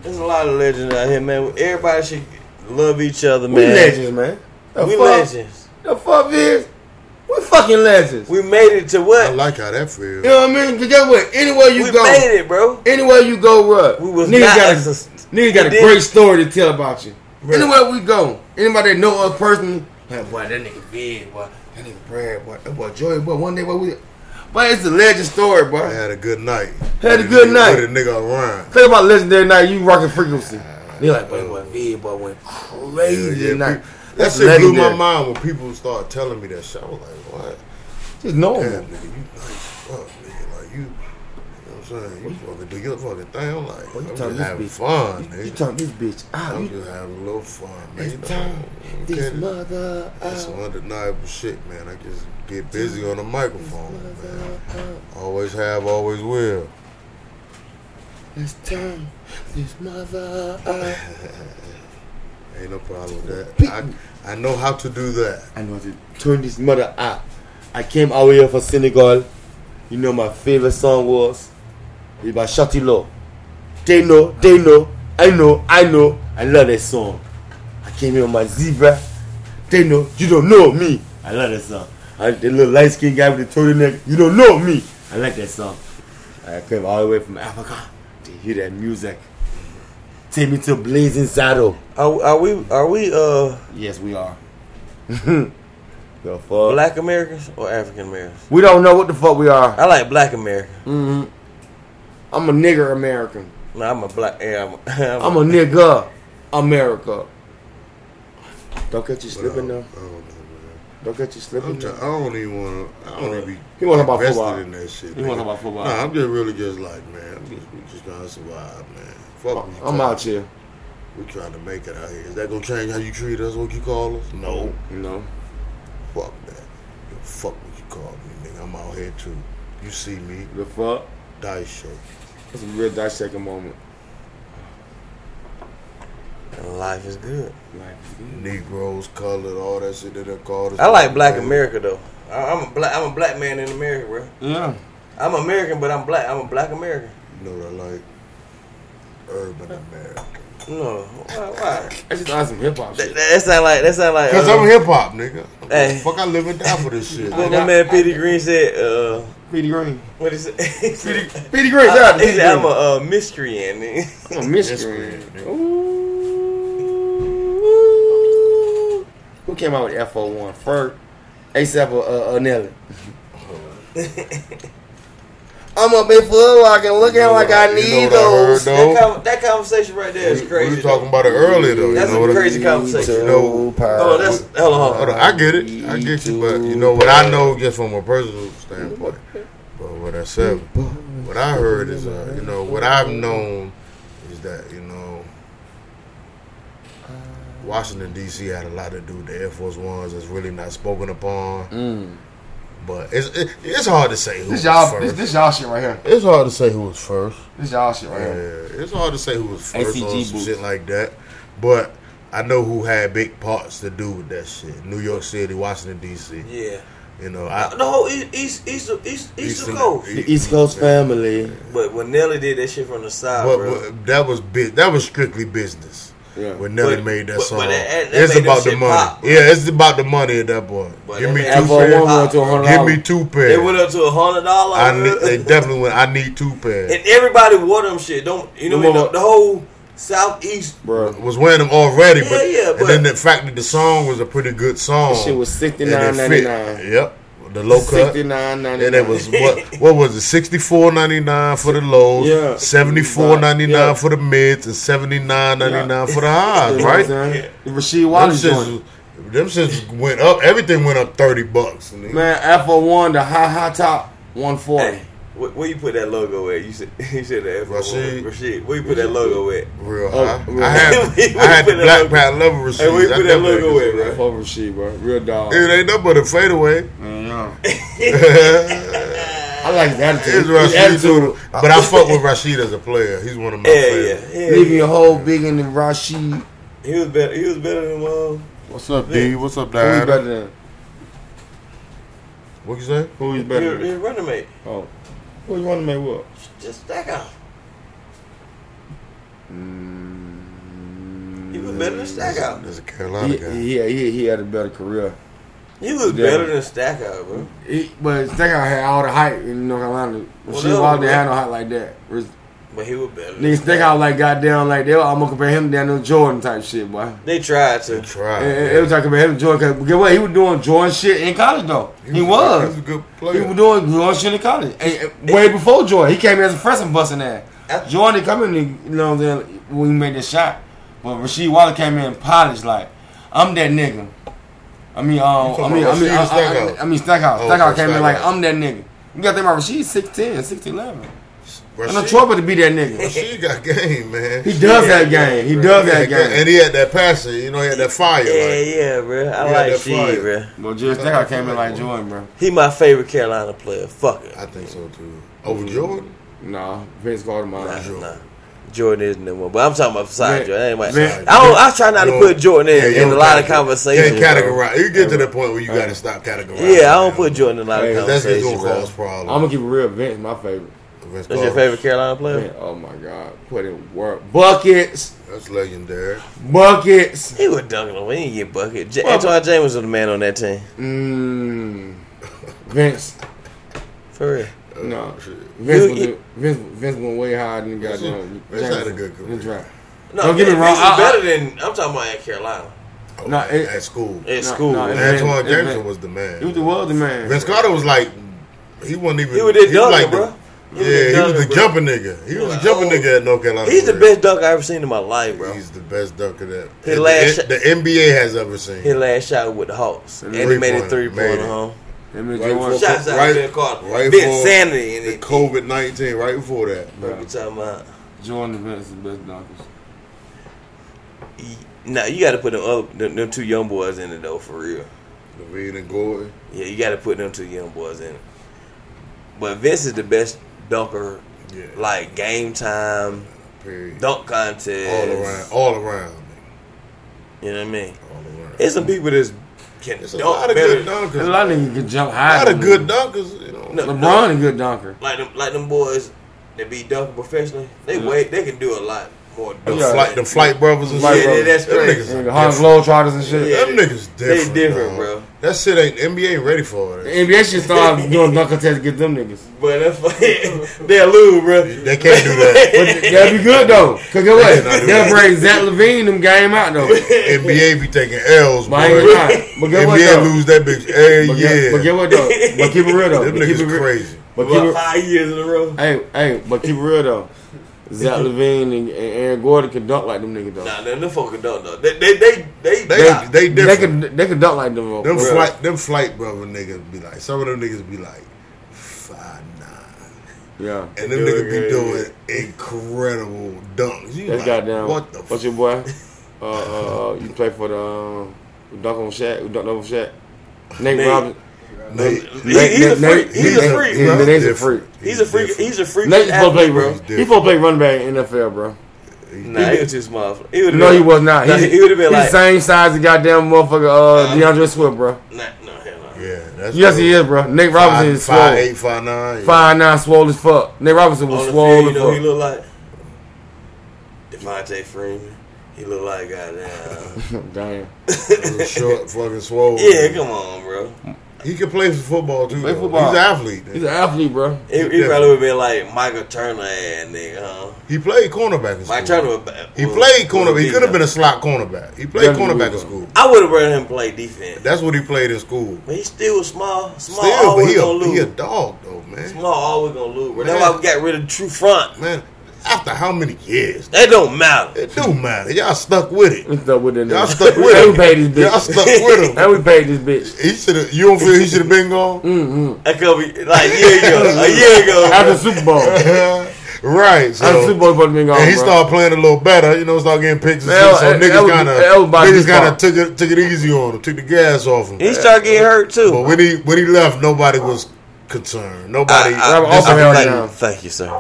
Speaker 3: There's a lot of legends out here, man. Everybody should love each other,
Speaker 2: We
Speaker 3: man.
Speaker 2: legends, man. The
Speaker 3: We
Speaker 2: fuck,
Speaker 3: legends.
Speaker 2: The fuck is? We fucking legends.
Speaker 3: We made it to
Speaker 1: I
Speaker 3: what?
Speaker 1: like how that feels.
Speaker 2: you know what I mean? 'Cause guess what? Anywhere you
Speaker 3: we
Speaker 2: go,
Speaker 3: made it, bro.
Speaker 2: anywhere you go, bro.
Speaker 3: We was
Speaker 2: niggas
Speaker 3: not
Speaker 2: got
Speaker 3: a
Speaker 2: a,
Speaker 3: sus-
Speaker 2: niggas got a
Speaker 3: we
Speaker 2: great
Speaker 3: didn't-
Speaker 2: story to tell about you.
Speaker 3: Right.
Speaker 2: Anywhere we go, anybody that know us personally, hey, boy, that nigga big, boy, that nigga Brad, boy, that boy Joy, boy, one day, boy, we, boy, it's a legend story, boy.
Speaker 1: I had a good night.
Speaker 2: Had a
Speaker 1: With
Speaker 2: good
Speaker 1: nigga-
Speaker 2: night.
Speaker 1: With a nigga around.
Speaker 2: Think about legendary night, you rocking frequency. They like, boy, boy, big, boy, went
Speaker 1: Uh, Yeah,
Speaker 2: crazy
Speaker 1: yeah,
Speaker 2: tonight.
Speaker 1: peop- that
Speaker 2: That's
Speaker 1: shit blew
Speaker 2: legendary.
Speaker 1: my mind when people started telling me that shit. I was like, what?
Speaker 2: Just normal.
Speaker 1: Damn, nigga, you nice as fuck, nigga. Like, you, you know what I'm saying? You fucking do your fucking thing. I'm like,
Speaker 2: Boy, you
Speaker 1: I'm
Speaker 2: talking
Speaker 1: just
Speaker 2: this
Speaker 1: having
Speaker 2: bitch.
Speaker 1: fun,
Speaker 2: You, you
Speaker 1: nigga.
Speaker 2: talking this bitch out?
Speaker 1: I'm
Speaker 2: You,
Speaker 1: just having a little fun, man.
Speaker 2: it's
Speaker 1: You know,
Speaker 2: time.
Speaker 1: you
Speaker 2: This
Speaker 1: get it.
Speaker 2: mother.
Speaker 1: That's some
Speaker 2: out.
Speaker 1: undeniable shit, man. I just get busy on the microphone, man.
Speaker 2: Mother out.
Speaker 1: Always have, always will.
Speaker 2: It's time. This mother. out.
Speaker 1: Ain't no problem with that. I, I know how to do that.
Speaker 2: I know to turn this mother out. I came out here for Senegal. You know my favorite song was it's by Shotty Law. They know, they know, I know, I know, I love that song. I came here with my zebra. They know, you don't know me. I love that song. I, the little light skinned guy with the turtleneck, you don't know me. I like that song. I came all the way from Africa to hear that music. Take me to Blazing Saddle.
Speaker 3: Are, are we? Are we? Uh,
Speaker 2: Yes, we are. the fuck?
Speaker 3: black Americans or African Americans?
Speaker 2: We don't know what the fuck we are. Mm-hmm.
Speaker 3: I like black America.
Speaker 2: I'm a nigger American.
Speaker 3: No, I'm a black. Yeah, I'm. A,
Speaker 2: I'm a nigga America. Don't catch you
Speaker 1: But I don't-
Speaker 2: slipping now.
Speaker 1: I don't know, man.
Speaker 2: Don't get you
Speaker 1: I'm
Speaker 2: slipping.
Speaker 1: t- I don't even want to. I don't even be
Speaker 2: He wanna talk about
Speaker 1: invested
Speaker 2: football.
Speaker 1: in that shit.
Speaker 4: You want to
Speaker 1: nigga.
Speaker 4: talk about football?
Speaker 1: Nah, I'm just really just like, man, I'm just, we just trying to survive, man. Fuck what you
Speaker 2: I'm
Speaker 1: call
Speaker 2: out
Speaker 1: us.
Speaker 2: here.
Speaker 1: We trying to make it out here. Is that gonna change how you treat us? What you call us? No.
Speaker 2: No.
Speaker 1: Fuck that. Yo, fuck what you call me, nigga. I'm out here too. You see me?
Speaker 2: The fuck?
Speaker 1: Dice shake.
Speaker 2: That's a real dissecting moment.
Speaker 3: And life is good.
Speaker 2: Like,
Speaker 1: Negroes, colored, all that shit that they called us.
Speaker 3: I like Black America though. I- I'm a black. I'm a black man in America, bro.
Speaker 4: Yeah.
Speaker 3: I'm American, but I'm black. I'm a black American.
Speaker 1: You know what I like? Urban America.
Speaker 3: No, why? why?
Speaker 2: I just on some hip hop
Speaker 3: That,
Speaker 2: shit.
Speaker 3: that sound like that sound like.
Speaker 1: Cause
Speaker 3: uh,
Speaker 1: I'm hip hop, nigga.
Speaker 3: Hey.
Speaker 1: Fuck, I live and die for this shit.
Speaker 3: What my man Petey Green said. Uh,
Speaker 2: Petey Green.
Speaker 3: what he said? He said,
Speaker 2: Petey Green, shout out to
Speaker 3: he
Speaker 2: Petey Green.
Speaker 3: said, I'm a uh, miscreant. nigga."
Speaker 2: I'm a miscreant.
Speaker 1: Miscreant, nigga.
Speaker 2: Ooh. Who came out with F01? Ferg, ASAP or uh, uh, Nelly? I'm up in Foot Locker looking
Speaker 1: You know
Speaker 2: like
Speaker 1: what
Speaker 2: I
Speaker 1: I- you know
Speaker 2: need
Speaker 1: what I heard,
Speaker 2: those.
Speaker 1: though?
Speaker 3: that, con- that conversation right there is
Speaker 1: We-
Speaker 3: crazy.
Speaker 1: We were talking
Speaker 3: though.
Speaker 1: about it earlier though.
Speaker 3: That's
Speaker 1: you know
Speaker 3: a
Speaker 1: what I-
Speaker 3: crazy conversation.
Speaker 1: You know,
Speaker 3: Oh, that's hold on, hold
Speaker 1: hold
Speaker 3: on.
Speaker 1: on, I get it. I get you, but you know what I know just from a personal standpoint. But what I said, what I heard is, uh, you know, what I've known is that you know, Washington D.C. had a lot to do with the Air Force Ones that's really not spoken upon. But it's it, it's hard to say who
Speaker 2: This
Speaker 1: was
Speaker 2: y'all, this,
Speaker 1: first.
Speaker 2: this y'all shit right here.
Speaker 1: It's hard to say who was first.
Speaker 2: This y'all shit right here.
Speaker 1: Yeah, it's hard to say who was first or
Speaker 4: ACG
Speaker 1: some
Speaker 4: booth.
Speaker 1: shit like that, but I know who had big parts to do with that shit. New York City, Washington D.C.
Speaker 3: Yeah,
Speaker 1: You know, I,
Speaker 3: the whole east, east, east, east, east,
Speaker 1: Eastern-
Speaker 3: coast.
Speaker 1: E-
Speaker 2: Coast family.
Speaker 3: But when Nelly did that shit from the side,
Speaker 1: but,
Speaker 3: bro.
Speaker 1: but that was bus- that was strictly business.
Speaker 2: Yeah.
Speaker 1: When Nelly
Speaker 3: But-
Speaker 1: made that
Speaker 3: but-
Speaker 1: song,
Speaker 3: but that- that
Speaker 1: it's
Speaker 3: made that
Speaker 1: about the
Speaker 3: shit
Speaker 1: money.
Speaker 3: pop, bro.
Speaker 1: yeah, it's about the money at that point.
Speaker 3: But
Speaker 1: give
Speaker 3: that
Speaker 1: me
Speaker 3: made
Speaker 1: two
Speaker 3: that shit
Speaker 2: F01
Speaker 1: pairs.
Speaker 2: went to
Speaker 1: Give
Speaker 2: $100.
Speaker 1: me two
Speaker 3: they uh, went
Speaker 1: pairs.
Speaker 3: up to a hundred dollars.
Speaker 1: I need, they definitely went. I need two pairs.
Speaker 3: and everybody wore them shit. Don't you know?
Speaker 2: Them
Speaker 3: the,
Speaker 2: up.
Speaker 3: the whole southeast.
Speaker 2: Bro,
Speaker 1: Was wearing them already,
Speaker 3: Yeah,
Speaker 1: but,
Speaker 3: yeah, but-
Speaker 1: and then the fact that the song was a pretty good song.
Speaker 2: this shit was
Speaker 1: And it fit.
Speaker 2: $69.99.
Speaker 1: Yep, the low cut.
Speaker 2: $69.99.
Speaker 1: And it was what what was it? Sixty four ninety nine for the lows,
Speaker 2: Yeah.
Speaker 1: seventy four ninety nine
Speaker 2: Yeah.
Speaker 1: for the mids, and seventy nine ninety nine for the
Speaker 2: You
Speaker 1: highs.
Speaker 2: know what I'm
Speaker 1: Right? Them
Speaker 2: saying? The Rasheed Wallace joint.
Speaker 1: shits, them shits went up. Everything went up thirty bucks. nigga.
Speaker 2: Man, F01, the high, high top, 140.
Speaker 3: Hey, where, where you put that logo at? You said you said that F-
Speaker 1: Rashid.
Speaker 3: Rashid. Where you put that logo at?
Speaker 1: real
Speaker 2: Oh,
Speaker 1: high.
Speaker 2: real
Speaker 1: I
Speaker 3: high.
Speaker 1: had I had the
Speaker 3: Where you put that
Speaker 1: black
Speaker 3: logo?
Speaker 1: pat level receipts.
Speaker 3: Hey, where you
Speaker 1: I
Speaker 3: put that
Speaker 1: definitely
Speaker 3: logo
Speaker 1: had
Speaker 3: at,
Speaker 1: this.
Speaker 3: bro?
Speaker 2: Fuck Rasheed, bro. Real dog.
Speaker 1: It ain't nothing but a fadeaway.
Speaker 2: I like his attitude.
Speaker 1: It's
Speaker 2: His attitude.
Speaker 1: Rashid, but I fuck with Rashid as a player. He's one of my
Speaker 3: Yeah, yeah,
Speaker 1: favorites.
Speaker 3: yeah.
Speaker 2: Leaving your whole big in the Rasheed.
Speaker 3: He was better. He was better than um.
Speaker 1: What's up, D? What's up,
Speaker 2: Who he's
Speaker 1: Diana?
Speaker 2: better than?
Speaker 1: What you say?
Speaker 2: Who he's
Speaker 3: Your,
Speaker 2: better than?
Speaker 3: your running mate.
Speaker 2: Oh. Who you want to make what?
Speaker 3: Just stack out.
Speaker 2: Mm.
Speaker 3: He was better than Stackhouse.
Speaker 1: There's a Carolina
Speaker 2: He,
Speaker 1: guy.
Speaker 2: yeah, he, he had a better career.
Speaker 3: He was
Speaker 2: Yeah.
Speaker 3: better than Stackhouse, bro.
Speaker 2: He, but Stackhouse had all the hype in North Carolina.
Speaker 3: Well,
Speaker 2: Rasheed
Speaker 3: no,
Speaker 2: Wallace didn't
Speaker 3: bro.
Speaker 2: have no hype like that. Ras-
Speaker 3: But he was better. than
Speaker 2: Niggas
Speaker 3: Stackhouse.
Speaker 2: Stackhouse like goddamn like they were almost compare him down to Jordan type shit, boy.
Speaker 3: They tried to.
Speaker 1: Try.
Speaker 2: And- and It was like comparing him to Jordan. 'cause Guess what? He was doing Jordan shit in college though.
Speaker 1: He
Speaker 2: He was.
Speaker 1: was a good
Speaker 2: He
Speaker 1: player.
Speaker 2: was doing Jordan shit in college. And, and way before Jordan. He came in as a freshman busting that.
Speaker 3: That's-
Speaker 2: Jordan didn't come in, and, you know what I'm saying, when he made the shot. But Rasheed Waller came in polished like, I'm that nigga. I mean, um,
Speaker 1: talking
Speaker 2: I mean, I
Speaker 1: about
Speaker 2: mean, I,
Speaker 1: Rasheed
Speaker 2: I,
Speaker 1: Stackhouse?
Speaker 2: I, I mean, Stackhouse.
Speaker 1: Oh,
Speaker 2: Stackhouse
Speaker 1: okay,
Speaker 2: came in like,
Speaker 1: Stackhouse.
Speaker 2: I'm that nigga. You got to think about Rasheed, 6'10", 6'11".
Speaker 1: Rashid,
Speaker 2: And I'm trouble to be that nigga.
Speaker 1: Rashid got game, man.
Speaker 2: He does
Speaker 3: Yeah,
Speaker 2: have game. He does have game.
Speaker 1: And he had that passion. You know, he had that fire.
Speaker 3: Yeah,
Speaker 1: like,
Speaker 3: yeah, bro. I
Speaker 1: Yeah,
Speaker 3: like
Speaker 1: that
Speaker 3: Sheed,
Speaker 1: fire.
Speaker 3: bro.
Speaker 2: But Jerry Stackhouse came in like Jordan, bro.
Speaker 3: He my favorite Carolina player. Fuck it.
Speaker 1: I think so, too. Over
Speaker 3: Mm.
Speaker 1: Jordan?
Speaker 2: Nah, Vince Carter,
Speaker 3: Nah,
Speaker 2: mine.
Speaker 1: Jordan.
Speaker 3: nah. Jordan isn't the one, but I'm talking about
Speaker 2: Man,
Speaker 3: side Jordan. That ain't my-
Speaker 2: man,
Speaker 3: I don't. I try not to put Jordan in,
Speaker 1: Yeah,
Speaker 3: in
Speaker 1: you
Speaker 3: a lot
Speaker 1: don't
Speaker 3: of
Speaker 1: cate-
Speaker 3: conversations.
Speaker 1: Can't categorize. You get to
Speaker 2: Hey,
Speaker 1: the point where you got to stop
Speaker 3: bro.
Speaker 1: categorizing.
Speaker 3: Yeah, I don't
Speaker 1: now.
Speaker 3: put Jordan in a lot
Speaker 2: Hey,
Speaker 3: of
Speaker 1: That's just
Speaker 3: conversations.
Speaker 1: going to
Speaker 3: bro.
Speaker 1: cause problems.
Speaker 2: I'm gonna keep it real. Vince, my favorite.
Speaker 1: Vince
Speaker 2: Oh.
Speaker 3: That's your
Speaker 1: Carter.
Speaker 3: favorite Carolina player?
Speaker 2: Man, oh my God, put in work. Buckets,
Speaker 1: That's legendary.
Speaker 2: buckets.
Speaker 3: He was dunking them. We didn't get bucket. J-
Speaker 2: Well,
Speaker 3: Antoine James was the man on that team.
Speaker 2: Mmm. Vince,
Speaker 3: For real.
Speaker 2: no.
Speaker 1: Shit.
Speaker 2: Vince,
Speaker 3: You-
Speaker 2: was,
Speaker 3: you-
Speaker 2: Vince, Vince went way higher than goddamn.
Speaker 1: Vince had a good career.
Speaker 2: That's right.
Speaker 3: No,
Speaker 2: Don't get me
Speaker 3: Vince
Speaker 2: wrong,
Speaker 3: is
Speaker 2: I- I-
Speaker 3: better than I'm talking about at Carolina.
Speaker 1: Oh,
Speaker 2: Nah,
Speaker 1: at,
Speaker 2: it-
Speaker 1: at school.
Speaker 3: At
Speaker 2: No,
Speaker 3: school.
Speaker 2: no, it-
Speaker 1: Antoine
Speaker 2: Vince-
Speaker 1: Jameson
Speaker 2: Vince-
Speaker 1: was the man.
Speaker 2: He was the world man.
Speaker 1: Vince Carter was like, he wasn't even.
Speaker 3: He was just
Speaker 1: was
Speaker 3: dunking,
Speaker 1: the-
Speaker 3: bro.
Speaker 1: Yeah, he was the jumping nigga. He was the jumping
Speaker 3: Oh.
Speaker 1: nigga at North Carolina.
Speaker 3: He's the
Speaker 1: State.
Speaker 3: best dunk I ever seen in my life, bro.
Speaker 1: He's the best dunker that
Speaker 3: His
Speaker 1: that
Speaker 3: last
Speaker 1: the,
Speaker 3: shot-
Speaker 1: the NBA has ever seen.
Speaker 3: His last shot with the Hawks, and he made
Speaker 1: Three-pointer.
Speaker 3: it three
Speaker 1: Made
Speaker 3: pointer.
Speaker 1: it.
Speaker 3: Huh?
Speaker 2: Him and
Speaker 1: Right
Speaker 2: Jordan.
Speaker 1: foot.
Speaker 3: Shouts out
Speaker 1: Right-
Speaker 3: Ben Carter.
Speaker 1: right
Speaker 3: Big
Speaker 1: for
Speaker 3: sanity in
Speaker 1: The
Speaker 3: it.
Speaker 1: COVID nineteen right before that.
Speaker 3: Bro, we talking about.
Speaker 2: Jordan Vince is the best dunkers.
Speaker 3: Now you got to put them up, them, them two young boys in it though, for real.
Speaker 1: Levine and Gordon.
Speaker 3: Yeah, you got to put them two young boys in it. But Vince is the best dunker,
Speaker 1: Yeah.
Speaker 3: like game time
Speaker 1: Period.
Speaker 3: dunk contest.
Speaker 1: all around. All around. nigga.
Speaker 3: You know what I mean?
Speaker 1: All around.
Speaker 3: There's some people that's can
Speaker 1: It's a
Speaker 3: dunk
Speaker 1: lot of
Speaker 3: better.
Speaker 1: good dunkers.
Speaker 2: There's a lot of niggas can jump
Speaker 1: A
Speaker 2: high.
Speaker 1: lot of
Speaker 2: than
Speaker 1: good
Speaker 2: him.
Speaker 1: dunkers. You know.
Speaker 3: No.
Speaker 2: LeBron a good dunker.
Speaker 3: Like them, like them boys that be dunking professionally. They
Speaker 2: Yeah.
Speaker 3: wait, they can do a lot more.
Speaker 1: The
Speaker 3: dunking.
Speaker 2: Yeah.
Speaker 1: flight, the flight brothers and
Speaker 3: Yeah,
Speaker 1: shit.
Speaker 3: yeah, that's
Speaker 1: Them
Speaker 3: crazy.
Speaker 1: niggas
Speaker 2: Nigga,
Speaker 1: are
Speaker 2: Harlem
Speaker 1: different.
Speaker 2: Globetrotters and shit.
Speaker 3: Yeah.
Speaker 1: Them niggas
Speaker 3: They
Speaker 1: different,
Speaker 3: different,
Speaker 1: dog.
Speaker 3: bro.
Speaker 1: That shit ain't NBA ain't ready for
Speaker 2: The
Speaker 1: it.
Speaker 2: NBA should start doing dunk contests to get them niggas.
Speaker 3: But if they'll lose, bro.
Speaker 1: They can't do that.
Speaker 2: But that'd be good though.
Speaker 1: They
Speaker 2: Cause guess
Speaker 1: not
Speaker 2: what?
Speaker 1: doing
Speaker 2: They'll
Speaker 1: that.
Speaker 2: bring Zach Levine them game out though.
Speaker 1: NBA be taking L's,
Speaker 2: But I ain't
Speaker 1: boy.
Speaker 2: gonna lie. But get what
Speaker 1: NBA
Speaker 2: though?
Speaker 1: lose that bitch every
Speaker 2: But
Speaker 1: year.
Speaker 2: get, but get what though? But keep it real though.
Speaker 1: Them
Speaker 2: But keep it
Speaker 1: niggas
Speaker 2: real.
Speaker 1: crazy.
Speaker 2: But keep
Speaker 3: About
Speaker 2: it,
Speaker 3: five years in a row.
Speaker 2: hey, hey, but keep it real though. Zach Levine and, and Aaron Gordon can dunk like them niggas though.
Speaker 3: Nah, them, them fucking dunk though. They they they
Speaker 1: They
Speaker 3: they, they
Speaker 1: they
Speaker 2: They
Speaker 1: different.
Speaker 2: can they can dunk like them.
Speaker 1: Them
Speaker 2: bro.
Speaker 1: flight them flight brother niggas be like some of them niggas be like five nine.
Speaker 2: Yeah.
Speaker 1: And them
Speaker 3: They do
Speaker 1: niggas be
Speaker 3: it
Speaker 1: doing
Speaker 3: good.
Speaker 1: incredible dunks. You
Speaker 2: That's
Speaker 1: like,
Speaker 2: goddamn.
Speaker 1: What the
Speaker 2: What's
Speaker 1: fuck?
Speaker 2: your boy? Uh, uh, uh, you play for the um, who dunk on Shaq. Who dunked over Shaq? Nate
Speaker 3: Nate.
Speaker 2: Robinson.
Speaker 3: He- he's a freak. He's a freak, bro.
Speaker 2: Nate- Nate's a freak.
Speaker 3: he's a freak. He's a freak.
Speaker 2: Nate's supposed to play,
Speaker 3: athlete,
Speaker 2: bro.
Speaker 1: He's
Speaker 2: He's
Speaker 1: different.
Speaker 2: supposed to play running back in NFL, bro.
Speaker 3: Nah, he was too small. He would've
Speaker 2: No,
Speaker 3: been-
Speaker 2: he was not.
Speaker 3: Nah,
Speaker 2: He,
Speaker 3: he would have been
Speaker 2: he's
Speaker 3: like,
Speaker 2: the same size as goddamn motherfucker uh, DeAndre Swift, bro.
Speaker 3: nah, no, hell no.
Speaker 1: Yeah, that's
Speaker 2: Yes,
Speaker 1: cool.
Speaker 2: he is, bro. Nate
Speaker 1: Five,
Speaker 2: Robinson is swole.
Speaker 1: five eight, five nine.
Speaker 2: Five nine, swole as fuck. Nate Robinson
Speaker 3: On
Speaker 2: was
Speaker 3: the
Speaker 2: swole
Speaker 3: field, you
Speaker 2: as
Speaker 3: know, who he
Speaker 2: fuck.
Speaker 3: look like Devontae Freeman. He look like goddamn.
Speaker 2: Damn.
Speaker 1: Little short, fucking swole.
Speaker 3: yeah, come on, bro.
Speaker 1: He can play for football too.
Speaker 2: Play
Speaker 1: though.
Speaker 2: football.
Speaker 1: He's an athlete.
Speaker 2: He's an athlete, bro.
Speaker 3: He, he
Speaker 1: Yeah.
Speaker 3: probably would have been like Michael Turner ass nigga, huh?
Speaker 1: he played cornerback in school.
Speaker 3: Michael Turner. Would,
Speaker 1: he played cornerback. He could have been a slot cornerback. He played
Speaker 2: Definitely
Speaker 1: cornerback in
Speaker 2: would.
Speaker 1: school.
Speaker 3: I would have rather him play defense.
Speaker 1: That's what he played in school.
Speaker 3: But he still was small. Small
Speaker 1: Still, but
Speaker 3: always
Speaker 1: he a,
Speaker 3: gonna lose.
Speaker 1: he a dog though, man.
Speaker 3: small always gonna lose. Bro. That's
Speaker 1: Man.
Speaker 3: why we got rid of the true front.
Speaker 1: Man, after how many years?
Speaker 3: That don't matter.
Speaker 1: It do matter. Y'all stuck with it.
Speaker 2: What's up with that
Speaker 1: Y'all
Speaker 2: nigga?
Speaker 1: stuck with
Speaker 2: And
Speaker 1: him.
Speaker 2: we paid this
Speaker 1: Y'all
Speaker 2: bitch.
Speaker 1: stuck with him.
Speaker 2: And we paid this bitch.
Speaker 1: He should have. You don't feel he should have been gone?
Speaker 2: Mm-hmm.
Speaker 3: That could be like a year ago. a year ago.
Speaker 2: After
Speaker 3: bro.
Speaker 2: the Super Bowl. After
Speaker 1: right.
Speaker 2: the
Speaker 1: So
Speaker 2: Mm. Super Bowl, supposed to be gone,
Speaker 1: and he
Speaker 2: bro.
Speaker 1: started playing a little better. You know, start getting picks and
Speaker 2: That
Speaker 1: shit. So
Speaker 2: was- that
Speaker 1: niggas
Speaker 2: was-
Speaker 1: kind of
Speaker 2: that was by
Speaker 1: niggas
Speaker 2: his
Speaker 1: kind of
Speaker 2: fault.
Speaker 1: took it took it easy on him. Took the gas off him.
Speaker 3: He started getting hurt too.
Speaker 1: But when he when he left, nobody was concerned. Nobody.
Speaker 2: I- I-
Speaker 1: dis-
Speaker 2: I- held
Speaker 3: thank,
Speaker 2: down.
Speaker 3: you, thank you, sir.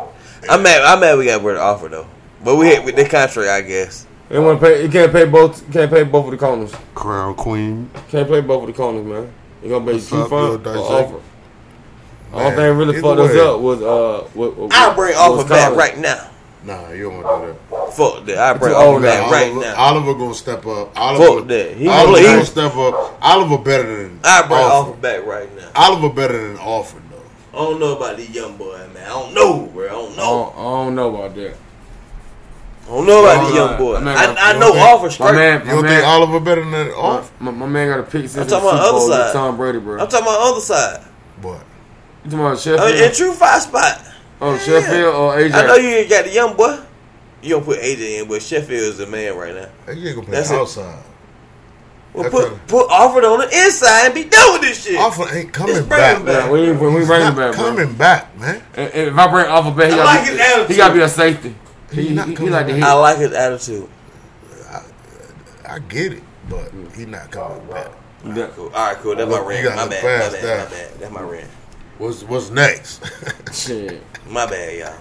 Speaker 3: I'm mad. I'm mad. We got where to offer though, but we hit with the contract, I guess.
Speaker 2: They want to pay. You can't pay both. Can't pay both of the corners.
Speaker 1: Crown Queen.
Speaker 2: Can't play both of the corners, man. You gonna be
Speaker 1: What's
Speaker 2: too
Speaker 1: up,
Speaker 2: fun
Speaker 1: Bill
Speaker 2: or
Speaker 1: Dysart?
Speaker 2: offer. The only
Speaker 1: Man,
Speaker 2: thing really
Speaker 1: either
Speaker 2: fucked us
Speaker 1: way.
Speaker 2: up was uh. What, what,
Speaker 3: I bring
Speaker 2: was
Speaker 3: offer back
Speaker 2: Collins.
Speaker 3: right now.
Speaker 1: Nah, you don't want to do that.
Speaker 3: Fuck that. I bring
Speaker 2: too
Speaker 3: offer
Speaker 2: old
Speaker 1: Nah,
Speaker 3: back
Speaker 2: now.
Speaker 3: right
Speaker 1: Oliver,
Speaker 3: now.
Speaker 1: Oliver gonna step up. Oliver,
Speaker 3: Fuck that. He Ah,
Speaker 1: Oliver
Speaker 3: play.
Speaker 1: gonna step up. Oliver better than
Speaker 3: I bring
Speaker 1: Alford.
Speaker 3: offer back right now.
Speaker 1: Oliver better than Alford though.
Speaker 3: I don't know about these young boys, man. I don't know, bro. I don't
Speaker 2: I
Speaker 3: know.
Speaker 2: don't, I don't know about that.
Speaker 3: I don't know about
Speaker 2: Oh,
Speaker 3: these young
Speaker 2: nah.
Speaker 3: boys.
Speaker 2: I'm not
Speaker 3: I,
Speaker 2: gonna-
Speaker 3: I
Speaker 1: you
Speaker 3: know
Speaker 1: don't think-
Speaker 3: offer
Speaker 2: My
Speaker 3: straight.
Speaker 2: man,
Speaker 1: You
Speaker 2: my
Speaker 1: don't think
Speaker 2: man,
Speaker 1: Oliver better than
Speaker 2: my,
Speaker 1: Alford?
Speaker 2: my, my man got a pick since
Speaker 3: I'm
Speaker 2: the
Speaker 3: talking
Speaker 2: Super
Speaker 3: about other
Speaker 2: Bowl
Speaker 3: side.
Speaker 2: with Tom Brady, bro.
Speaker 3: I'm talking about other side.
Speaker 1: But
Speaker 2: you talking about
Speaker 3: I mean, in
Speaker 2: Sheffield?
Speaker 3: true five spot.
Speaker 2: Oh, Sheffield or AJ?
Speaker 3: I know you ain't got the young boy. You don't put AJ in, but Sheffield is the man right now.
Speaker 1: that nigga gonna play
Speaker 3: That's it.
Speaker 1: outside.
Speaker 3: Well,
Speaker 1: That's
Speaker 3: put
Speaker 1: right.
Speaker 3: put Alford on the inside and be done with this shit.
Speaker 1: Alford ain't coming
Speaker 3: Just bring
Speaker 1: back.
Speaker 3: him back.
Speaker 2: Nah, we ain't- we
Speaker 1: He's
Speaker 2: bring
Speaker 1: not
Speaker 2: him back, bro.
Speaker 1: coming back, man.
Speaker 2: And- and If I bring Alpha back, he
Speaker 3: I
Speaker 2: got
Speaker 3: like his attitude.
Speaker 2: he gotta be a safety. He,
Speaker 1: He's
Speaker 2: he,
Speaker 1: not
Speaker 2: he
Speaker 1: coming
Speaker 2: like to
Speaker 1: back.
Speaker 2: hit.
Speaker 3: I like his attitude.
Speaker 1: I get it, but
Speaker 2: Hmm.
Speaker 1: he's not
Speaker 2: Oh,
Speaker 1: coming back.
Speaker 2: Yeah.
Speaker 3: Cool. All right, cool. That's
Speaker 1: Look,
Speaker 3: my
Speaker 1: you
Speaker 3: rant.
Speaker 1: gotta
Speaker 3: My
Speaker 1: look
Speaker 3: bad. My
Speaker 1: past
Speaker 3: bad.
Speaker 1: that.
Speaker 3: My bad. That's my rant.
Speaker 1: What's what's next?
Speaker 2: Shit.
Speaker 3: My bad, y'all.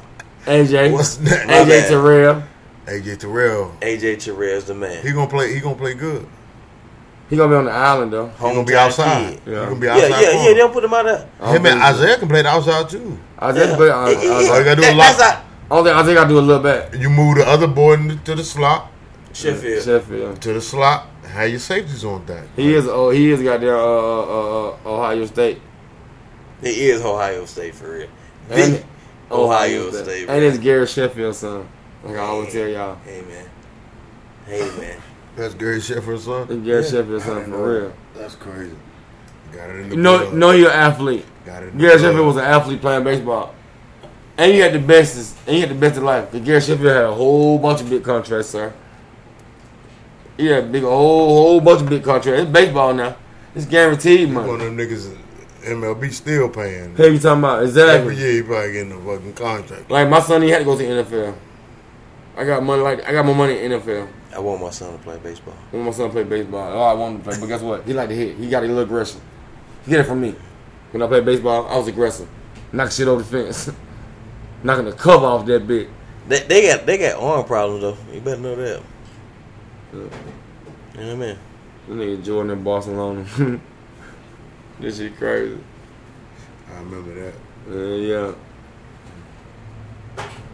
Speaker 2: AJ.
Speaker 1: what's next?
Speaker 3: My
Speaker 2: AJ
Speaker 3: bad.
Speaker 2: Terrell.
Speaker 1: AJ Terrell.
Speaker 3: AJ Terrell's the
Speaker 1: He
Speaker 3: man.
Speaker 1: gonna play. He gonna play good.
Speaker 2: He gonna be on the island though.
Speaker 1: He gonna be
Speaker 3: Hometown
Speaker 1: outside.
Speaker 3: kid.
Speaker 1: He
Speaker 2: Yeah.
Speaker 1: gonna be
Speaker 3: Yeah,
Speaker 1: outside.
Speaker 3: yeah, yeah. They
Speaker 1: corner.
Speaker 3: don't put him out there.
Speaker 2: I don't
Speaker 1: Him and
Speaker 2: think so.
Speaker 1: Isaiah can play the outside too.
Speaker 2: I
Speaker 3: Yeah.
Speaker 2: just play. I, I,
Speaker 3: Yeah, yeah, yeah.
Speaker 1: uh, all you gotta do is
Speaker 3: That-
Speaker 1: lock.
Speaker 3: that's
Speaker 2: only I think I do a little bit.
Speaker 1: You move the other boy in- to the slot.
Speaker 3: how- Sheffield.
Speaker 2: Sheffield.
Speaker 1: To the slot. Have your safeties on that.
Speaker 2: He is. Oh, he is. Got there. Uh, uh, uh, Ohio State.
Speaker 3: He is Ohio State for real. The
Speaker 2: And-
Speaker 3: Ohio State.
Speaker 2: And it's Gary Sheffield's son. Like I always tell y'all,
Speaker 3: Hey man. Hey man.
Speaker 1: That's Gary Sheffield's son.
Speaker 2: it's Gary
Speaker 3: Yeah.
Speaker 2: Sheffield's
Speaker 1: I
Speaker 2: son
Speaker 1: didn't
Speaker 2: for
Speaker 1: know
Speaker 2: real.
Speaker 1: That's crazy. Got it in the
Speaker 2: No,
Speaker 1: blood.
Speaker 2: no, you're an athlete.
Speaker 1: Got it. in the
Speaker 2: Gary
Speaker 1: blood.
Speaker 2: Sheffield was an athlete playing baseball. And you had the best, and you had the best of life. But Gary Sheffield had a whole bunch of big contracts, sir. He had a big, whole, whole bunch of big contracts. It's baseball now. It's guaranteed
Speaker 1: One of
Speaker 2: money.
Speaker 1: them niggas, MLB still paying.
Speaker 2: Hey, you talking about
Speaker 1: Every
Speaker 2: exactly?
Speaker 1: year he probably getting a fucking contract.
Speaker 2: Like my son, he had to go to the NFL. I got money. Like I got more money in NFL.
Speaker 3: I want my son to play baseball.
Speaker 2: When my son played baseball, oh, I wanted to play, but guess what? He liked to hit. He got a little aggression. He get it from me. When I played baseball, I was aggressive. Knock shit over the fence. Knocking the cover off that bitch.
Speaker 3: They, they got they got arm problems though. You better know that. You know what I mean?
Speaker 2: This nigga Jordan in Barcelona. this shit crazy.
Speaker 1: I remember that.
Speaker 2: Uh, yeah.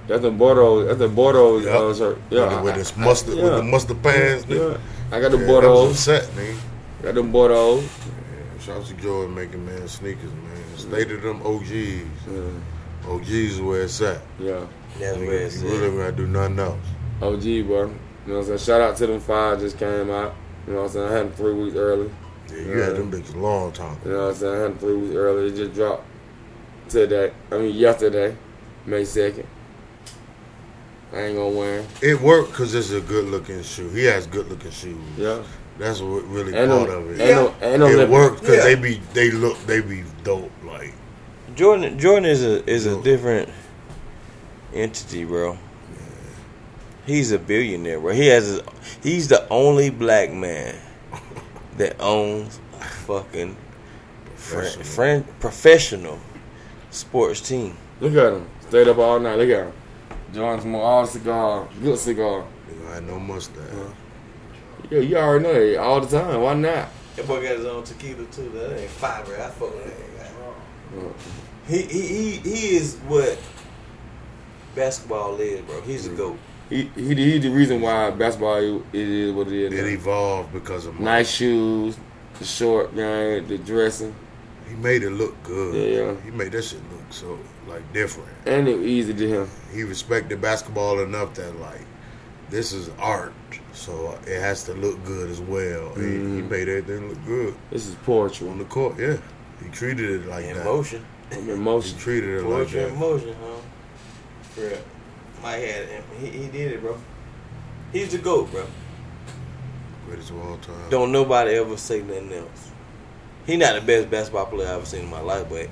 Speaker 2: That's a Bordeaux. That's a Bordeaux
Speaker 1: Yep.
Speaker 2: uh, shirt. Yeah. I,
Speaker 1: with
Speaker 2: I-
Speaker 1: this mustard,
Speaker 2: yeah.
Speaker 1: with the mustard pants.
Speaker 2: yeah.
Speaker 1: nigga.
Speaker 2: I got the
Speaker 1: Yeah, that was a
Speaker 2: Bordeaux.
Speaker 1: set, nigga.
Speaker 2: Got them Bordeaux.
Speaker 1: Yeah, shout out to Jordan making man sneakers, man. Stay to them OGs.
Speaker 2: Uh,
Speaker 1: OGs is where it's at.
Speaker 2: yeah.
Speaker 3: That's
Speaker 1: Nigga,
Speaker 3: where it's
Speaker 1: you
Speaker 3: at.
Speaker 1: really gotta do nothing else.
Speaker 2: OG, bro. You know what I'm saying? Shout out to them five just came out. You know what I'm saying? I had them three weeks early.
Speaker 1: Yeah, you had
Speaker 2: Yeah.
Speaker 1: them bitches a long time.
Speaker 2: You know what I'm saying? I had them three weeks early. It just dropped today. I mean, yesterday, May 2nd. I ain't gonna wear 'em.
Speaker 1: It worked because it's a good looking shoe. He has good looking shoes.
Speaker 2: Yeah.
Speaker 1: That's what really
Speaker 2: And
Speaker 1: part
Speaker 2: them-
Speaker 1: of it.
Speaker 2: and them- and them
Speaker 1: it
Speaker 2: lip-
Speaker 1: worked because
Speaker 3: Yeah.
Speaker 1: they be they look they be dope. Like
Speaker 3: Jordan Jordan is a is a
Speaker 1: Yo.
Speaker 3: different entity, bro. He's a billionaire, bro. He has his, he's the only black man that owns a fucking
Speaker 1: Professional.
Speaker 3: friend, friend professional sports team.
Speaker 2: Look at him. Stayed up all night. Look at him. John smoke all the cigar. Good cigar.
Speaker 1: nigga, I had no mustache.
Speaker 2: Uh-huh. Yeah, you already know that all the time. Why not?
Speaker 3: That boy got his own tequila too. That ain't fiber. I fuck with that
Speaker 1: Uh-uh.
Speaker 3: He he he, he is what basketball is, bro. He's a goat.
Speaker 2: He, he, he the reason why basketball is- it is what it is.
Speaker 1: It
Speaker 2: now.
Speaker 1: evolved because of money.
Speaker 2: Nice shoes, the short game, the dressing,
Speaker 1: He made it look good.
Speaker 2: Yeah.
Speaker 1: He made that shit look so like different.
Speaker 2: and it was easy to him.
Speaker 1: He respected basketball enough that like this is art, so it has to look good as well. And
Speaker 2: Mm-hmm.
Speaker 1: he made everything look good
Speaker 2: This is poetry.
Speaker 1: on the court. Yeah, he treated it like
Speaker 3: In
Speaker 1: that.
Speaker 3: motion.
Speaker 1: He
Speaker 2: Emotion.
Speaker 1: treated it like
Speaker 3: Poetry
Speaker 1: that.
Speaker 3: in motion, huh? For real. Mike had it. He, he did it, bro. He's the GOAT, bro.
Speaker 1: Greatest of all time.
Speaker 3: Don't nobody ever say nothing else. He not the best basketball player I've ever seen in my life, but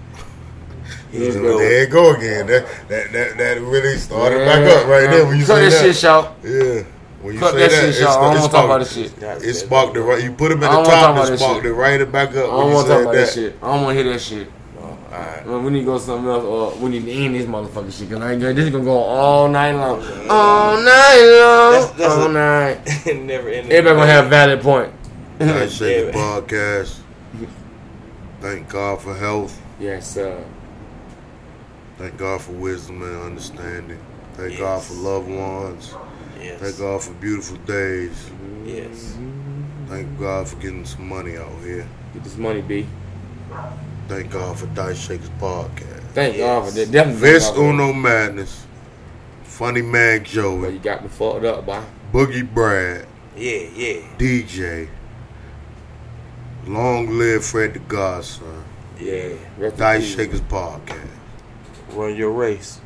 Speaker 3: he's the
Speaker 1: Look, there
Speaker 3: GOAT.
Speaker 1: it go again. That that that, that really started back
Speaker 2: Yeah.
Speaker 1: up right there when you
Speaker 2: Cut
Speaker 1: say
Speaker 2: that
Speaker 1: that.
Speaker 2: shit, y'all.
Speaker 1: Yeah. When you
Speaker 2: Cut
Speaker 1: say
Speaker 2: that shit,
Speaker 1: it's
Speaker 2: y'all. I
Speaker 1: the-
Speaker 2: don't
Speaker 1: it's
Speaker 2: wanna talk about
Speaker 1: sparked-
Speaker 2: this shit.
Speaker 3: Not the
Speaker 1: It
Speaker 3: best
Speaker 1: sparked the right. You put him
Speaker 2: I
Speaker 1: at
Speaker 2: don't
Speaker 1: the
Speaker 2: wanna talk
Speaker 1: top
Speaker 2: about
Speaker 1: and
Speaker 2: this
Speaker 1: sparked
Speaker 2: shit.
Speaker 1: it right it back up.
Speaker 2: I don't
Speaker 1: when you
Speaker 2: want to talk
Speaker 1: said
Speaker 2: about
Speaker 1: that.
Speaker 2: that shit. I don't want to hear that shit.
Speaker 3: All right.
Speaker 2: Man, we need to go something else, or we need to end this motherfucking shit. Cause I ain't, gonna- this is gonna go on all night long, all night long,
Speaker 3: That's- that's
Speaker 2: all
Speaker 3: a-
Speaker 2: night.
Speaker 3: Never ended.
Speaker 2: Everybody gonna have valid point.
Speaker 1: I say the
Speaker 3: Yeah.
Speaker 1: podcast. Thank God for health.
Speaker 2: Yes, sir.
Speaker 1: Thank God for wisdom and understanding. Thank
Speaker 3: Yes.
Speaker 1: God for loved ones. Thank
Speaker 3: Yes.
Speaker 1: God for beautiful days.
Speaker 3: Yes.
Speaker 1: Thank God for getting some money out here.
Speaker 2: Get this money, B.
Speaker 1: Thank God for Dice Shakers Podcast.
Speaker 2: Thank
Speaker 3: Yes.
Speaker 2: God for that. Definitely.
Speaker 1: Vince
Speaker 2: thank God for that.
Speaker 1: Uno Madness, Funny Man
Speaker 2: But
Speaker 1: Joey,
Speaker 2: you got me fucked up, boy.
Speaker 1: Boogie Brad,
Speaker 3: Yeah, yeah.
Speaker 1: DJ, Long Live Fred the Godson,
Speaker 3: Yeah.
Speaker 2: Rest in
Speaker 1: Dice
Speaker 2: peace.
Speaker 1: Shakers Podcast.
Speaker 3: Run your race.